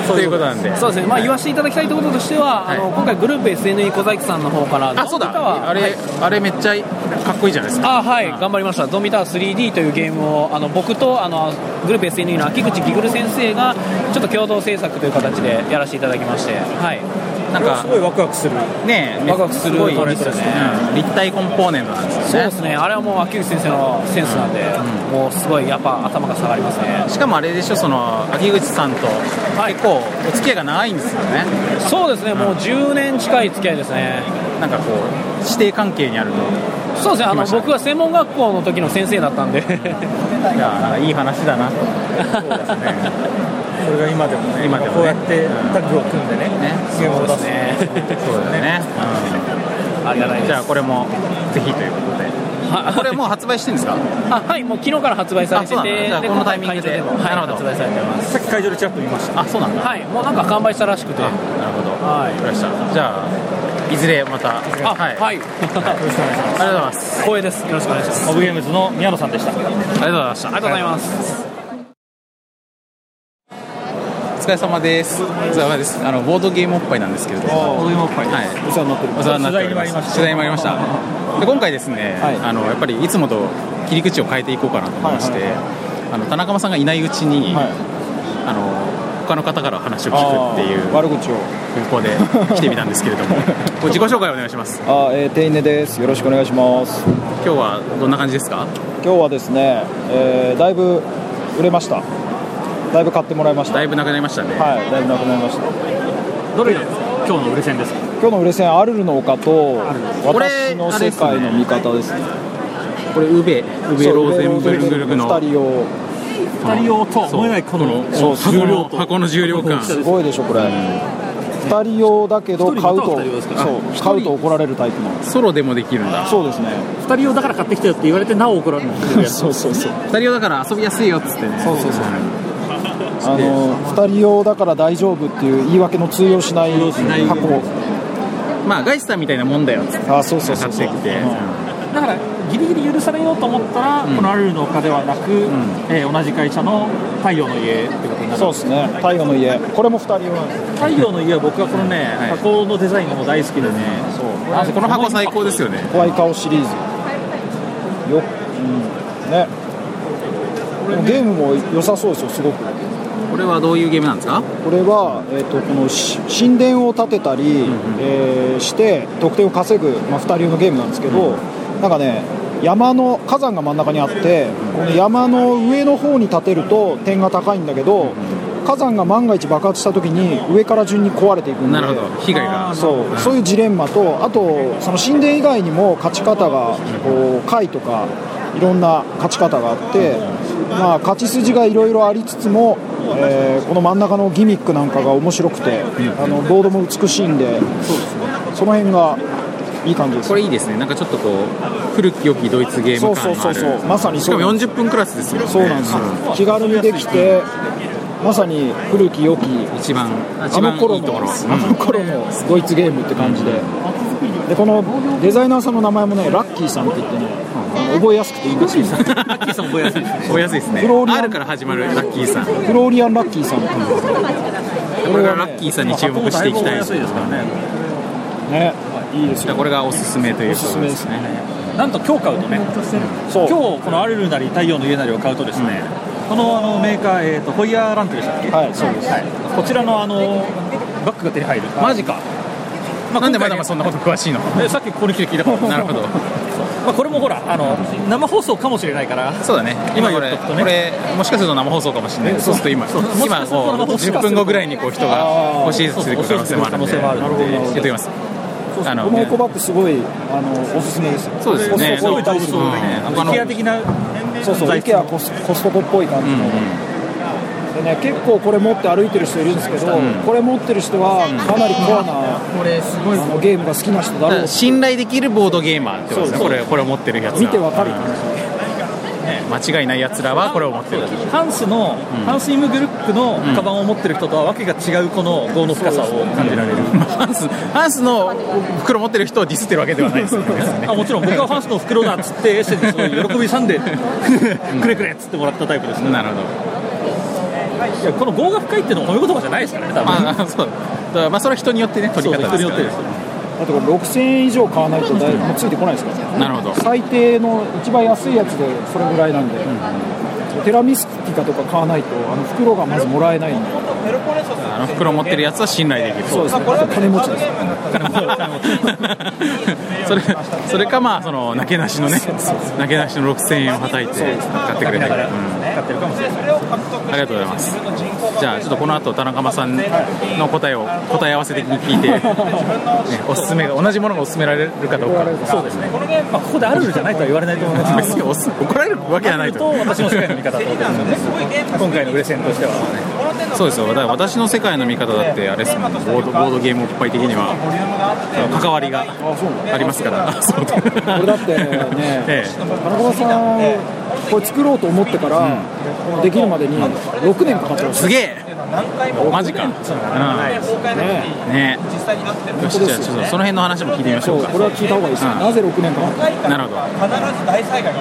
Speaker 2: そういうことなんで
Speaker 10: そうですね、まあ、言わせていただきたいところとしては、あの今回グループ SNE 小細工さんの方から
Speaker 2: あそう
Speaker 10: ゾンビ
Speaker 2: だ
Speaker 10: タワー
Speaker 2: あれ、
Speaker 10: はい
Speaker 2: あれめっちゃかっこいいじゃないですか
Speaker 10: あはい、頑張りました、ゾンビタワー 3D というゲームをあの僕とあのグループ SNE の秋口ギグル先生がちょっと共同制作という形でやらせていただきまして、はい、
Speaker 2: なんかすごいワクワクするねえ
Speaker 10: ワクワクする
Speaker 2: ごい
Speaker 10: トレンドですね
Speaker 2: うん立体コンポーネントなんですよね
Speaker 10: そうですね、あれはもう秋口先生のセンスなんで、もうすごいやっぱ頭が下がりますね。
Speaker 2: しかもあれでしょその秋口さんと結構お付き合いが長いんですよね、
Speaker 10: そうですね、もう10年近い付き合いですね
Speaker 2: なんかこう師弟関係にあると
Speaker 10: そうですね、あ
Speaker 2: 聞き
Speaker 10: の
Speaker 2: ました
Speaker 10: 僕は専門学校の時の先生だったんで、
Speaker 2: いやなんかいい話だな
Speaker 3: それが今でもね今でもこうやってタッグを組んでねゲームを出す
Speaker 2: そうだよね、
Speaker 10: ありがたいです
Speaker 2: じゃあこれもぜひということでこれもう発売してるんですか
Speaker 10: あはい、もう昨日から発売されて
Speaker 2: あそうなんだ
Speaker 10: て、
Speaker 2: じゃあ
Speaker 10: で
Speaker 2: このタイミングで
Speaker 10: 今回会場も、
Speaker 2: なる
Speaker 10: はい、
Speaker 2: ほど
Speaker 10: 発売されてます。
Speaker 2: さっき会場でチラッと見ましたあそうなんだ
Speaker 10: はい、もうなんか完売したらしくて、
Speaker 2: なるほどはいりましたじゃあいずれまたあ
Speaker 10: あはい、よろしくお願いし
Speaker 2: ます。ありがとうございます。
Speaker 10: 光栄です。よろしくお願いします。
Speaker 3: モブゲームズの宮野さんでしたありがとう
Speaker 2: りがとうございました
Speaker 10: ありがとうございます。
Speaker 2: お疲れ様です。お疲れ様です。あのボードゲームおっぱいなんですけれども。ボードゲームおっぱい。はい。お世話になってお世話になっております。取材に参りました。で今回ですね、あのやっぱりいつもと切り口を変えていこうかなと思いまして、
Speaker 8: はいはい
Speaker 2: あの田中さんがいないうちに、あの他の方から話を聞くっていう悪口を空港で来てみたんですけれど [laughs] も、ご自己紹介お願いします。
Speaker 11: あ、えー、テイネです。よろしくお願いします。
Speaker 2: 今日はどんな感じですか？
Speaker 11: 今日はですね、えーだいぶ売れました。だいぶ買ってもらいました。
Speaker 2: だいぶなくなりましたね。
Speaker 11: はい、だいぶなくなりました。
Speaker 3: どれなんですか今日の売れ線ですか
Speaker 11: 今日の売れ線アルルの丘と
Speaker 3: これ
Speaker 11: 私の世界の味方ですね。
Speaker 2: これウベウベローゼンブルグルグの
Speaker 11: 二人用。
Speaker 3: 二人用とは思えないこの
Speaker 2: そう
Speaker 11: そう重量
Speaker 2: 箱の重量感。
Speaker 11: すごいでしょこれ。二人用だけど
Speaker 2: 一人
Speaker 11: 買う
Speaker 2: ま
Speaker 11: と
Speaker 2: たは二人用です
Speaker 11: そ
Speaker 2: かあ一
Speaker 11: う
Speaker 2: 人
Speaker 11: 買うと怒られるタイプの。
Speaker 2: ソロでもできるんだ。
Speaker 11: そう
Speaker 2: [laughs]
Speaker 11: ですね。
Speaker 3: 二人用だから買ってきたよって言われてなお怒られ [laughs] る
Speaker 11: そうそうそう。
Speaker 2: 二人用だから遊びやすいよっつってね。そうそうそう。
Speaker 11: あの二人用だから大丈夫っていう言い訳の通用しない箱。
Speaker 2: まあガイスさんみたいなもんだよっつって。
Speaker 11: あ、そうそう
Speaker 2: そう買ってきて。
Speaker 3: だからギリギリ許されようと思ったら、このアルルの丘ではなく、えー同じ会社の太陽の家ってことになる
Speaker 11: そうですね。太陽の家。これも二人用なんです。
Speaker 3: 太陽の家は僕はこのね、箱のデザインがもう大好きでね、
Speaker 2: あこの箱最高ですよね。
Speaker 11: 怖い顔シリーズよ、うん、ねゲームも良さそうですよすごくこ
Speaker 2: これはどういうゲームなんですか？
Speaker 11: れは、えー、とこのし神殿を建てたり、えーして得点を稼ぐ、まあ、2人用のゲームなんですけど、なんかね山の火山が真ん中にあってこの山の上の方に建てると点が高いんだけど、火山が万が一爆発した時に上から順に壊れていくんで
Speaker 2: なるほど。被害が。
Speaker 11: そうそういうジレンマとあとその神殿以外にも勝ち方がこう貝とかいろんな勝ち方があって、まあ、勝ち筋がいろいろありつつも、えーこの真ん中のギミックなんかが面白くてあのボードも美しいんでその辺がいい感じです
Speaker 2: これいいですね。なんかちょっとこう古き良きドイツゲーム感がある。
Speaker 11: そうそうそうそうまさに
Speaker 2: しか
Speaker 11: そう
Speaker 2: も40分クラスですよね。
Speaker 11: そうなんですよ気軽にできてまさに古き良き
Speaker 2: 一番一
Speaker 11: あ
Speaker 2: 番
Speaker 11: の頃
Speaker 2: いい
Speaker 11: の
Speaker 2: とこ [laughs] ろ。
Speaker 11: あの頃のドイツゲームって感じで,、でこのデザイナーさんの名前もねラッキーさんって言ってね、覚えやすくていいんですよ
Speaker 2: ラッキーさん覚えやすいですね。覚えやすいですね。
Speaker 11: フローリアン
Speaker 2: R から始まるラッキーさん。
Speaker 11: フローリアン・ラッキーさんって言うんですよ
Speaker 2: これがラッキーさんに注目していきたいですね。
Speaker 11: ね、いいです
Speaker 2: よ。これがおすすめということですね。
Speaker 3: なんと今日買うとね、
Speaker 11: そう
Speaker 3: 今日このアルルなり太陽の家なりを買うとですね、このあのメーカー、えーとホイヤーランクでしたっけ、
Speaker 11: はいそうです
Speaker 3: はいこちらのあのバッグが手に入る、マジか、まあ、なんでまだまだそんなこと詳しいのさっきここに来て聞いたから [laughs] なるほどまあ、これもほらあの生放送かもしれないから
Speaker 2: そうだね。今これ、これもしかすると生放送かもしれない。そうすると今、今こう10分後ぐらいにこう人が欲しいってくる可能性もあるんで、やってみます。
Speaker 11: そうそう
Speaker 2: あの
Speaker 11: このエコバッグすごいあのおすすめですよ
Speaker 2: そうですよね
Speaker 11: コストコっぽい感じ
Speaker 2: そうですね他の IKEA
Speaker 11: 的なそうそう
Speaker 2: 在
Speaker 11: IKEA コスコストコっぽい感じの、でね、結構これ持って歩いてる人いるんですけど、
Speaker 2: うん
Speaker 11: これ持ってる人はかなりコアな、これすごいゲームが好きな人だ
Speaker 2: だか
Speaker 11: ろ
Speaker 2: ら
Speaker 11: う
Speaker 2: 信頼できるボードゲーマーってことですね
Speaker 11: そう
Speaker 2: こ
Speaker 11: で
Speaker 2: れこれを持ってるやつ
Speaker 11: 見てわかる
Speaker 2: 間違いないやつらはこれを持ってる
Speaker 3: ハンスの、ハンスイムグループのカバンを持ってる人とはわけが違うこの業の深さを感じられる、
Speaker 2: ハンスハンスの袋持ってる人をディスってるわけではないですよね
Speaker 3: [laughs] あもちろん僕はハンスの袋だっつってエッセンでその喜びさんでくれくれっつってもらったタイプですから
Speaker 2: なるほど
Speaker 3: いやこの業が深いっていうのは褒め言葉じゃないですからね多 [laughs] 分
Speaker 2: あそうだからまあそれは人によってね取り方ですからね
Speaker 11: だってこれ6000円以上買わないとだいぶもうついてこないですから、
Speaker 2: なるほど
Speaker 11: 最低の一番安いやつでそれぐらいなんで、テラミスティカとか買わないとあの袋がまずもらえないんで
Speaker 2: あの袋持ってるやつは信頼できる
Speaker 11: そうですねあと金持ちです
Speaker 2: それそれかまあそのなけなしのねなけなしの6000円をはたいて買ってくれたり、うん
Speaker 3: 買ってるかもしれない
Speaker 2: ありがとうございますじゃあちょっとこの後田中間さんの答えを答え合わせ的に聞
Speaker 3: [laughs]
Speaker 2: いて、ね、おすすめが同じものがおすすめられるかどうか
Speaker 3: そうですねこのゲーム、まあ、ここであるじゃないとは言われないと思います
Speaker 2: [laughs] 別におす怒られるわけじゃないと
Speaker 3: と私の世界の見方ってことですよね今回の売れ線としては
Speaker 2: そうですよだから私の世界の見方だってあれですもんボードボードゲームおっぱい的には関わりがありますから [laughs] そうだ
Speaker 11: だってね
Speaker 2: [laughs] ええ
Speaker 11: 田中さんこれ作ろうと思ってから、できるまでに6年かかってます
Speaker 2: すげえマジか、うん、ねよしじゃあちょっとその辺の話も聞いてみましょうか
Speaker 11: これは聞いた方がいいですよ、
Speaker 2: うん
Speaker 11: なぜ6年かかった
Speaker 2: なるほど
Speaker 12: ず大災害が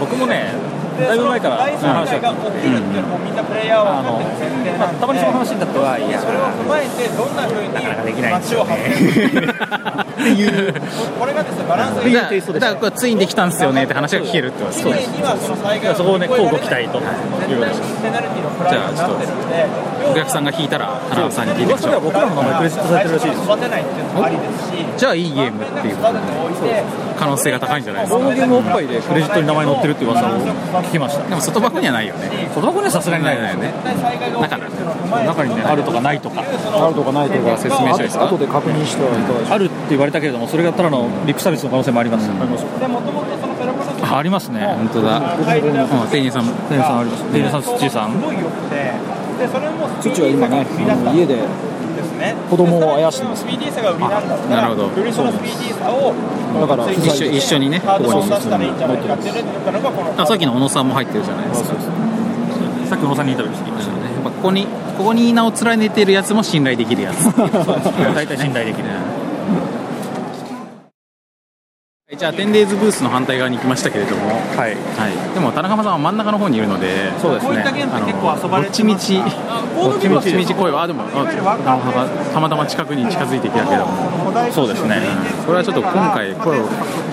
Speaker 3: 僕もねだいぶ前から
Speaker 12: 大
Speaker 3: その話
Speaker 12: 災害が起きるっていうのもみんなプレイヤーは分かってる前提なんで
Speaker 3: たまにその話になってはいや
Speaker 12: それを踏まえてどんなふうに
Speaker 3: なかなかできないんですよね
Speaker 2: っていうこれがですねバランスがいいだからこれついにできたんですよねって話が聞けるってこと
Speaker 12: そうです
Speaker 2: じ
Speaker 12: にはその災害
Speaker 3: そこをね交互期待ということです
Speaker 12: ペナルティのプライ
Speaker 2: ゃあちょっとお客さんが引いたら田中さんに聞いてみま
Speaker 3: 噂
Speaker 2: し
Speaker 3: では
Speaker 2: ょう
Speaker 3: 僕らの名前クレジットされてるらしいです
Speaker 12: 育てないっていうのもありですし
Speaker 2: じゃあいいゲームっていうことで可能性が高いんじゃないです
Speaker 3: ボー
Speaker 2: か
Speaker 3: ドゲームおっぱいでクレジットに名前載ってるって噂を聞きました
Speaker 2: でも外箱にはないよね
Speaker 3: 外箱にはさすがにないですよね中にねあるとかないとかあ
Speaker 11: るとかないとか
Speaker 3: 説明書ですか
Speaker 11: あとで確認してはいかがでしょう
Speaker 3: あるって言われたけれどもそれがただのリップサービスの可能性もあります、あありますね
Speaker 2: 本当だうん店員さん
Speaker 3: 店員さんあります店員さん土井さん
Speaker 12: でそれもスピー
Speaker 11: 父は
Speaker 12: ディー
Speaker 11: 今
Speaker 12: さが
Speaker 11: ね
Speaker 12: 売りだっ
Speaker 11: あの家で子供をあやしてます
Speaker 12: スピーディーさが売りなんだったら
Speaker 2: なるほど
Speaker 12: よりそのスピーディーさを
Speaker 11: だから
Speaker 2: 一緒一緒にね
Speaker 12: カード
Speaker 2: ここ
Speaker 12: を
Speaker 2: に
Speaker 12: 出したらいいんじゃないかっていうのがこの
Speaker 2: あさっきの小野さんも入ってるじゃないですか
Speaker 3: さっき小野さんにインタビューしてきました
Speaker 2: ねここにここに名を連ねてるやつも信頼でき
Speaker 3: [laughs]
Speaker 2: るやつ
Speaker 3: 大体信頼できる
Speaker 2: [laughs] じゃあテンデイズブースの反対側に行きましたけれども、はいでも田中さんは真ん中の方にいるのでそうですねこういったゲームって結構遊ばれ
Speaker 3: [laughs]
Speaker 2: てますどっちみちどっちみちどっちみち声はあでもあなるほどたまたま近くに近づいてきたけれどもそうですねこれはちょっと今回声を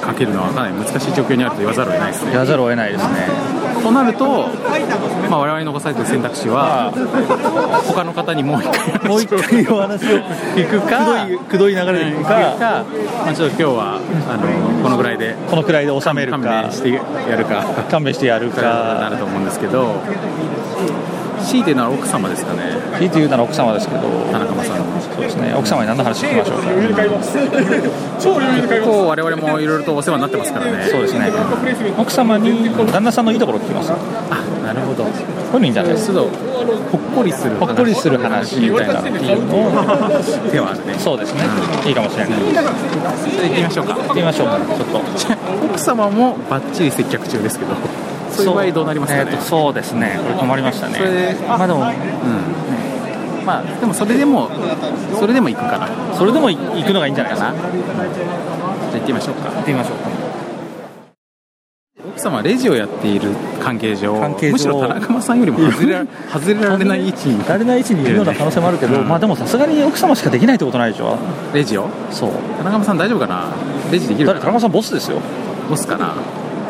Speaker 2: かけるのはかなり難しい状況にあると言わざるを得ないですね言わざるを得ないですねとなると、まあ、我々に残されてる選択肢は他の方にもう一回もう一回お話を聞くかくどい流れで聞くかまあ、ちょっと今日はあのこのぐらいで
Speaker 3: このくらいで収めるか
Speaker 2: 勘弁してやるか
Speaker 3: 勘弁してやるか
Speaker 2: なると思うんですけど強いて言うなら奥様ですかね
Speaker 3: 強いて言うなら奥様ですけど
Speaker 2: 田中間さんそうです
Speaker 3: ね奥様に何の話聞きましょうか
Speaker 2: 超結構我々もいろいろとお世話になってますからね
Speaker 3: そうですね奥様に旦那さんのいいところ聞きます
Speaker 2: なるほどこ
Speaker 3: ういうのいいんじゃないです
Speaker 2: ち
Speaker 3: か
Speaker 2: ょっとほっこりする
Speaker 3: ほっこりする話みたいな
Speaker 2: 手はあるね
Speaker 3: そうですねいいかもしれない
Speaker 2: じゃあ行ってみましょうか行って
Speaker 3: みましょうかちょっと
Speaker 2: 奥様も [laughs] バッチリ接客中ですけどそういう場合どうなりますかね
Speaker 3: えーとそうですねこれ困りました
Speaker 2: それ
Speaker 3: ね
Speaker 2: まあでもうんまあでもそれでもそれでも行くかな
Speaker 3: それでも行くのがいいんじゃないかな
Speaker 2: じゃあ行ってみましょうか行
Speaker 3: ってみましょうか
Speaker 2: 奥様はレジをやっている関係上
Speaker 3: 関係上
Speaker 2: むしろ田中間さんよりも外れ外れられない位置に
Speaker 3: 慣れない位置にいるような可能性もあるけど、まあでもさすがに奥様しかできないってことないでしょ
Speaker 2: レジを
Speaker 3: そう
Speaker 2: 田中間さん大丈夫かなレジできるかな
Speaker 3: 田中さんボスですよ
Speaker 2: ボスかな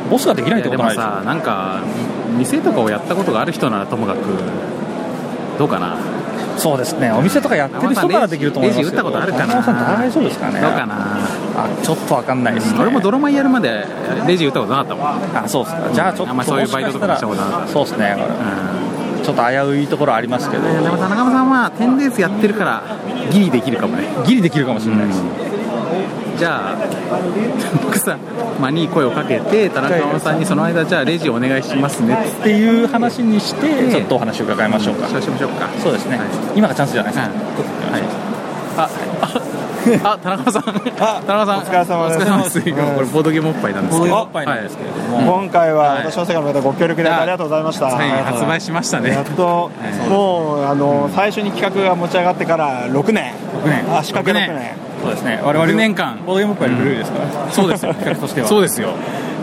Speaker 3: ボスができないってことない
Speaker 2: や
Speaker 3: で
Speaker 2: で
Speaker 3: し
Speaker 2: も
Speaker 3: ょ
Speaker 2: さなんか店とかをやったことがある人ならともかくどうかな
Speaker 3: そうですねお店とかやってる人ならできると思いますけど
Speaker 2: レジ打ったことあるかな
Speaker 3: 中さん大丈夫ですかね
Speaker 2: どうかな
Speaker 3: あちょっとわかんないですね、
Speaker 2: 俺もドロマイやるまでレジ打ったことなかったもん
Speaker 3: あそうっすかじゃあちょっと
Speaker 2: あんまそういうバイトとかもしたことなかった
Speaker 3: そうですね、これち
Speaker 13: ちょっと危ういところありますけど、
Speaker 2: でも田中さんはテンデースやってるからギリできるかもねギリできるかもしれないです、じゃあ僕さ間に声をかけて田中さんにその間じゃあレジお願いしますねっていう話にして
Speaker 13: ちょっとお話を伺いましょうか、
Speaker 2: そうしましょうか
Speaker 13: そうですね、今がチャンスじゃないですか、
Speaker 2: あ、 [laughs] 田中さん。あ、田中さん。お疲れ様
Speaker 14: です
Speaker 2: お疲れ様です。これボードゲームおっぱいなんですけど。おっぱいなんですけれど
Speaker 14: 今回は私の世界の方ご協力いただきありがとうございました、
Speaker 2: はい、発売しましたね。
Speaker 14: やっと、もうあの最初に企画が持ち上がってから6年
Speaker 2: 6年
Speaker 14: あ仕掛け6年
Speaker 2: そうですね。我々年間ボードゲームおっぱいのルールですから。そうですよ。企画としては。 [laughs] そうですよ。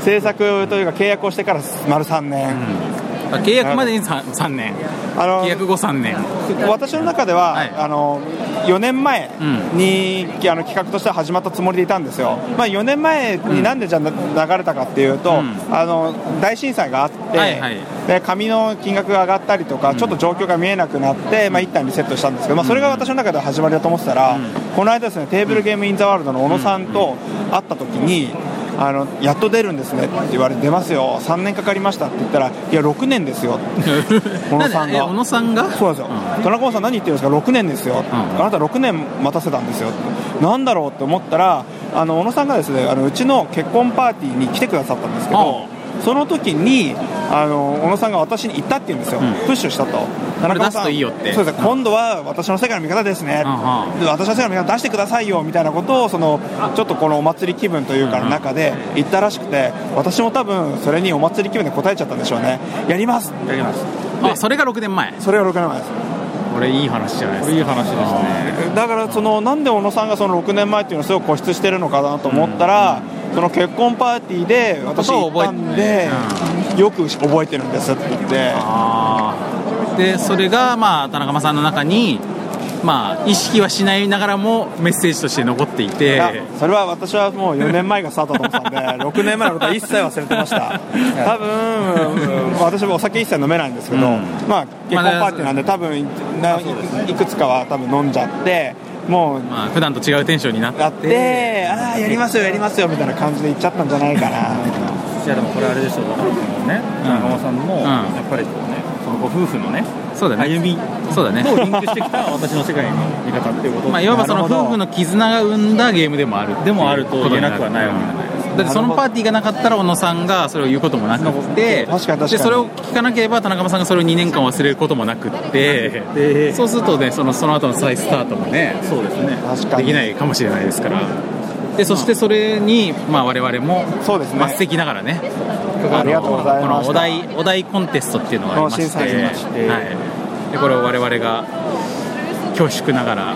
Speaker 14: 制作というか契約をしてから丸3年、
Speaker 2: あ契約までに 3, 三年。契約後三年。
Speaker 14: 私の中では、あの4年前に、あの企画としては始まったつもりでいたんですよ、まあ、4年前になんでじゃあな流れたかっていうと、あの大震災があって、
Speaker 2: はいはい
Speaker 14: で紙の金額が上がったりとか、ちょっと状況が見えなくなって、まあ、一旦リセットしたんですけど、まあ、それが私の中では始まりだと思ってたら、この間ですねテーブルゲームインザワールドの小野さんと会った時に。あのやっと出るんですねって言われて出ますよ3年かかりましたって言ったらいや6年ですよ
Speaker 8: [laughs]
Speaker 14: 小野さんが小
Speaker 2: 野さんが
Speaker 14: そうなんですよ、田中さん何言ってるんですか6年ですよ、あなた6年待たせたんですよなんだろうって思ったらあの小野さんがですねあのうちの結婚パーティーに来てくださったんですけどその時にあの小野さんが私に言ったって言うんですよ、プッシュしたと
Speaker 2: こ
Speaker 14: 田
Speaker 2: れ
Speaker 14: 中
Speaker 2: 出
Speaker 14: さ
Speaker 2: す
Speaker 14: ん
Speaker 2: といいよって
Speaker 14: そうですね今度は私の世界の味方ですね、で私の世界の味方出してくださいよみたいなことをそのちょっとこのお祭り気分というかの中で言ったらしくて私も多分それにお祭り気分で答えちゃったんでしょうねやりますやります
Speaker 2: あ、それが6年前。
Speaker 14: それが6年前です
Speaker 2: これいい話じゃないですか。いい話ですね。
Speaker 14: だからそのなんで小野さんがその6年前っていうのをすごく固執してるのかなと思ったら、その結婚パーティーで私行ったんで、よく覚えてるんですって言って
Speaker 2: でそれがまあ田中さんの中にまあ意識はしないながらもメッセージとして残ってい
Speaker 14: い
Speaker 2: て
Speaker 14: やそれは私はもう4年前がスタートだと思ってたんで6年前のことは一切忘れてました多分私もお酒一切飲めないんですけど、まあ結婚パーティーなんで多分ないくつかは多分飲んじゃってもう
Speaker 2: まあ普段と違うテンションになって
Speaker 14: で、ああ、やりますよ、やりますよみたいな感じで言っちゃったんじゃないかな、
Speaker 13: いやでもこれあれでしょうね長浜さんもやっぱりこうねそのご夫婦のね
Speaker 2: そうだね
Speaker 13: 歩み
Speaker 2: そうだね
Speaker 13: とリンクしてきた私の世界の見方っていうこと
Speaker 2: まあいわばその夫婦の絆が生んだゲームでもあるっていう
Speaker 13: でもあると言えなくはないわけじゃない
Speaker 2: だってそのパーティーがなかったら小野さんがそれを言うこともなくて
Speaker 14: 確かに確かに
Speaker 2: でそれを聞かなければ田中さんがそれを2年間忘れることもなくって、そうするとねそのその後の再スタートもねそうですねできないかもしれないですからでそしてそれに、まあ、我々も
Speaker 14: ね
Speaker 2: 末席ながらね
Speaker 14: ありがとうございました
Speaker 2: このお題お題コンテストっていうのがありまして
Speaker 14: この審査員がして
Speaker 2: はい、でこれを我々が恐縮ながら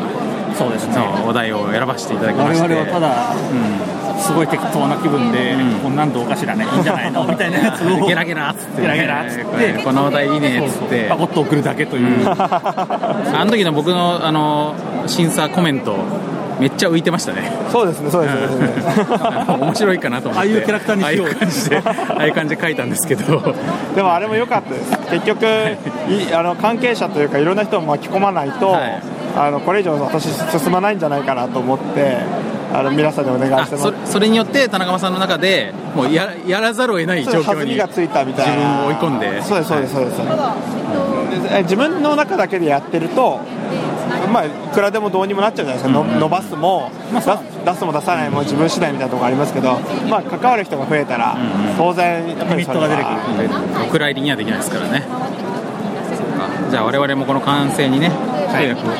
Speaker 2: そうです、ね、お題を選ばせていただきまして
Speaker 8: 我々はただすごい適当な気分で、こんなんどうかしらね、いいんじ
Speaker 2: [laughs]
Speaker 8: ゃないのみたいなやつを、
Speaker 2: ゲラゲラっつってね
Speaker 8: ゲラゲラっつって、
Speaker 2: このお題いいねっつって
Speaker 8: パコッと送るだけという、
Speaker 2: あの時の僕のあの審査コメントめっちゃ浮いてましたね
Speaker 14: そうですねそうですね、
Speaker 2: 面白いかなと思って
Speaker 14: ああいうキャラクターにしよう
Speaker 2: ああいう感じでああいう感じで書いたんですけど
Speaker 14: [laughs] でもあれも良かったです、結局、いあの関係者というか、いろんな人を巻き込まないと、あのこれ以上、私、進まないんじゃないかなと思って、あの皆さんにお願いしてます
Speaker 2: そ。それによって田中さんの中でもうややらざるを得ない状
Speaker 14: 弾
Speaker 2: 況
Speaker 14: み
Speaker 2: に
Speaker 14: がついたみたいな
Speaker 2: 自分を追い込んで
Speaker 14: そうですそうですそうです、でえ自分の中だけでやってるとまあいくらでもどうにもなっちゃうじゃないですか、の伸ばすも、出す出すも出さないも自分次第みたいなところありますけど、まあ、関わる人が増えたら、当然やっぱりそれは
Speaker 2: お蔵入りにはできないですからねそっかじゃあ我々もこの完成にね契約を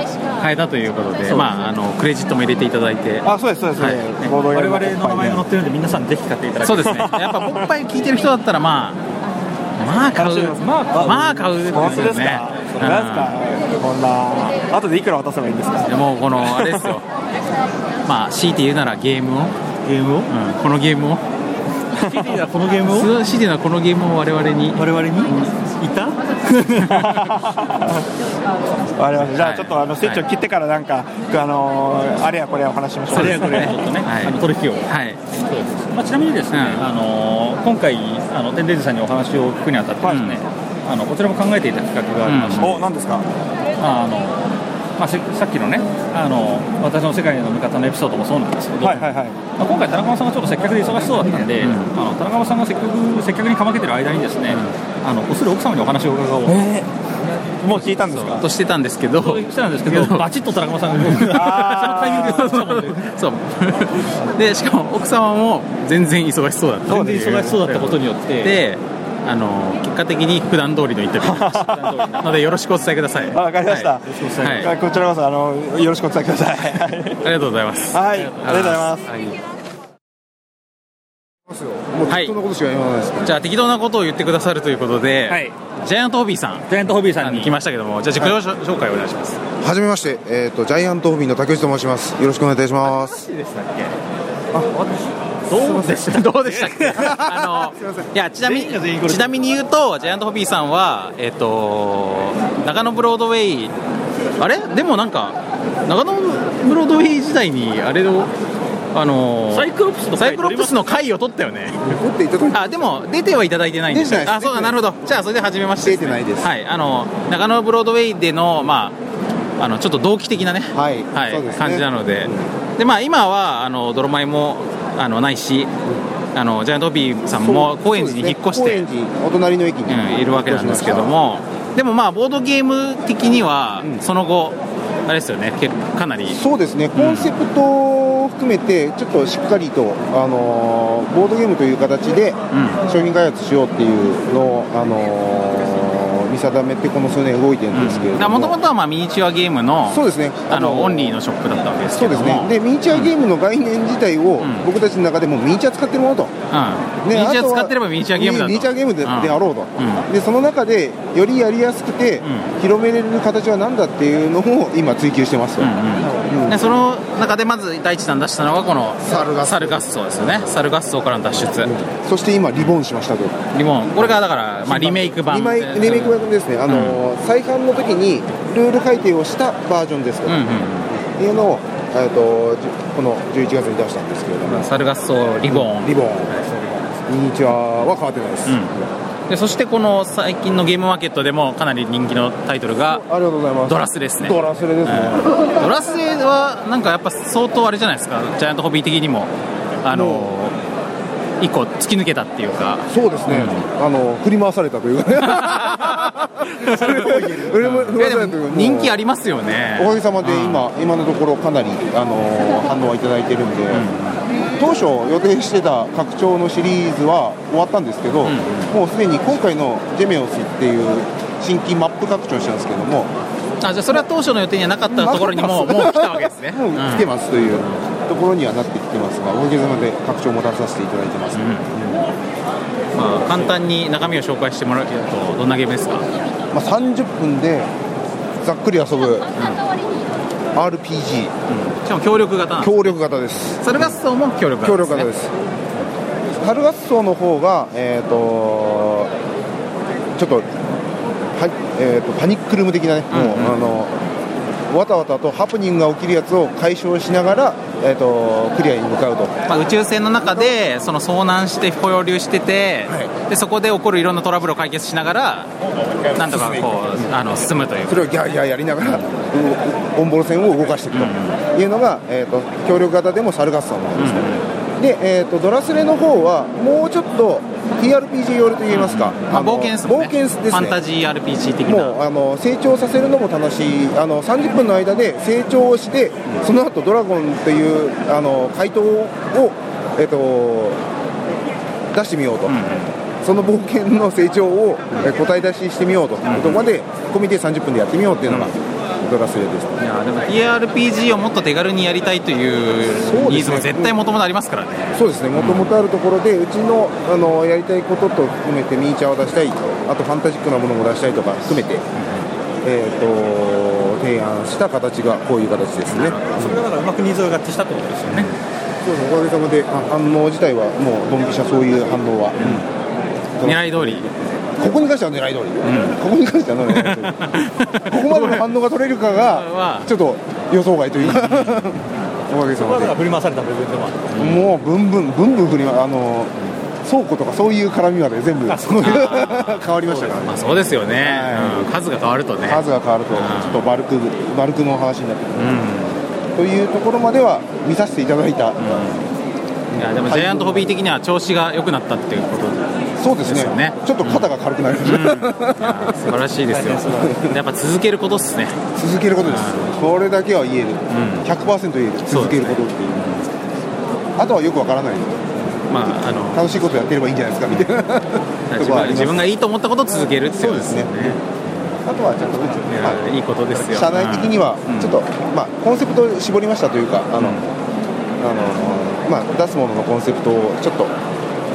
Speaker 2: 変えたということで
Speaker 8: ですね
Speaker 2: まあ、あのクレジットも入れていただいて
Speaker 14: あそうですそうです、
Speaker 2: はい
Speaker 8: 我々の名前が載ってるんで、皆さんぜひ買っていただき
Speaker 2: そうですねや
Speaker 8: [laughs]
Speaker 2: っぱおっぱい聞いてる人だったらまあまあ買うまあ買うまあ買う
Speaker 14: 本当ですか、
Speaker 2: うん
Speaker 14: なんですかこんな後でいくら渡せばいいんですか
Speaker 2: でもうこのあれで
Speaker 14: [laughs]
Speaker 2: すよまあ強いて言うならゲームをゲームを、うん、このゲームを
Speaker 8: CD はこのゲームを
Speaker 2: シティなこのゲームを我々に我々にいた
Speaker 14: [laughs] わかりましたじゃあちょっとあのステッチを切ってからなんか、あのーあれやこれやお話ししましょう
Speaker 13: それはこれちょっとね、あの取引を、
Speaker 2: はい
Speaker 13: まあ、ちなみにですね、あの今回あの天デーズさんにお話を聞くにあたってですね、あのこちらも考えていた企画がありまして、
Speaker 14: お何ですか
Speaker 13: あの、まあ、せさっきのねあの私の世界の味方のエピソードもそうなんですけど、まあ、今回田中さんがちょっと接客で忙しそうだったんで、あの田中さんが接客接客にかまけてる間にですね、あのこっそり奥様にお話を伺おうと。
Speaker 14: もう聞いたんですか
Speaker 2: としてたんですけど、
Speaker 13: してたんですけど、バチッと田中さんが動く、そのタイミングで来たもんで、
Speaker 2: そう [laughs] でしかも奥様も全然忙しそうだったっていう
Speaker 13: 全然忙しそうだったことによって
Speaker 2: であの結果的に普段通りのインタビューになりましたのでよろしくお伝えください
Speaker 14: わかりました、
Speaker 2: はいはい
Speaker 14: こちらこそあのよろしくお伝えくださいはいあり
Speaker 2: ありがとうございます
Speaker 14: がとうございます
Speaker 2: もう適当なことしか言わないです、じゃあ適当なことを言ってくださるということで、ジャイアントホビーさんジャイアントホビーさんに来ましたけどもじゃあ自己紹介お願いします、
Speaker 15: はじめまして、えー、とジャイアントホビーの竹内と申します。よろしくお願いいたします。
Speaker 2: でしたっけどうでしたどうでしたっけあのいやちなみにちなみに言うとジャイアントホビーさんはえっ、と中野ブロードウェイあれでもなんか中野ブロードウェイ時代にあれをあの
Speaker 13: サイクロプスの回
Speaker 2: サイクロプスの回を取ったよねあでも出てはいただいてないんです
Speaker 13: 出てない
Speaker 2: あ
Speaker 13: です
Speaker 2: そうだなるほどじゃあそれで初めまして出てないですねはいあの中野ブロードウェイでのまああのちょっと同期的なねはい、
Speaker 15: ですね
Speaker 2: 感じなのででまあ今はあの泥米もあのないしあのジャイアントホビーさんも高円寺に引っ越して、
Speaker 15: お隣の駅に、
Speaker 2: いるわけなんですけどもでもまあボードゲーム的にはその後、あれですよねけかなり
Speaker 15: そうですね、コンセプトを含めて、ちょっとしっかりと、あのーボードゲームという形で商品開発しようっていうのを、あのー見定めて、この数年動いてるんですけれども、
Speaker 2: もともとはまあミニチュアゲームの
Speaker 15: そうですね
Speaker 2: あのオンリーのショップだったわけです
Speaker 15: そ
Speaker 2: け
Speaker 15: うで
Speaker 2: ど
Speaker 15: す
Speaker 2: も
Speaker 15: ねでミニチュアゲームの概念自体を、僕たちの中でもミニチュア使ってるものと、
Speaker 2: うんミニチュア使ってればミニチュアゲームだと
Speaker 15: ミニチュアゲームで,、
Speaker 2: うん
Speaker 15: であろうと、
Speaker 2: うん
Speaker 15: でその中でよりやりやすくて、広めれる形は何だっていうのを今追求してますと、
Speaker 2: でその中でまず大地さん出したのがこのサルガッソですよねサルガッソからの脱出、
Speaker 15: そして今リボンしましたと
Speaker 2: リボンこれがだから、まあ、リメイク版
Speaker 15: リマイリメイク版ですね、あのー再販の時にルール改定をしたバージョンですと、っていうのを、えっとじゅこの11月に出したんですけれども、
Speaker 2: サルガッソリボン
Speaker 15: リボン、ミニチュアは変わってないです、
Speaker 2: でそしてこの最近のゲームマーケットでもかなり人気のタイトルが
Speaker 15: ありがとうございます
Speaker 2: ドラスですね
Speaker 15: ドラスレですね、
Speaker 2: ドラスレはなんかやっぱ相当あれじゃないですかジャイアントホビー的にもあの一個突き抜けたっていう
Speaker 15: [laughs]
Speaker 2: か
Speaker 15: そうですね、あの振り回されたというかね
Speaker 2: [laughs]
Speaker 15: 振り回振り回されたというかもう
Speaker 2: 人気ありますよね
Speaker 15: おかげさまで今,、今のところかなり、あのー反応はいただいてるんで、当初予定してた拡張のシリーズは終わったんですけど、もうすでに今回のジェメオスっていう新規マップ拡張したんですけども
Speaker 2: あじゃあそれは当初の予定にはなかったところにももう来たわけですね
Speaker 15: もう来てますというところにはなってきてますがおかげさまで拡張も出させていただいてます、
Speaker 2: まあ簡単に中身を紹介してもらうとどんなゲームですか
Speaker 15: まあ、30分でざっくり遊ぶ、RPG、
Speaker 2: しかも協力型なんです
Speaker 15: 協力型です
Speaker 2: サルガッソも協力型
Speaker 15: 協
Speaker 2: で
Speaker 15: 力
Speaker 2: す、ね、
Speaker 15: 型ですサルガッソの方がえっ、とちょっとは、えー、とパニックルーム的なね、もうあのわたわたとハプニングが起きるやつを解消しながら、えー、とクリアに向かうと
Speaker 2: まあ、宇宙船の中でその遭難して漂流してて、でそこで起こるいろんなトラブルを解決しながらなんとかこうあの進むという
Speaker 15: それをギャーギャーやりながら、うオンボロ船を動かしていくというのが、えー、と協力型でもサルガッソのものですね、で、えー、とドラスレの方はもうちょっと TRPG 寄りといいますか、あの冒険ですね
Speaker 2: ファンタジー RPG 的な
Speaker 15: もうあの成長させるのも楽しいあの30分の間で成長をしてその後ドラゴンというあの回答を、えっと、出してみようと、その冒険の成長をえ答え出ししてみようというところまで込みで30分でやってみようっていうのがドラスレです、
Speaker 2: いやでも TRPG をもっと手軽にやりたいというニーズも絶対もともとありますからね
Speaker 15: そうですね、もともとあるところで、うちのあのやりたいことと含めて、ミニチュアを出したい、あとファンタジックなものも出したいとか含めて、えー、と提案した形がこういう形ですね。
Speaker 13: それがだからうまくニーズが合致したってことですよね。
Speaker 15: そうですねおかげさまであ反応自体は、もうドンピシャ、そういう反応は、
Speaker 2: 狙い通
Speaker 15: [laughs]
Speaker 2: り
Speaker 15: ここに関しては狙い通り、ここに関しては狙い通 [laughs] り、ここまでの反応が取れるかが、ちょっと予想外というか、おかげさ
Speaker 13: そこ
Speaker 15: ま
Speaker 13: はだ
Speaker 15: で
Speaker 13: から。振り回された部分でもある。
Speaker 15: もうブンブンブンブン振りまあの倉庫とかそういう絡みまで全部変わりましたからね
Speaker 2: まあそうですよね、うん数が変わるとね
Speaker 15: 数が変わるとちょっとバルクバルクの話になってくる、というところまでは見させていただいた、
Speaker 2: いやでもジャイアントホビー的には調子が良くなったっていうこと
Speaker 15: そうですね
Speaker 2: よね
Speaker 15: ちょっと肩が軽くなりま
Speaker 2: うん
Speaker 15: した、
Speaker 2: 素晴らしい
Speaker 15: [laughs]
Speaker 2: ですよやっぱ続けることっすね
Speaker 15: 続けることです、これだけは言える、100%言える続けることっていうあとはよくわからない
Speaker 2: まああの
Speaker 15: 楽しいことやってればいいんじゃないですかみたいなと
Speaker 2: 自
Speaker 15: こはありま
Speaker 2: 分
Speaker 15: す
Speaker 2: 自分がいいと思ったことを続けるってそうですね
Speaker 15: あとはちょっとうち
Speaker 2: いやいいことですよ
Speaker 15: 社内的にはちょっと、まあ、コンセプトを絞りましたというかあの、あのまあ、出すもののコンセプトをちょっと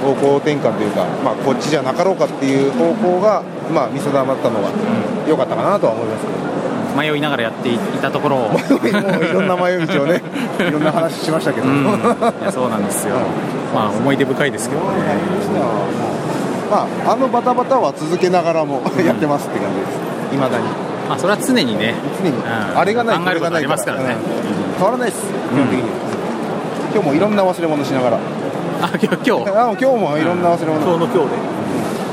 Speaker 15: 方向転換というか、まあ、こっちじゃなかろうかっていう方向が、まあ、見定まったのは良かったかなとは思いますけど
Speaker 2: うん迷いながらやっていたところを
Speaker 15: もういろんな迷い道
Speaker 2: [laughs]
Speaker 15: をねいろんな話しましたけど、
Speaker 2: うんいやそうなんですよまあ思い出深いですけどね
Speaker 15: まあ、あのバタバタは続けながらもやってますって感じですいまだに
Speaker 2: まあそれは常にね
Speaker 15: 常にあれがない
Speaker 2: 考えることありますからね
Speaker 15: 変わらないです基本的に、今日もいろんな忘れ物しながら
Speaker 2: あ今日今
Speaker 15: 日今日もいろんな忘れ物、今日の今日で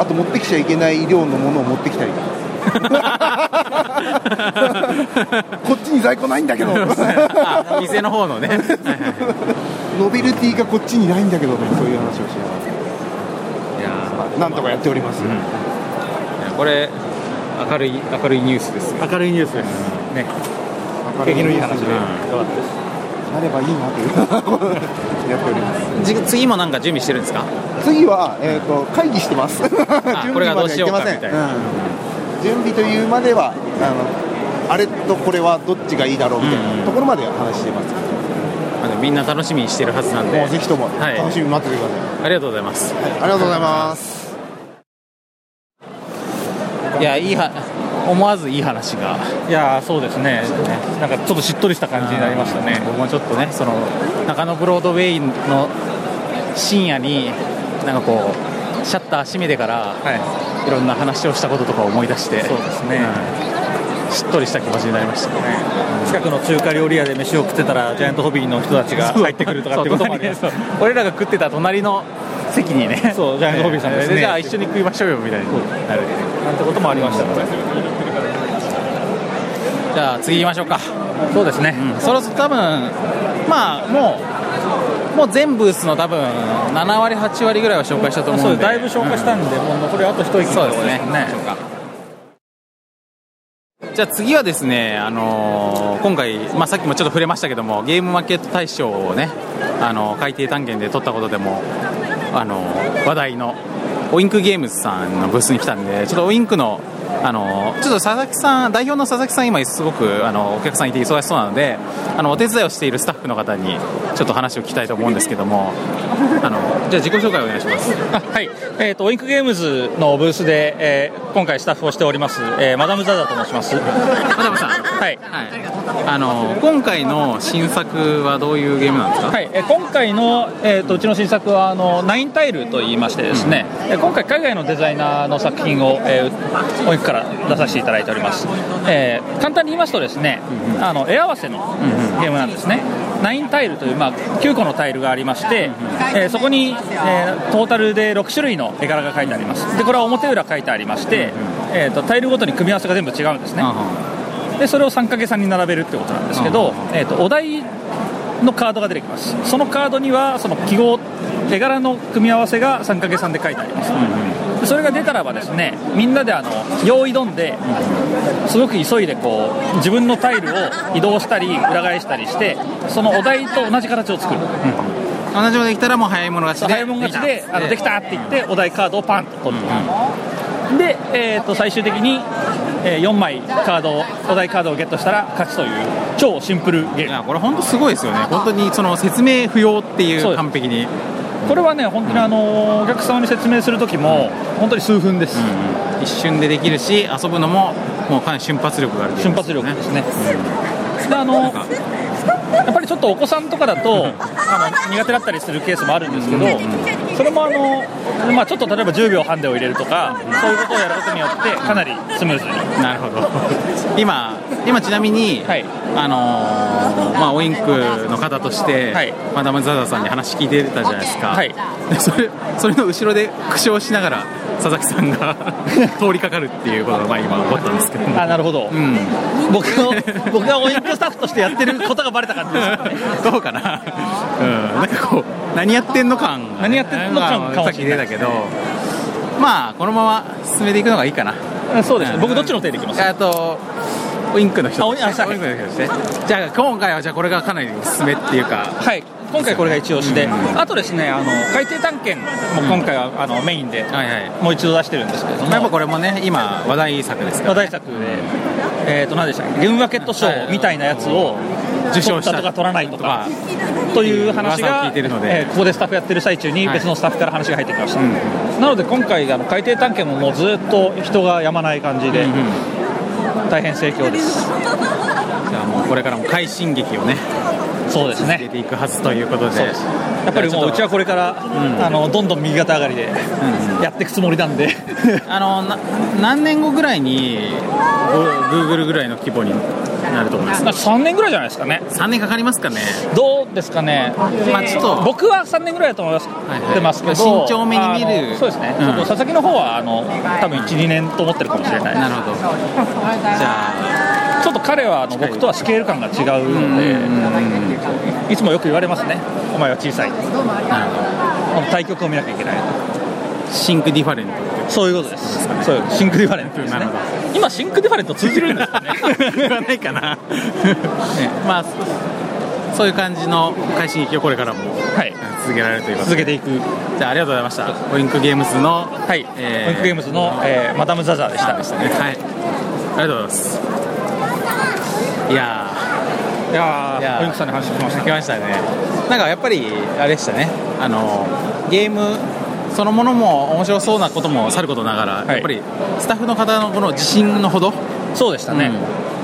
Speaker 15: あと持ってきちゃいけない量のものを持ってきた [laughs] りこっちに在庫ないんだ [laughs] けど
Speaker 2: あ店の方のね
Speaker 15: ノベルティがこっちにないんだけどとかそういう話をしながら
Speaker 2: い
Speaker 15: [laughs]
Speaker 2: や
Speaker 15: なんとかやっております、
Speaker 2: ーこれ明るい明るいニュースです明るいニュースですね
Speaker 15: 明るいニュースで
Speaker 2: よかったです
Speaker 15: なればいいなというやっております
Speaker 2: じ次もなんか準備してる
Speaker 15: [laughs]
Speaker 2: んですか
Speaker 15: 次は、えー、と会議してます準 [laughs]
Speaker 2: こ
Speaker 15: 備
Speaker 2: れが
Speaker 15: ま
Speaker 2: ど
Speaker 15: では
Speaker 2: うし
Speaker 15: い
Speaker 2: よう
Speaker 15: け
Speaker 2: か
Speaker 15: ませ
Speaker 2: み
Speaker 15: ん
Speaker 2: たいな、
Speaker 15: うん準備というまではあのあれとこれはどっちがいいだろうみたいなところまで話してます、
Speaker 2: まあでもみんな楽しみにしてるはずなんで
Speaker 15: もうぜひとも
Speaker 2: はい、
Speaker 15: 楽しみに待っててください、
Speaker 2: ありがとうございます、
Speaker 15: ありがとうございます
Speaker 2: いやいいは思わずいい話が
Speaker 3: いやーそうですねなんかちょっとしっとりした感じになりましたね
Speaker 2: 僕もちょっとねその中野ブロードウェイの深夜になんかこうシャッター閉めてから、い、ろんな話をしたこととかを思い出してそうですね、しっとりした気持ちになりました
Speaker 3: 近くの中華料理屋で飯を食ってたらジャイアントホビーの人たちが入ってくるとかっていうこともあります
Speaker 2: そう隣でそう俺らが食ってた隣の席にね
Speaker 3: そうジャイアントホビーさんですね
Speaker 2: じゃあ一緒に食いましょうよみたいになる
Speaker 3: なんてこともありましたから
Speaker 2: じゃあ次行きましょうかそうですね、そろそろ多分まあもうもう全ブースの多分7割8割ぐらいは紹介したと思
Speaker 3: そううん
Speaker 2: で
Speaker 3: だいぶ消化したんで、もう残りあと一息
Speaker 2: そうですねじゃあ次はですね、あのー今回、まあ、さっきもちょっと触れましたけどもゲームマーケット大賞をね、あの海底探検で取ったことでも、あのー話題のオインクゲームズさんのブースに来たんでちょっとオインクの、あのーちょっと佐々木さん代表の佐々木さん今すごく、あのお客さんいて忙しそうなのであのお手伝いをしているスタッフの方にちょっと話を聞きたいと思うんですけどもあのじゃあ自己紹介お願いします。
Speaker 3: はい、えっ、と、オインクゲームズのブースで、えー今回スタッフをしております、えーマダムザザと申します。
Speaker 2: マダムさん、
Speaker 3: はい、
Speaker 2: あの今回の新作はどういうゲームなんですか、
Speaker 3: はい、えー今回の、えー、とうちの新作はあのナインタイルといいましてですね、えー今回海外のデザイナーの作品を、えー、おいくから出させていただいております、えー簡単に言いますとですね、あの絵合わせのゲームなんですね、ナインタイルという、まあ、9個のタイルがありまして、えーそこに、えートータルで6種類の絵柄が書いてありますでこれは表裏書いてありまして、えー、とタイルごとに組み合わせが全部違うんですね、でそれを 3×3 に並べるってことなんですけど、えー、とお題のカードが出てきますそのカードにはその記号手柄の組み合わせが 3×3 で書いてあります、でそれが出たらばですねみんなであの用意どんですごく急いでこう自分のタイルを移動したり裏返したりしてそのお題と同じ形を作る、
Speaker 2: 同じのできたらもう早い者勝ちで
Speaker 3: 早い者勝ちであのできたって言ってお題カードをパンと取る、で、えー、と最終的に、え4枚カードをお題カードをゲットしたら勝ちという超シンプルゲーム
Speaker 2: これ本当すごいですよね本当にその説明不要っていう完璧に
Speaker 3: これはね本当にあのお客様に説明する時も本当に数分です、
Speaker 2: 一瞬でできるし遊ぶのももうかなり瞬発力がある瞬発
Speaker 3: 力ですね、であのやっぱりちょっとお子さんとかだ
Speaker 2: [laughs]
Speaker 3: とあの苦手だったりするケースもあるんですけど、それもあの、まあ、ちょっと例えば10秒ハンデを入れるとか、そういうことをやることによって、かなりスムーズに。
Speaker 2: なるほど今今ちなみに、あのーまあ、オインクの方として、マダム・ザザさんに話聞いてたじゃないですか、でそれそれの後ろで苦笑しながら佐々木さんが [laughs] 通りかかるっていうことがまあ今起こったんですけども
Speaker 3: あなるほど、
Speaker 2: うん、
Speaker 3: 僕の僕がオインクスタッフとしてやってることがバレた感じですかね
Speaker 2: どうかな、うん、なんかこう何やってんの感何やって
Speaker 3: んの感か
Speaker 2: さ
Speaker 3: も
Speaker 2: っ
Speaker 3: し
Speaker 2: き
Speaker 3: れ
Speaker 2: 出
Speaker 3: な
Speaker 2: た
Speaker 3: い
Speaker 2: けどまあこのまま進めていくのがいいかな
Speaker 3: そうですね僕どっちの手でいきます
Speaker 2: あとウインクの人
Speaker 3: あウインクあはい
Speaker 2: ウインクの人ですねじゃあ今回はじゃあこれがかなりおすすめっていうか
Speaker 3: はい今回これが一押しで、あとですねあの海底探検も今回は、あのメインで、もう一度出してるんですけれども、やっぱこれもね今話題作です話題作で、えー、と何でしたっけゲームマーケット賞みたいなやつを
Speaker 2: 受賞した
Speaker 3: 取ったとか取らないとかという話
Speaker 2: 噂を
Speaker 3: が
Speaker 2: 聞いてるので
Speaker 3: えーここでスタッフやってる最中に
Speaker 2: はい
Speaker 3: 別のスタッフから話が入ってきました、なので今回あの海底探検ももうずっと人がやまない感じで、大変盛況です
Speaker 2: じゃあもうこれからも快進撃をね
Speaker 3: そうですね
Speaker 2: 続けていくはずということで
Speaker 3: そうですやっぱりもううちはこれから、あのどんどん右肩上がりでやっていくつもりなんで、
Speaker 2: あのな何年後ぐらいにグーグルぐらいの規模になると思います
Speaker 3: 3年ぐらいじゃないですかね
Speaker 2: 3年かかりますかね
Speaker 3: どうですかね、
Speaker 2: まあちょっと
Speaker 3: 僕は3年ぐらいだと思います,、
Speaker 2: い
Speaker 3: てますけど
Speaker 2: 慎重めに見る
Speaker 3: あのそうですね、
Speaker 2: うん
Speaker 3: ちょっと佐々木の方はあの多分12年と思ってるかもしれないなるほどじゃあちょっと彼はあの僕とはスケール感が違うので、いつもよく言われますねお前は小さいこの対局を見なきゃいけない
Speaker 2: シンクディファレント
Speaker 3: そういうことですそういうことシンクディファレントですね今シンクディファレント通じるんですかね
Speaker 2: [laughs] 言わない
Speaker 3: [laughs]
Speaker 2: かなまあそそういう感じの快進撃をこれからも続けられるということ
Speaker 3: 続
Speaker 2: で
Speaker 3: けていく
Speaker 2: じゃあありがとうございましたオインクゲームズの
Speaker 3: はい、
Speaker 2: えー
Speaker 3: オインクゲームズの、えーマダム・ザ・ザーでした
Speaker 2: はいありがとうございますいや
Speaker 3: いや
Speaker 2: いや
Speaker 3: ーオインクさんに話聞きました
Speaker 2: 来ましたねなんかやっぱりあれでしたねあのゲームそのものも面白そうなこともさることながら、やっぱりスタッフの方のこの自信のほど
Speaker 3: そうでしたね、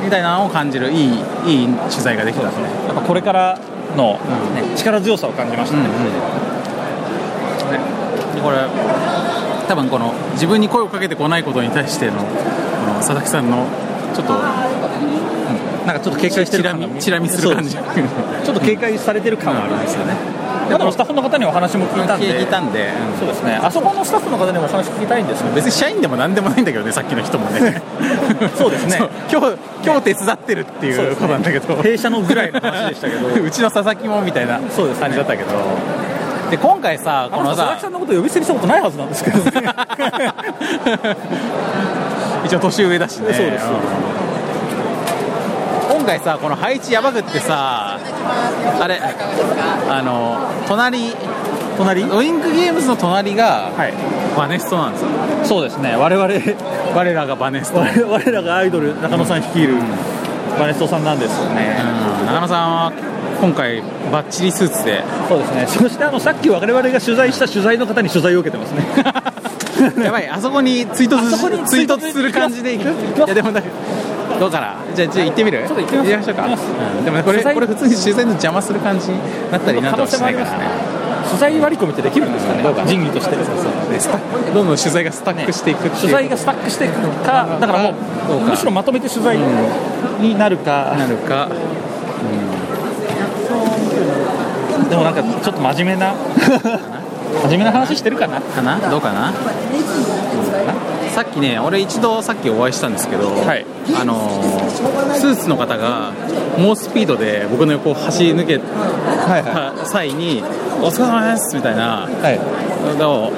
Speaker 2: みたいなのを感じるいいいい取材ができたね
Speaker 3: やっぱこれからの、ね力強さを感じましたね,、
Speaker 2: でこれ多分この自分に声をかけてこないことに対してのこの佐々木さんのちょっと
Speaker 3: なんかちょっと警戒してる感が
Speaker 2: チラ見する感じ
Speaker 3: そうちょっと警戒されてる感はありますよね、まあでもスタッフの方にお話も聞いたんで
Speaker 2: 聞いたんで、
Speaker 3: そうですねあそこのスタッフの方にもお話聞きたいんですよ
Speaker 2: 別に社員でも何でもないんだけどねさっきの人もね
Speaker 3: そうですね
Speaker 2: 今日今日手伝ってるっていうことなんだけど、
Speaker 3: 弊社のぐらいの話でしたけど
Speaker 2: うちの佐々木もみたいな感じだったけどで今回さこ
Speaker 3: あの
Speaker 2: の
Speaker 3: 佐々
Speaker 2: さ
Speaker 3: 木さんのこと呼び捨てにしたことないはずなんですけど、ね、
Speaker 2: [laughs] 一応年上だしね
Speaker 3: そうです
Speaker 2: うん今回さこの配置やばくってさあれあの隣
Speaker 3: 隣
Speaker 2: ウインクゲームズの隣が、バネストなんですよ
Speaker 3: そうですね我々 [laughs]
Speaker 2: 我らがバネスト
Speaker 3: 我我らがアイドル中野さん率いるバネストさんなんですよね、
Speaker 2: 中野さんは今回バッチリスーツで
Speaker 3: そうですねそしてあのさっき我々が取材した取材の方に取材を受けてますね
Speaker 2: [laughs] やばいあそこに追突す追突する感じでいくいやでもだどうかなじゃあじゃあ行ってみる
Speaker 3: ちょっと行ってみます
Speaker 2: 行きましょうか、うんでもねこれ
Speaker 3: 取材
Speaker 2: これ普通に取材の邪魔する感じになったりなんとかしないからね
Speaker 3: 取材割り込みってできるんですかね人義として
Speaker 2: でスタッフどんどん取材がスタックしていくっていう、
Speaker 3: [laughs] 取材がスタックしていくのかだからもうむしろまとめて取材になるか、
Speaker 2: なるか
Speaker 3: でもなんかちょっと真面目
Speaker 2: [laughs]
Speaker 3: な真面目な話してるかな
Speaker 2: かなどうかなさっきね俺一度さっきお会いしたんですけど、あのースーツの方が猛スピードで僕の横を走り抜けた際に「お疲れ様です」みたいなのを、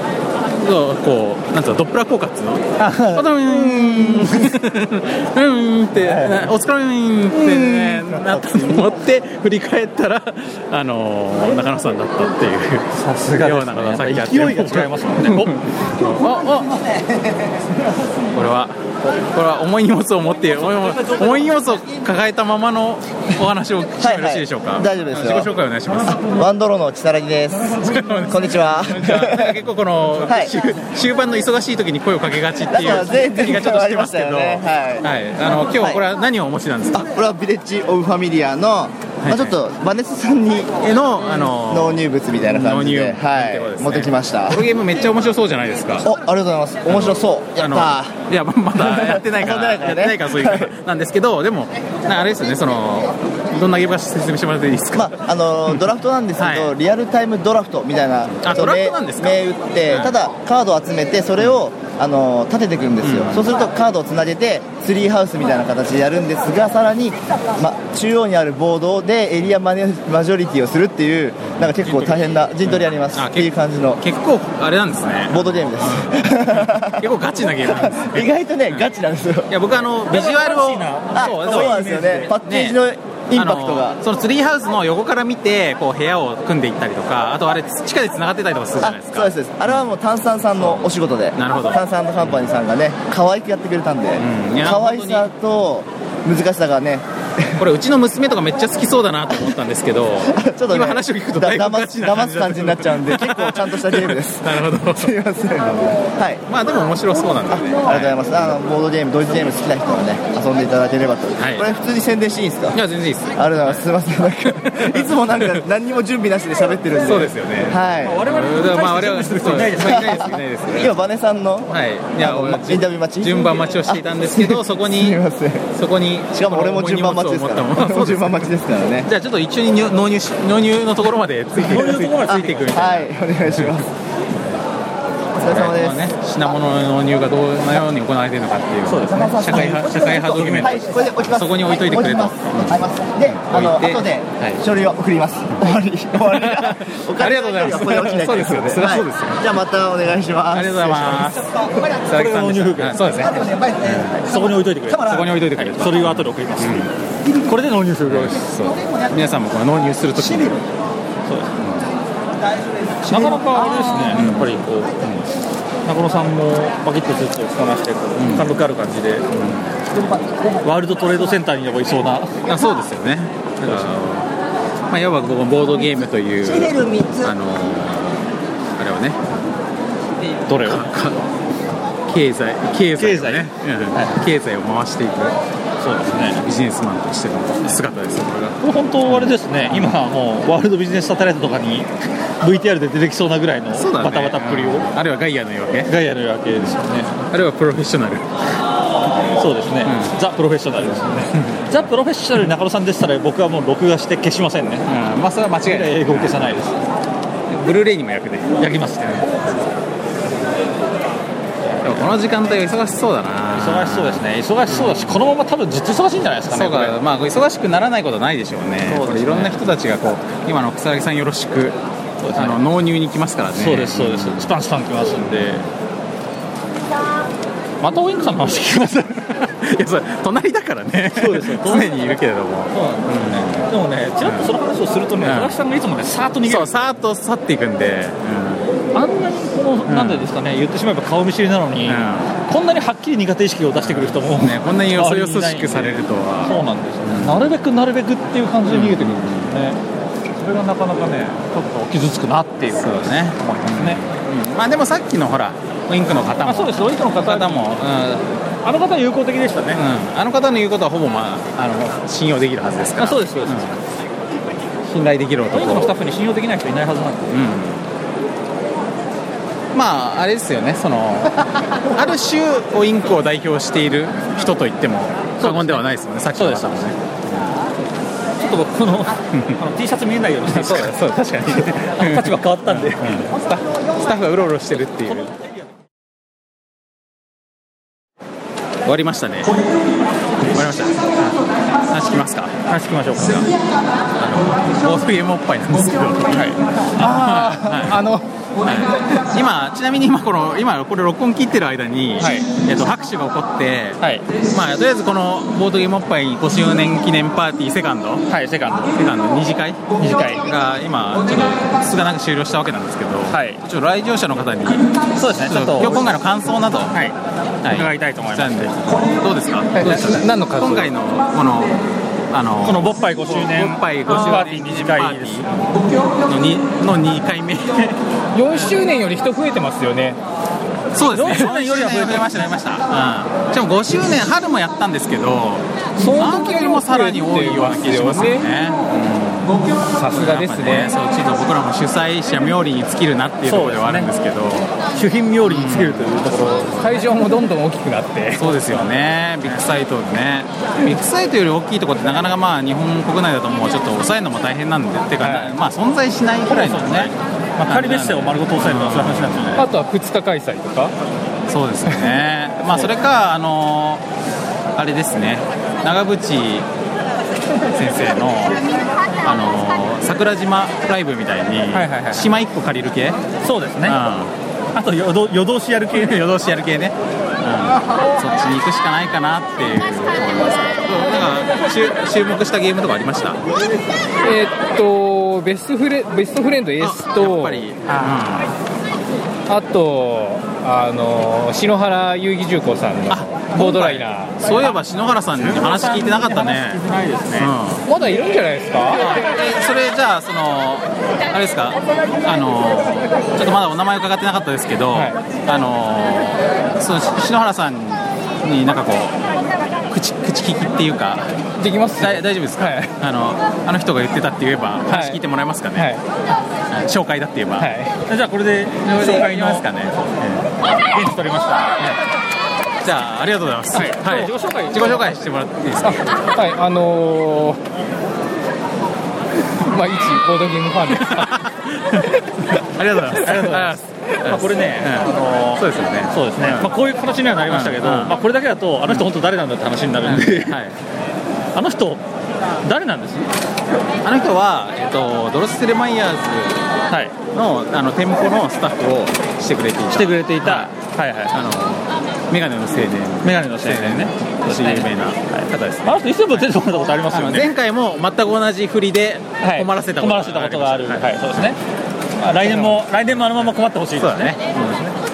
Speaker 2: こうなんつうのドップラー効果っつうの「お疲れ様ですうん」って「お疲れ様です」ってねなったと思って振り返ったらあのー中野さんだったっていうさ
Speaker 3: すがですね
Speaker 2: ようなことがさっきあって
Speaker 3: 勢いが違いますもん
Speaker 2: [laughs]
Speaker 3: ねお
Speaker 2: これはこれは重い荷物を持って重い重い荷物を抱えたままのお話をしてよろしいでしょうか、
Speaker 16: 大丈夫ですよ
Speaker 2: 自己紹介お願い
Speaker 16: [laughs]
Speaker 2: します
Speaker 16: ワンドローの木更木ですこんにちは
Speaker 2: 結構この、終終盤の忙しい時に声をかけがちってい
Speaker 16: だから
Speaker 2: う
Speaker 16: 前
Speaker 2: 気がちょっとしてますけ
Speaker 16: 前回
Speaker 2: ど、
Speaker 16: もありましたよねはい
Speaker 2: はいあの今日これは何をお持ちなんですか、
Speaker 16: これはビレッジ・オブ・ファミリアの、まあ、ちょっとバネスさんに
Speaker 2: のあの
Speaker 16: 納入物みたいな感じで、はい、持ってきました
Speaker 2: このゲームめっちゃ面白そうじゃないですか
Speaker 16: おありがとうございます面白そうやったー
Speaker 2: いやま [laughs] まだやってないから
Speaker 16: 遊んでないからね
Speaker 2: やってないからそ
Speaker 16: [laughs]
Speaker 2: ういうなんですけどでもなんかあれですよねそのどんなゲームか説明してもらっていいですか、
Speaker 16: あのドラフトなんですけど、リアルタイムドラフトみたいな
Speaker 2: あドラフトなんですか
Speaker 16: 銘打って、
Speaker 2: はい
Speaker 16: ただカードを集めてそれをあの立てていくんですよ、そうするとカードをつなげてツリーハウスみたいな形でやるんですがさらに、ま、中央にあるボードでエリアマネマジョリティをするっていうなんか結構大変な陣取りあります、っていう感じの
Speaker 2: 結構あれなんですね
Speaker 16: ボードゲームです
Speaker 2: 結構ガチなゲームなんです
Speaker 16: 意外とね、 [laughs] ガチなんですよ
Speaker 2: いや僕あのビジュアルを
Speaker 16: あそうなんですよねパッケージのインパクトが、
Speaker 2: あのそのツリーハウスの横から見てこう部屋を組んでいったりとかあとあれ地下でつながってたりとかするじゃないですか
Speaker 16: そうですそうですあれはもう炭酸さんのお仕事で
Speaker 2: なるほど
Speaker 16: 炭酸カンパニーさんがね可愛くやってくれたんで、
Speaker 2: いや
Speaker 16: 可愛さと難しさがね [laughs]
Speaker 2: これうちの娘とかめっちゃ好きそうだなと思ったんです
Speaker 16: [laughs]
Speaker 2: けど
Speaker 16: ちょっと、ね、
Speaker 2: 今話を聞くと
Speaker 16: だ
Speaker 2: だいぶガ
Speaker 16: 騙
Speaker 2: チ
Speaker 16: す
Speaker 2: な
Speaker 16: 騙
Speaker 2: 感じ
Speaker 16: す感じになっちゃうんで結構ちゃんとしたゲームです
Speaker 2: [laughs] なるほどす
Speaker 16: いませんはい
Speaker 2: まあでも面白そうなんでね
Speaker 16: ありがとうございますあのボードゲームドイツゲーム好きな人はね遊んでいただければと、これ普通に宣伝していいんですか
Speaker 2: いや全然いいです
Speaker 16: ありがとうございますすいませんなんかいつもなんか何にも準備なしで喋ってるんで
Speaker 2: そうですよね
Speaker 16: はい
Speaker 2: 我々まあ我々はそうですまあいないですいないです
Speaker 16: 今バネさんの
Speaker 2: はいいや俺
Speaker 16: インタビュー待ち
Speaker 2: 順番待ちをしていたんですけどそこにそこに
Speaker 16: しかも俺も順番待ちですから
Speaker 2: 重い荷物を持ったまま
Speaker 16: 俺も順番待ちですからね
Speaker 2: じゃあちょっと一緒に入納入し納入のところまでついて納入のところまでついていくみたい
Speaker 16: なはいお願いします
Speaker 2: お疲れ様です、ね、品物の納入がどうなように行われているのかっていうそうです、ね、社会派社会派ドキュメント、
Speaker 16: はいこれで置きます
Speaker 2: そこに置いといてくれと
Speaker 16: 置きます置きますであの
Speaker 2: 置いて
Speaker 16: 後で
Speaker 2: はい
Speaker 16: 書類を送ります終わり終わり
Speaker 2: [laughs] ありがとうございます
Speaker 16: お金の処理はここで起きない
Speaker 2: そうですよねそれはそうですよ
Speaker 16: はいじゃあまたお願いします
Speaker 2: ありがとうございます佐々木さんでしたはいそうですね
Speaker 17: そこに置いといてくれそ
Speaker 2: こに置いといてくれと
Speaker 17: それは後で送ります、これで納入する
Speaker 2: そう皆さんもこの納入するときに
Speaker 3: なかなかあれですね、やっぱりこう、中野さんもパキッとスーツをつかましてこう、貫禄ある感じで、ワールドトレードセンターにでもいそうな、
Speaker 2: あそうですよねだからまあいわばこうボードゲームというあのあれはね
Speaker 3: どれを
Speaker 2: か経済経済をねうん経済を回していく
Speaker 3: そうですね、
Speaker 2: ビジネスマンとしての姿ですよこれが
Speaker 3: これ本当、あれですね、今、もうワールドビジネスサテライトとかに VTR で出てきそうなぐらいの
Speaker 2: そうだね
Speaker 3: バタバタっぷりを、
Speaker 2: あるいはガイアの夜明け
Speaker 3: ガイアの夜明けですよね、
Speaker 2: あるいはプロフェッショナル
Speaker 3: そうですね、ザ・プロフェッショナル
Speaker 2: [laughs]
Speaker 3: ですよね、ザ・プロフェッショナル中野さんでしたら、僕はもう録画して消しませんね、
Speaker 2: まあそれは間違いない
Speaker 3: 英語を消さないです、
Speaker 2: ブルーレイにも焼くね
Speaker 3: 焼きますね、
Speaker 2: でもこの時間帯は忙しそうだな
Speaker 3: 忙しそうですね、忙しそうだし、このまま多分ずっと忙しいんじゃないですかね、
Speaker 2: そう
Speaker 3: これ
Speaker 2: か、まあ、忙しくならないことはないでしょうね、
Speaker 3: そうですね
Speaker 2: これいろんな人たちがこう今の草薙さん、よろしく、あの納入に来ますからね、
Speaker 3: そうです、そうです、スパンスパン来ますんで、またウインクさんの話聞きます
Speaker 2: [laughs] いやそれ隣だからね、
Speaker 3: そうですよ
Speaker 2: [laughs] 常にいるけれども、
Speaker 3: でもね、ちらっとその話をするとね、
Speaker 2: うん
Speaker 3: 佐々木さんがいつもね、さーっと逃げる
Speaker 2: そう、さーっと去っていくんで、
Speaker 3: あんなにこの、なんでですかね、言ってしまえば顔見知りなのに、こんなにはっきり苦手意識を出してくる人も、
Speaker 2: うんね、こんなによそよそ
Speaker 3: 周
Speaker 2: し
Speaker 3: りにいないんで
Speaker 2: くされるとは、
Speaker 3: そうなんですよね、なるべくなるべくっていう感じで逃げてくるんですよね、それがなかなかね、ちょっと傷つくなっていう
Speaker 2: そう
Speaker 3: 思
Speaker 2: ね、
Speaker 3: いますね。
Speaker 2: うんまあでもさっきのほら、ウインクの方
Speaker 3: あ
Speaker 2: も、
Speaker 3: そうです、ドイツの方
Speaker 2: 方も、
Speaker 3: あの方は有効的でしたね。
Speaker 2: うんうんあの方の言うことはほぼ、まあ、あの信用できるはずですから、
Speaker 3: あそうです、そうです。
Speaker 2: 信頼できる
Speaker 3: ドイツの
Speaker 2: 男
Speaker 3: ス。タッフに信用できない人いないはずなんで。
Speaker 2: うんまああれですよねそのある種オインクを代表している人と言っても過言ではないですもんねさっきの方もね
Speaker 3: ちょっとこ
Speaker 2: [laughs]
Speaker 3: のあの T シャツ見えないようにして、
Speaker 2: そうだそうだ確かに
Speaker 3: あの立場変わったんで。
Speaker 2: スタッフスタッフがうろうろしてるっていう終わりましたね終わりました話聞きますか
Speaker 3: 話聞きましょうか。
Speaker 2: ボードゲームおっぱいなんですけど
Speaker 16: あああの
Speaker 2: 今ちなみに今この今これ録音切ってる間に、えっと、拍手が起こって、まあ、とりあえずこのボードゲームおっぱい5周年記念パーティーセカンド
Speaker 3: はい、セカンド。
Speaker 2: セカンド2次会
Speaker 3: 二次会
Speaker 2: が今ちょっと少なく終了したわけなんですけど、ちょっと来場者の方に
Speaker 3: そうですね、ちょっと。
Speaker 2: 今日今回の感想など、
Speaker 3: はい、伺いたいと思います。
Speaker 2: なんでどうですか
Speaker 17: い
Speaker 2: どうでした
Speaker 17: な何の感想
Speaker 2: 今回のこのあの
Speaker 3: このボッパイ5周年
Speaker 2: ボッパイ5
Speaker 3: パー
Speaker 2: 周
Speaker 3: ティー
Speaker 2: 年
Speaker 3: 二次会です
Speaker 2: の 2, の2回目
Speaker 18: 4周年より人増えてますよね
Speaker 2: そうですね
Speaker 18: 4周年よりは増えて
Speaker 2: ました増えました、うん、しかも5周年春もやったんですけど
Speaker 18: そ
Speaker 2: あの時よりもさらに多いような気がしますよね
Speaker 18: さすがですね
Speaker 2: そうちょっと僕らも主催者冥利に尽きるなっていうところではあるんですけど
Speaker 3: 主品冥利につけるというところ。
Speaker 18: 会場もどんどん大きくなって
Speaker 2: そうですよねビッグサイトでねビッグサイトより大きいところってなかなかまあ日本国内だともうちょっと抑えるのも大変なんでっていうか、まあ存在しないぐらいのね
Speaker 3: まあ、仮別荘を丸ごと押さえるのはそういう話なんですよね。
Speaker 18: あとは2日開催とか
Speaker 2: そうですよねまあそれかあのーあれですね長渕先生のあのー桜島ライブみたいに
Speaker 3: はいはいはい
Speaker 2: 島1個借りる系
Speaker 3: そうですね
Speaker 2: あ
Speaker 3: と夜通夜通しやる系
Speaker 2: 夜通しやる系ね、うん、そっちに行くしかないかなっていうなんか注注目したゲームとかありました
Speaker 10: えーっとベストフレベストフレンドエースとあとあの篠原遊戯重工さんのボードライナー
Speaker 2: そういえば篠原さんに話聞いてなかったねうん
Speaker 10: まだいるんじゃないですか
Speaker 2: えそれじゃあそのあれですかあのちょっとまだお名前伺ってなかったですけど、あのそのし篠原さんになんかこう口口利きっていうか
Speaker 10: できます
Speaker 2: 大丈夫ですか、あのあの人が言ってたって言えば話聞いてもらえますかね、はい紹介だって言えば、
Speaker 3: じゃあこれで
Speaker 2: 紹
Speaker 3: 紹
Speaker 2: 介
Speaker 3: 介
Speaker 2: に
Speaker 3: の
Speaker 2: ますかね、
Speaker 3: 現地取りました
Speaker 2: じゃあありがとうございます、はい
Speaker 3: 自己紹介
Speaker 2: 自己紹介してもらっていいですか
Speaker 10: はいあのーまあ一ボードゲームファンです
Speaker 2: ありがとうございます
Speaker 3: ありがとうございますまあこれね、あの
Speaker 2: そうですよね
Speaker 3: そうですね、まあこういう形にはなりましたけど、
Speaker 2: うんうん
Speaker 3: まあこれだけだとあの人本当誰なんだって話になるんで、あの人誰なんです？
Speaker 2: [laughs] あの人は、えっと、ドロス・テルマイヤーズの,、あの店舗のスタッフをしてくれていたしてくれていた、はいはいあのメガネの青年メガネの青年ね私有名な方です、あの人いつも出てもらったことありますよね前回も全く同じ振りで困らせたことがある、はいそうですね
Speaker 3: あ来年も来年もあのまま困ってほしいですね。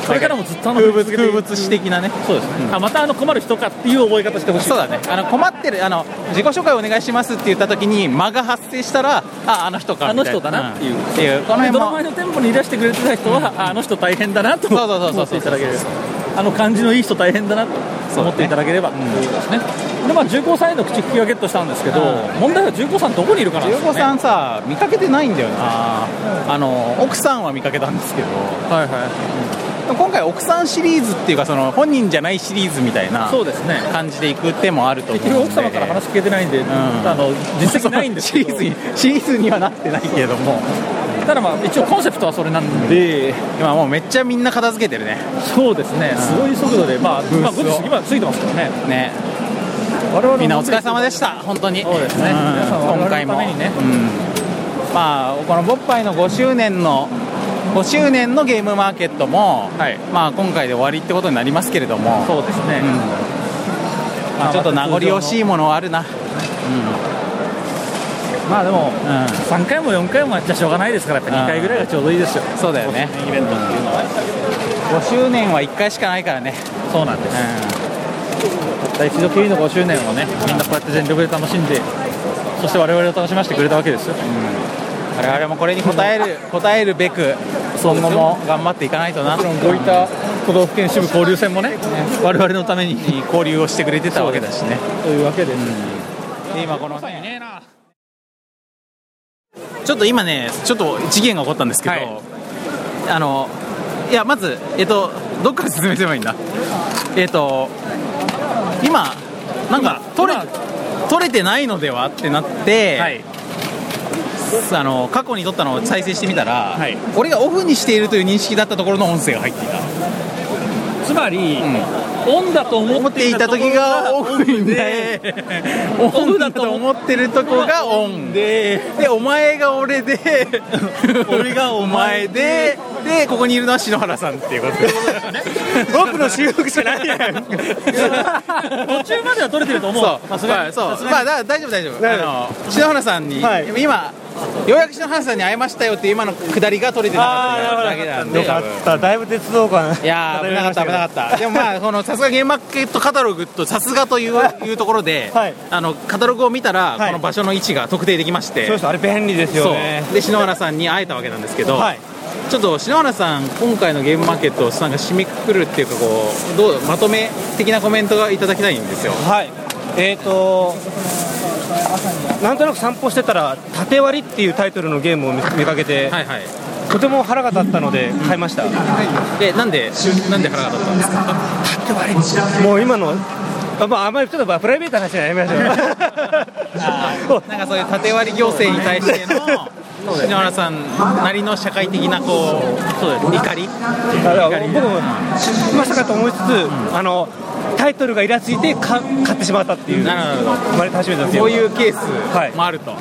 Speaker 3: これからもずっとあの風物風
Speaker 2: 物詩的なね。
Speaker 3: そうですね。あまたあの困る人かっていう覚え方してほしい。
Speaker 2: そうだねあの困ってるあの自己紹介お願いしますって言った時に間が発生したらああの人か
Speaker 3: あ
Speaker 2: み
Speaker 3: の
Speaker 2: たいな
Speaker 3: 人だなってい
Speaker 2: ん
Speaker 3: う。
Speaker 2: っていうこの辺
Speaker 3: ドラ
Speaker 2: も
Speaker 3: マの店舗にいらしてくれてた人は、ああの人大変だなと思っていただける。あの感じのいい人大変だなと思っていただければということですね。でまあ重工さんへの口利きはゲットしたんですけど、問題は重工さんどこにいるかなんですよ
Speaker 2: 15
Speaker 3: ね。
Speaker 2: さんさ見かけてないんだよなあの奥さんは見かけたんですけどはいはい今回奥さんシリーズっていうかその本人じゃないシリーズみたいな
Speaker 3: そうですね
Speaker 2: 感じでいく手もあると思う
Speaker 3: 結局奥様から話聞けてないんで、あの実績ないんですけどシリー
Speaker 2: ズにシリーズにはなってないけれども
Speaker 3: ただまあ一応コンセプトはそれなん
Speaker 2: で今もうめっちゃみんな片付けてるね
Speaker 3: そうですねすごい速度でまあ
Speaker 2: ブースを
Speaker 3: まあ5時過ぎまでついてますからね
Speaker 2: ねみんなお疲れ様でした本当にそうですね今回もうんまあこのボッパイの5周年の5周年のゲームマーケットも、まあ今回で終わりってことになりますけれどもそうですね、んまあ、ちょっと名残惜しいものはあるな、
Speaker 3: まあでも、三3回も4回もやっちゃしょうがないですからやっぱ2回ぐらいがちょうどいいですよ
Speaker 2: そうだよね
Speaker 3: イベントっていうのは
Speaker 2: 5周年は1回しかないからね
Speaker 3: そうなんです、たった一度きりの5周年をねみんなこうやって全力で楽しんでそして我々を楽しませてくれたわけですよ、
Speaker 2: 我々もこれに応える応えるべく今後も頑張っていかないとなもちろんこういった
Speaker 3: 都道府県支部交流戦もね我々のために
Speaker 2: 交流をしてくれてたわけだしね
Speaker 3: というわけで、
Speaker 2: で今このちょっと今ねちょっと事件が起こったんですけど、あのいやまずえっとどっから進めてばいいんだえっと今なんか取れ取れてないのではってなって、あの過去に撮ったのを再生してみたら、俺がオフにしているという認識だったところの音声が入っていた
Speaker 3: つまり、オンだと思っていた時がオフで
Speaker 2: オフだと思ってるとこがオンででお前が俺で [laughs] 俺がお前ででここにいるのは篠原さんっていうこと僕の収録じゃないやん途
Speaker 3: 中までは取れてる [laughs] と思う
Speaker 2: そう,、
Speaker 3: さ
Speaker 2: まあ、
Speaker 3: すがに
Speaker 2: そう
Speaker 3: さすがに
Speaker 2: まあだ大丈夫大丈夫あの篠原さんに、今ようやく篠原さんに会えましたよっていう今の下りが取れてなかっただけなんで
Speaker 8: よかっただいぶ鉄道感い
Speaker 2: や危なかった危なかったでもまあこのさすがゲームマーケットカタログとさすがと
Speaker 8: [laughs]
Speaker 2: いういうところで、あのカタログを見たら、この場所の位置が特定できまして
Speaker 8: そうですあれ便利ですよね
Speaker 2: そうで篠原さんに会えたわけなんですけど、
Speaker 8: はい
Speaker 2: ちょっと篠原さん今回のゲームマーケットをなんか締めくくるっていうかこうどうまとめ的なコメントがいただきたいんですよ
Speaker 8: はいえっ、
Speaker 2: [laughs]
Speaker 8: となんとなく散歩してたら「縦割り」っていうタイトルのゲームを見見かけて、とても腹が立ったので買いました、
Speaker 2: えなんでしゅなんで腹が立ったんですか
Speaker 8: もう今のあまあ、あんまりちょっとまあプライベートな話はやめましょう [laughs]
Speaker 2: なんかそういう縦割り行政に対しての篠原さんなりの社会的なこう怒り
Speaker 8: だから [laughs] 僕もまさかと思いつつ、あのタイトルがイラついてか買ってしまったっていう
Speaker 2: なるほど
Speaker 8: 生まれて初めてなんですよ
Speaker 2: そういうケースもあると、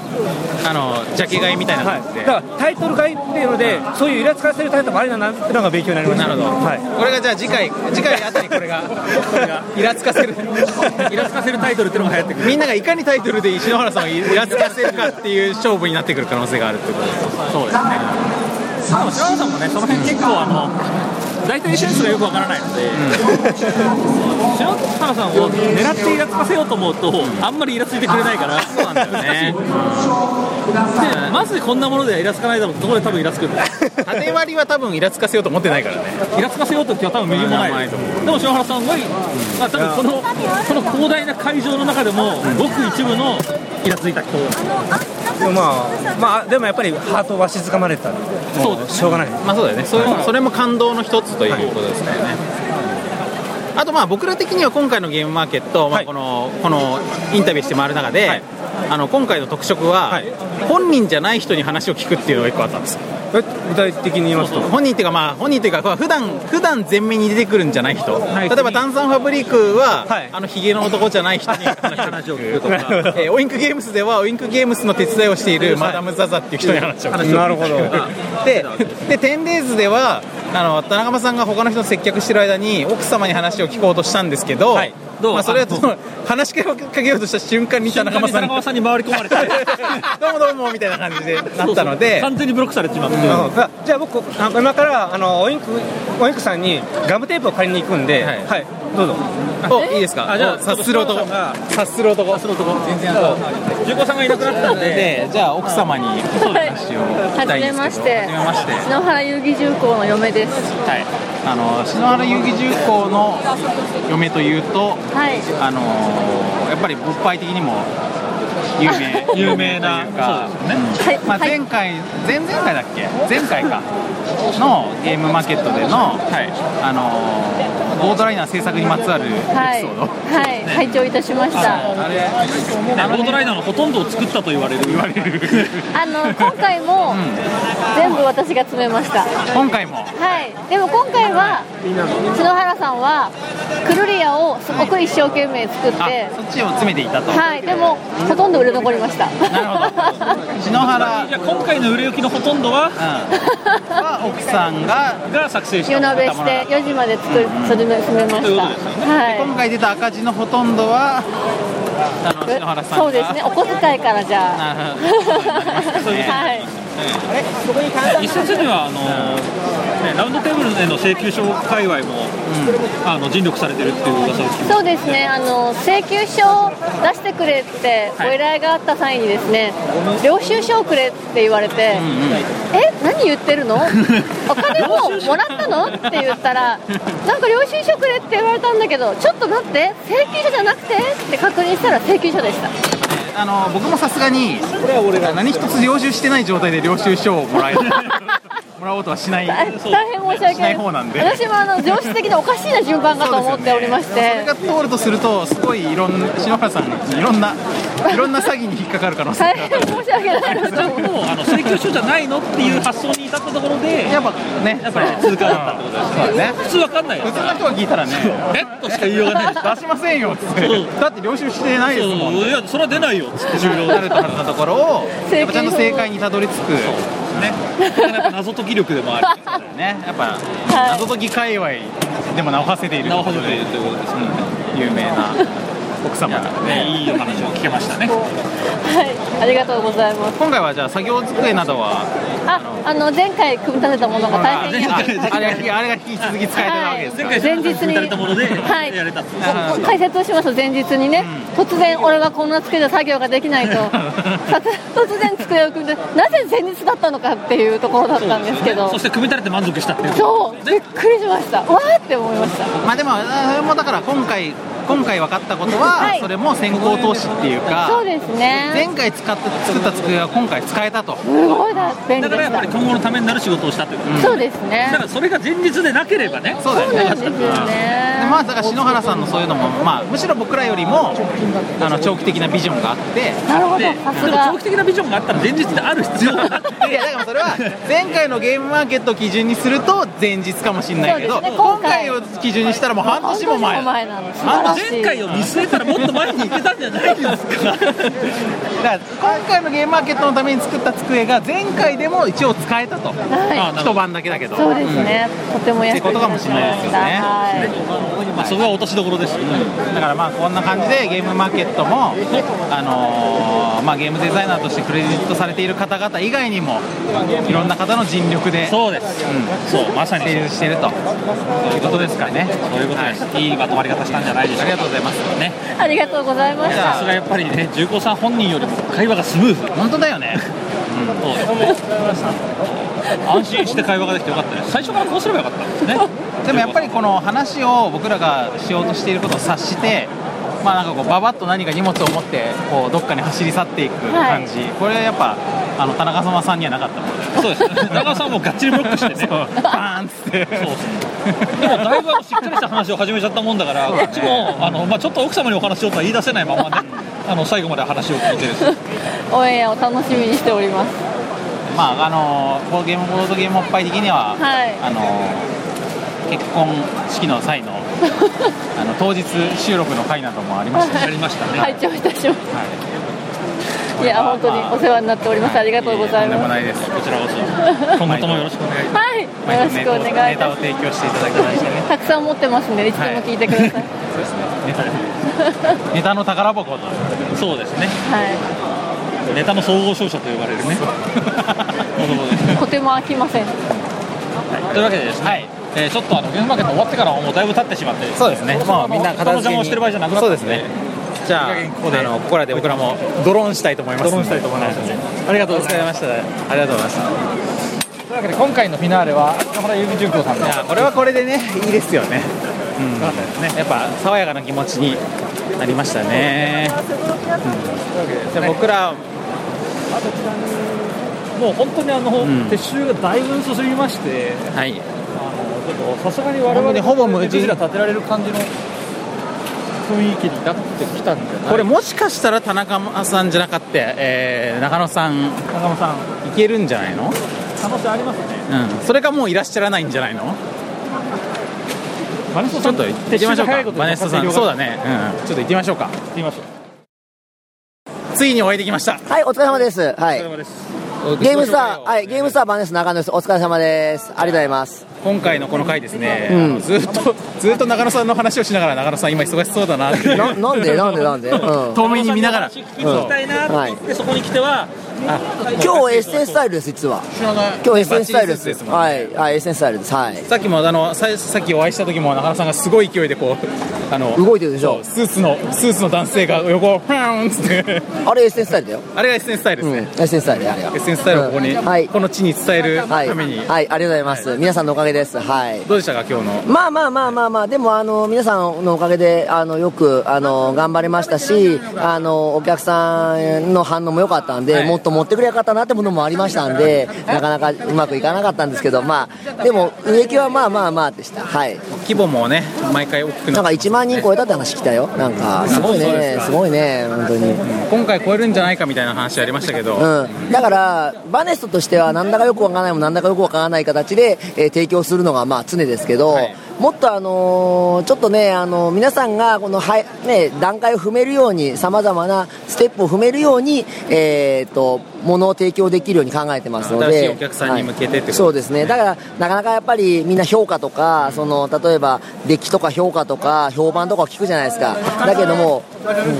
Speaker 2: あのジャケ買いみたいな感じで、
Speaker 8: だからタイトルがいいっていうので、そういうイラつかせるタイトルもありだなっていうのが勉強になりました
Speaker 2: なるほど
Speaker 8: はい、
Speaker 2: これがじゃあ次回次回あたりこ [laughs] れがこれがイラつかせるイラつかせるタイトルってのが流行ってくるみんながいかにタイトルで篠原さんをイラつかせるかっていう勝負になってくる可能性があるってことですそうですね
Speaker 3: でも篠原さんもねその辺結構あの大体センスがよくわからないので、篠原さんを狙ってイラつかせようと思うと、あんまりイラついてくれないからそうなんだよねでマジでこんなものではイラつかないだろうところで多分イラつくんだよ
Speaker 2: 縦割りは多分イラつかせようと思ってないからね
Speaker 3: イラつかせようときは多分右もない
Speaker 2: と思う
Speaker 3: でも篠原さんは、まあ、多分このこの広大な会場の中でもごく一部のイラついた人
Speaker 8: でもまあ、まあ、でもやっぱりハートをわしづかまれたそうしょうがない
Speaker 2: まあそうだよねそれもそれも感動の一つということですからね、あとまあ僕ら的には今回のゲームマーケット、まあ、このこのインタビューして回る中で、あの今回の特色は、本人じゃない人に話を聞くっていうのが一個あったんです
Speaker 8: 具体的に言いますと
Speaker 2: 本人っていうかまあ本人っていうかまあ普段普段前面に出てくるんじゃない人、例えば炭酸ファブリックは、あのヒゲの男じゃない人に話を聞く
Speaker 8: [laughs]
Speaker 2: とか、えーオインクゲームスではオインクゲームスの手伝いをしているマダム・ザ・ザっていう人に話を聞く
Speaker 8: なるほど
Speaker 2: [laughs] ででテンデイズではあの田中さんが他の人と接客してる間に奥様に話を聞こうとしたんですけど,、まあ、それはその話しかけようとした瞬間に田中さん
Speaker 3: さんに回り込まれて
Speaker 2: [laughs] どうもどうもみたいな感じでなったので
Speaker 3: 完全にブロックされてしまって、
Speaker 8: あのじゃあ僕あの今からあのおインクおインクさんにガムテープを借りに行くんで、はい、どうぞ。
Speaker 2: おいいですか
Speaker 8: あじゃあ
Speaker 2: お察する男察する男察する男全然
Speaker 3: 純子さんがいなくなったんで
Speaker 2: でじゃあ奥様に話を聞き
Speaker 19: は
Speaker 2: たい
Speaker 19: じ
Speaker 2: んで
Speaker 19: め
Speaker 2: すけど
Speaker 19: まして
Speaker 2: はじめまして
Speaker 19: 篠原遊戯重工の嫁です
Speaker 2: はいあの篠原遊戯重工の嫁というと
Speaker 19: はい
Speaker 2: あのーやっぱり物販的にも有 [laughs] 名有名なそうですね、まあ、前回前々回だっけ前回かのゲームマーケットでの、あのーボードライナー制作にまつわるエピソ
Speaker 19: はい
Speaker 2: ード、
Speaker 19: はい拝聴いたしました
Speaker 2: あれ
Speaker 3: ボードライダーのほとんどを作ったと言われる言われる
Speaker 19: あの今回も全部私が詰めました
Speaker 2: [laughs] 今回も
Speaker 19: はいでも今回は篠原さんはクルリアをすごく一生懸命作って
Speaker 2: そっちを詰めていたと、
Speaker 19: はいでもほとんど売れ残りました
Speaker 2: 篠原
Speaker 3: いや今回の売れ行きのほとんどは、
Speaker 2: 奥さんが
Speaker 3: が作成した
Speaker 19: 夜鍋して4時まで作り詰めました、はい
Speaker 2: 今回出た赤字のほとんどはあの篠原さんが
Speaker 19: そうですねお小遣いからじゃあ
Speaker 2: なるほど
Speaker 19: はい
Speaker 3: [laughs] 一説にはあの、ね、ラウンドテーブルへの請求書界隈も、あの尽力されてるっていう噂を聞きまし
Speaker 19: そうですねあの請求書を出してくれってご依頼があった際にですね、領収書をくれって言われて、え何言ってる
Speaker 2: [laughs]
Speaker 19: のお金もうもらったのって言ったらなんか領収書くれって言われたんだけどちょっと待って請求書じゃなくてって確認したら請求書でした
Speaker 2: あの僕もさすがに何一つ領収してない状態で領収書を [laughs] もらえもらおうとはしない
Speaker 19: 大変申し訳
Speaker 2: し
Speaker 19: な
Speaker 2: ないい方なんで
Speaker 19: 私もあの常識的なおかしいな順番かと思っておりまして、
Speaker 2: [laughs] それが通るとするとすごいいろんな篠原さんにいろんないろんな詐欺に引っかかる可能性
Speaker 19: 大変申し訳ないなと思って
Speaker 3: たもうあの請求書じゃないのっていう発想に至ったところで
Speaker 2: やっぱね
Speaker 3: やっぱり続かなかったってことですね普通わかんない普通
Speaker 2: の人が聞いたらね
Speaker 3: えっとしか言いようがない
Speaker 2: 出しませんよっつってだって領収してないですもん
Speaker 3: いやそれは出ないよっつって終了
Speaker 2: なるはずなところをやっぱちゃんと正解にたど [laughs] り着く
Speaker 3: 謎解き力でもある
Speaker 2: ねやっぱ謎解き界隈でも名を馳せている名を馳せているということですね有名な奥様とかねいいお話を聞けましたね
Speaker 19: はいありがとうございます
Speaker 2: 今回はじゃあ作業机などは
Speaker 19: ああの前回組み立てたものが大変に
Speaker 2: ああれがあれが引き続き使えてるわけですから
Speaker 19: 前日にはい
Speaker 2: やれた
Speaker 19: 解説をしますと前日にね、突然俺がこんな机で作業ができ [laughs] ないとさ突然机を組んでなぜ前日だったのかっていうところだったんですけど
Speaker 3: そして組み立てて満足したっていう
Speaker 19: そうびっくりしましたわーって思いました
Speaker 2: まあでもあそれもだから今回今回分かったことは、
Speaker 19: はい
Speaker 2: それも先行投資っていうか
Speaker 19: そうですね
Speaker 2: 前回使って作った机は今回使えたと
Speaker 19: すごいだ便利
Speaker 3: だ
Speaker 19: で
Speaker 3: からや
Speaker 19: し
Speaker 3: っぱり
Speaker 19: た
Speaker 3: 今後のためになる仕事をしたということ
Speaker 19: そうですね
Speaker 3: だからそれが前日でなければね
Speaker 2: そう
Speaker 3: だよ
Speaker 19: そうなんですよね
Speaker 2: まあだから篠原さんのそういうのも、まあ、むしろ僕らよりもあの長期的なビジョンがあって
Speaker 19: なるほど
Speaker 2: で
Speaker 19: さ
Speaker 2: ですも
Speaker 19: が
Speaker 2: 長期的なビジョンがあったら前日である必要があっていやだからそれは前回のゲームマーケットを基準にすると前日かもしれないけ
Speaker 19: そ
Speaker 2: ど、
Speaker 19: うですね今
Speaker 2: 今
Speaker 19: 回
Speaker 2: 回を基準にしたらもう半年も前
Speaker 19: 半年も前なの素晴
Speaker 2: あ
Speaker 19: ら
Speaker 2: の
Speaker 19: しい
Speaker 2: 前回を見据えたらもっと前に行けたんじゃないですかだから今回のゲームマーケットのために作った机が前回でも一応使えたと、
Speaker 19: はい
Speaker 2: 一晩だけだけど
Speaker 19: そうですね、とても
Speaker 2: っ
Speaker 19: 役
Speaker 2: て
Speaker 19: に
Speaker 2: ことかもしれないですよね
Speaker 19: はい
Speaker 2: まあ、そこは落としどころです、だからまあこんな感じでゲームマーケットも、あのーまあ、ゲームデザイナーとしてクレジットされている方々以外にもいろんな方の尽力でそうです、そうまさに成立しているということですからねそういうことです、はい、いいまとまり方したんじゃないでしょうかありがとうございますね
Speaker 19: ありがとうございまし
Speaker 2: さ
Speaker 19: た
Speaker 2: すがやっぱりね重工さん本人よりも会話がスムーズ本当だよね、
Speaker 19: [laughs]
Speaker 2: 安心して会話ができてよかったです最初からこうすればよかったですね [laughs] でもやっぱりこの話を僕らがしようとしていることを察してまあなんかこうババッと何か荷物を持ってこうどっかに走り去っていく感じ、これはやっぱあの田中様さんにはなかったもんねそうです田中さんもがっちりブロックして [laughs] ねバーンっつって
Speaker 13: でもだいぶあのしっかりした話を始めちゃったもんだから、こっちもあの、まあ、ちょっと奥様にお話しようとは言い出せないま
Speaker 2: [laughs]
Speaker 13: まね、あの最後まで話を聞いてです、
Speaker 19: オンエアを楽しみにしております
Speaker 2: [laughs] まああのボードゲームボードゲームおっぱい的には、
Speaker 19: はい
Speaker 2: あの結婚式の際の [laughs] あの当日収録の回などもありました
Speaker 19: はい拝聴いたしまし
Speaker 2: はい
Speaker 19: たいや本当にお世話になっておりますありがとうござい
Speaker 2: とんでも
Speaker 19: ます
Speaker 2: ないですこちらこそ
Speaker 19: 今
Speaker 2: 後ともよろしくお願いしま
Speaker 19: はい
Speaker 2: す毎
Speaker 19: よろ
Speaker 2: 度
Speaker 19: し
Speaker 2: ネ
Speaker 19: くお
Speaker 2: タを
Speaker 19: 願い
Speaker 2: ネ
Speaker 19: いたし
Speaker 2: タを提供していただきましてね
Speaker 19: ますたくさん持ってますんでいつでも聞いてください
Speaker 2: そうですねネタの宝箱とそうですね
Speaker 19: は
Speaker 13: ネタの総合商社と呼ばれ
Speaker 2: [laughs]
Speaker 13: るね。
Speaker 19: いとても飽きません
Speaker 13: というわけでですね、えーちょっとあのゲームマーケット終わってからもうだいぶ経ってしまって、
Speaker 2: そうですねまあみんな
Speaker 13: 片
Speaker 2: 片
Speaker 13: 付
Speaker 2: 付け
Speaker 13: け
Speaker 2: に
Speaker 13: をしてる場合じゃなくなった
Speaker 2: そうですねじゃあここであのここらで僕らもドローンしたいと思いますドローンしたいと思いますありがとうございましたありがとうございました
Speaker 20: というわけで今回のフィナーレは北原由紀重工さんで
Speaker 2: いやこれはこれでねいいですよね,、うん、ねやっぱ爽やかな気持ちになりましたね、うんで僕ら
Speaker 8: もう本当にあの、
Speaker 2: ん
Speaker 8: 撤収がだいぶ進みまして、
Speaker 2: はい
Speaker 8: ちょっとさすがに我々
Speaker 2: 本当にほぼ無人
Speaker 8: 手柱立てられる感じの雰囲気になってきたんじゃない
Speaker 2: これもしかしたら田中さんじゃなかった、えー中野さん
Speaker 8: 中野さん
Speaker 2: いけるんじゃないの、
Speaker 8: 可能性ありますね
Speaker 2: うん、それかもういらっしゃらないんじゃないのちょっと行ってみましょうかマネストさんそうだね、うん、ちょっと行ってみましょうか行ってみましょうついにお会いできました
Speaker 21: はい、お疲れ様です。はい。ゲームスター、はい、ゲームスターバネス中野です。お疲れ様です。ありがとうございます。
Speaker 2: 今回のこの回ですね、あのずっとずっと中野さんの話をしながら中野さん今忙しそうだなってい
Speaker 21: [laughs]
Speaker 2: う
Speaker 21: ななんでなんでなんでうん
Speaker 2: [laughs] 遠目に見なが
Speaker 21: う
Speaker 2: ら
Speaker 21: んはい。
Speaker 13: でそこに来ては
Speaker 21: 今日エッセンスタイルです、実は。今日エッセンスタイルです。はい、はい、エッセンスタイルです。はい。
Speaker 2: さっきもあのささっきお会いした時も中野さんがすごい勢いでこうあの動いてるでしょスーツのスーツの男性が横をフーンっつって
Speaker 21: あれエッセンスタイルだよ
Speaker 2: あれがエッセンスタイルですね、
Speaker 21: エッセンスタイル、あれ
Speaker 2: エッセンスタイルをここに、この地に伝えるために、
Speaker 21: はい、ありがとうございます。皆さんのおかげです。はい。
Speaker 2: どうでしたか今日の
Speaker 21: まあまあまあまあまあ、でもあの、皆さんのおかげで、あの、よく、あの、頑張れましたし、あの、お客さんの反応も良かったんで、もっと持ってくれよかったなってものもありましたんで、なかなかうまくいかなかったんですけど、まあ、でも、植木はまあまあまあでした。はい。
Speaker 2: 規模もね毎回大きく
Speaker 21: な
Speaker 2: なっ
Speaker 21: んか1万人超えたって話聞いたよ。なんか、すごい
Speaker 2: そう
Speaker 21: ね、
Speaker 2: ですか
Speaker 21: すごいね、本当に。
Speaker 2: 今回超えるんじゃないかみたいな話ありましたけど、
Speaker 21: うん、だから、バネストとしては、なんだかよくわからないも、なんだかよくわからない形で、えー提供するのがまあ常ですけど、もっと、あのーちょっとね、あのー皆さんがこの、はいね、段階を踏めるように、さまざまなステップを踏めるように、えー、とものを提供できるように考えてますので。
Speaker 2: 新しいお客さんに向けてってことですね
Speaker 21: そうですねだからなかなかやっぱりみんな評価とかその例えばデッキとか評価とか評判とかを聞くじゃないですかだけども、うん、お疲れ様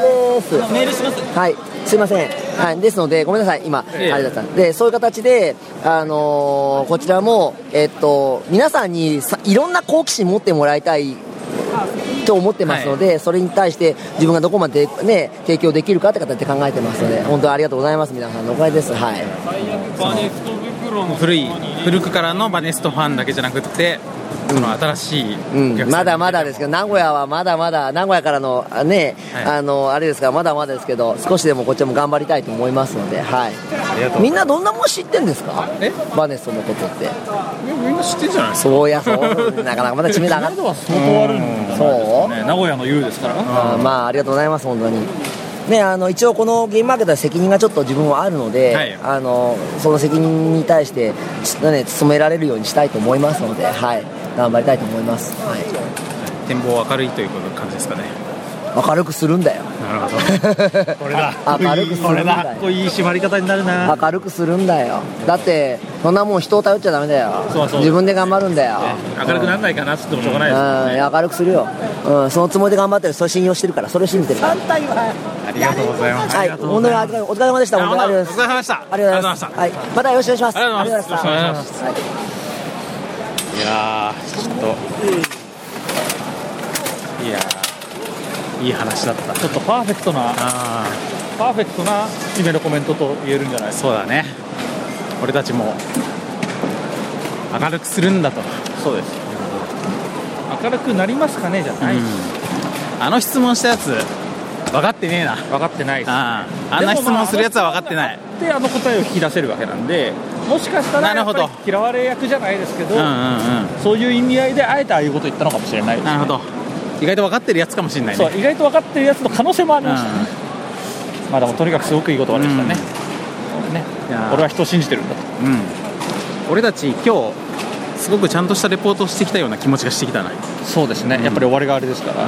Speaker 21: ですメールしますはいすいません、はい、ですのでごめんなさい今あ
Speaker 22: ええ
Speaker 21: れだったでそういう形で、あのーこちらも、えっと、皆さんにさいろんな好奇心持ってもらいたいと思ってますので、それに対して自分がどこまで、ね、提供できるかって形で考えてますので本当にありがとうございます皆さんのおかげですはい
Speaker 8: バネスト部
Speaker 2: 古い古くからのバネストファンだけじゃなくって、その新しい、
Speaker 21: うん、まだまだですけど、名古屋はまだまだ、名古屋からのあね、
Speaker 2: はい
Speaker 21: あのあれですから、まだまだですけど、少しでもこっちも頑張りたいと思いますので、はい、みんなどんなもん知ってんですか、バネストのことって。
Speaker 2: みんな知ってんじゃないですか
Speaker 21: そうや、そう、 [laughs] なかなかまだ知名度上がっ
Speaker 3: 知名度は相当あるんじゃないですかね
Speaker 21: そう
Speaker 3: 名古屋の優ですから
Speaker 21: あーまあありがとうございます本当にねあの一応このゲームマーケットは責任がちょっと自分はあるので、
Speaker 3: はい
Speaker 21: あのその責任に対して、ね、努められるようにしたいと思いますので、はい、頑張りたいと思います、はい、
Speaker 2: 展望明るいということ感じですかね
Speaker 21: 明るくするんだよ
Speaker 2: なるほどこれだ
Speaker 21: 明るくするんだよ
Speaker 2: かっこいい縛り方になるな
Speaker 21: 明るくするんだよだってそんなもん人を頼っちゃダメだよ
Speaker 3: そうそう
Speaker 21: 自分で頑張るんだよ
Speaker 3: 明るくならないかなっつってもしょうがないです
Speaker 21: うん、いや明るくするよ、うん、そのつもりで頑張ってるそれ信用してるからそれ信じてるから
Speaker 6: 対は
Speaker 2: ありがとうございます
Speaker 21: はい、本当にお疲れお疲れ様でした。本当にありがとうございました。ありがとうございました。はい、またよろしくお願いします。ありがとうございました。
Speaker 2: いやーちょっといやーいい話だった
Speaker 3: ちょっとパーフェクトなパーフェクトな夢のコメントと言えるんじゃない
Speaker 2: そうだね俺たちも明るくするんだとそうです
Speaker 3: 明るくなりますかねじゃない、
Speaker 2: あの質問したやつ分かってねえな分
Speaker 3: かってないです、
Speaker 2: ああんな質問するやつは分かってない
Speaker 3: であの答えを引き出せるわけなんでもしかしたらやっぱり嫌われ役じゃないですけど
Speaker 2: うんうんうん
Speaker 3: そういう意味合いであえてああいうこと言ったのかもしれないです、ね、
Speaker 2: なるほど意外と分かってるやつかもしれないね
Speaker 3: そう意外と分かってるやつの可能性もありましたね、まあでもとにかくすごくいい言葉でしたね、ね俺は人を信じてるんだと
Speaker 2: うん俺たち今日すごくちゃんとしたレポートをしてきたような気持ちがしてきたな
Speaker 3: そうですね、やっぱり終わりがあれですから、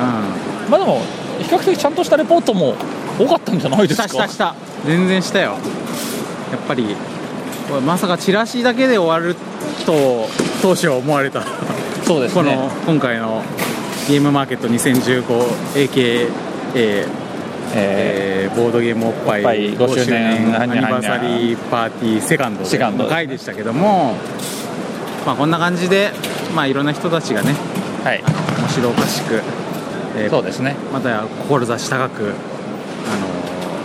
Speaker 3: まあでも比較的ちゃんとしたレポートも多かったんじゃないですか
Speaker 2: したしたした全然したよやっぱりこれまさかチラシだけで終わると当初思われた
Speaker 3: そうです
Speaker 2: ねこの今回のゲームマーケット 2015AKA えーえーボードゲームおっぱい
Speaker 3: おっぱい
Speaker 2: 5
Speaker 3: 5周
Speaker 2: 周
Speaker 3: 年
Speaker 2: 年アニバーサリーパーティーセカンド
Speaker 3: セカンド
Speaker 2: の回でしたけども、まあ、こんな感じで、まあ、いろんな人たちがね、
Speaker 3: はい、
Speaker 2: 面白おかしく、え
Speaker 3: そうですね
Speaker 2: また志高くあ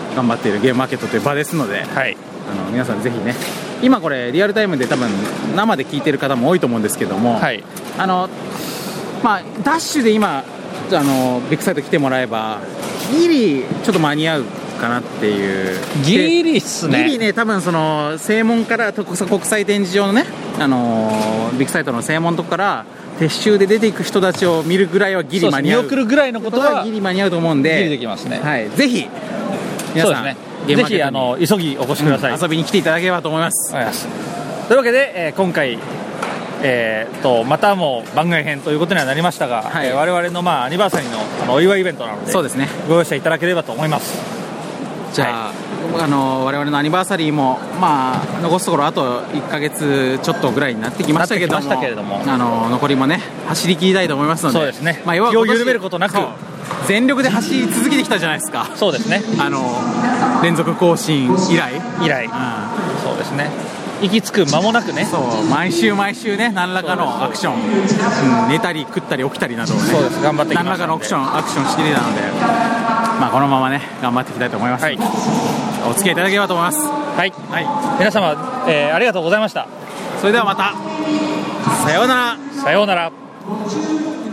Speaker 2: の頑張っているゲームマーケットという場ですので、あの皆さんぜひね今これリアルタイムで多分生で聞いてる方も多いと思うんですけども、あのまあ、ダッシュで今あのビッグサイト来てもらえばギリちょっと間に合うかなっていう
Speaker 3: ギリっすね
Speaker 2: ギリね多分その正門からと国際展示場のねあのビッグサイトの正門のとこから撤収で出ていく人たちを見るぐらいはギリ間に合う
Speaker 3: そうです見送るぐらいのことは
Speaker 2: ギリ間に合うと思うんで
Speaker 3: ギリできますね
Speaker 2: はい、ぜひ皆さん、
Speaker 3: そうですね
Speaker 2: ゲームマーケットに
Speaker 3: ぜひあの急ぎお越しください
Speaker 2: うん遊びに来ていただければと思います
Speaker 3: というわけで、えー今回、えーとまたもう番外編ということにはなりましたが、えー我々の、まあ、アニバーサリーのあのお祝いイベントなので
Speaker 2: そうですね
Speaker 3: ご容赦いただければと思います
Speaker 2: じゃあ、あの我々のアニバーサリーも、まあ、残すところあと1か月ちょっとぐらいになってきましたけども
Speaker 3: なってきましたけれども
Speaker 2: あの残りもね走り切りたいと思いますので
Speaker 3: そうですね
Speaker 2: まあ、要は
Speaker 3: 気を
Speaker 2: 今年
Speaker 3: 緩めることなく
Speaker 2: そう全力で走り続けてきたじゃないですか
Speaker 3: そうですね
Speaker 2: あの連続更新以来
Speaker 3: 以来、そうですね行き着く間もなくね
Speaker 2: そう毎週毎週ね何らかのアクション、うん寝たり食ったり起きたりなどをね
Speaker 3: そうです頑張っていきましたんで
Speaker 2: 何らかのアクションアクションしきりなので、まあ、このままね頑張っていきたいと思います、お付き合いいただければと思います
Speaker 3: はい、皆様、えーありがとうございました
Speaker 2: それではまたさようなら
Speaker 3: さようなら
Speaker 6: い。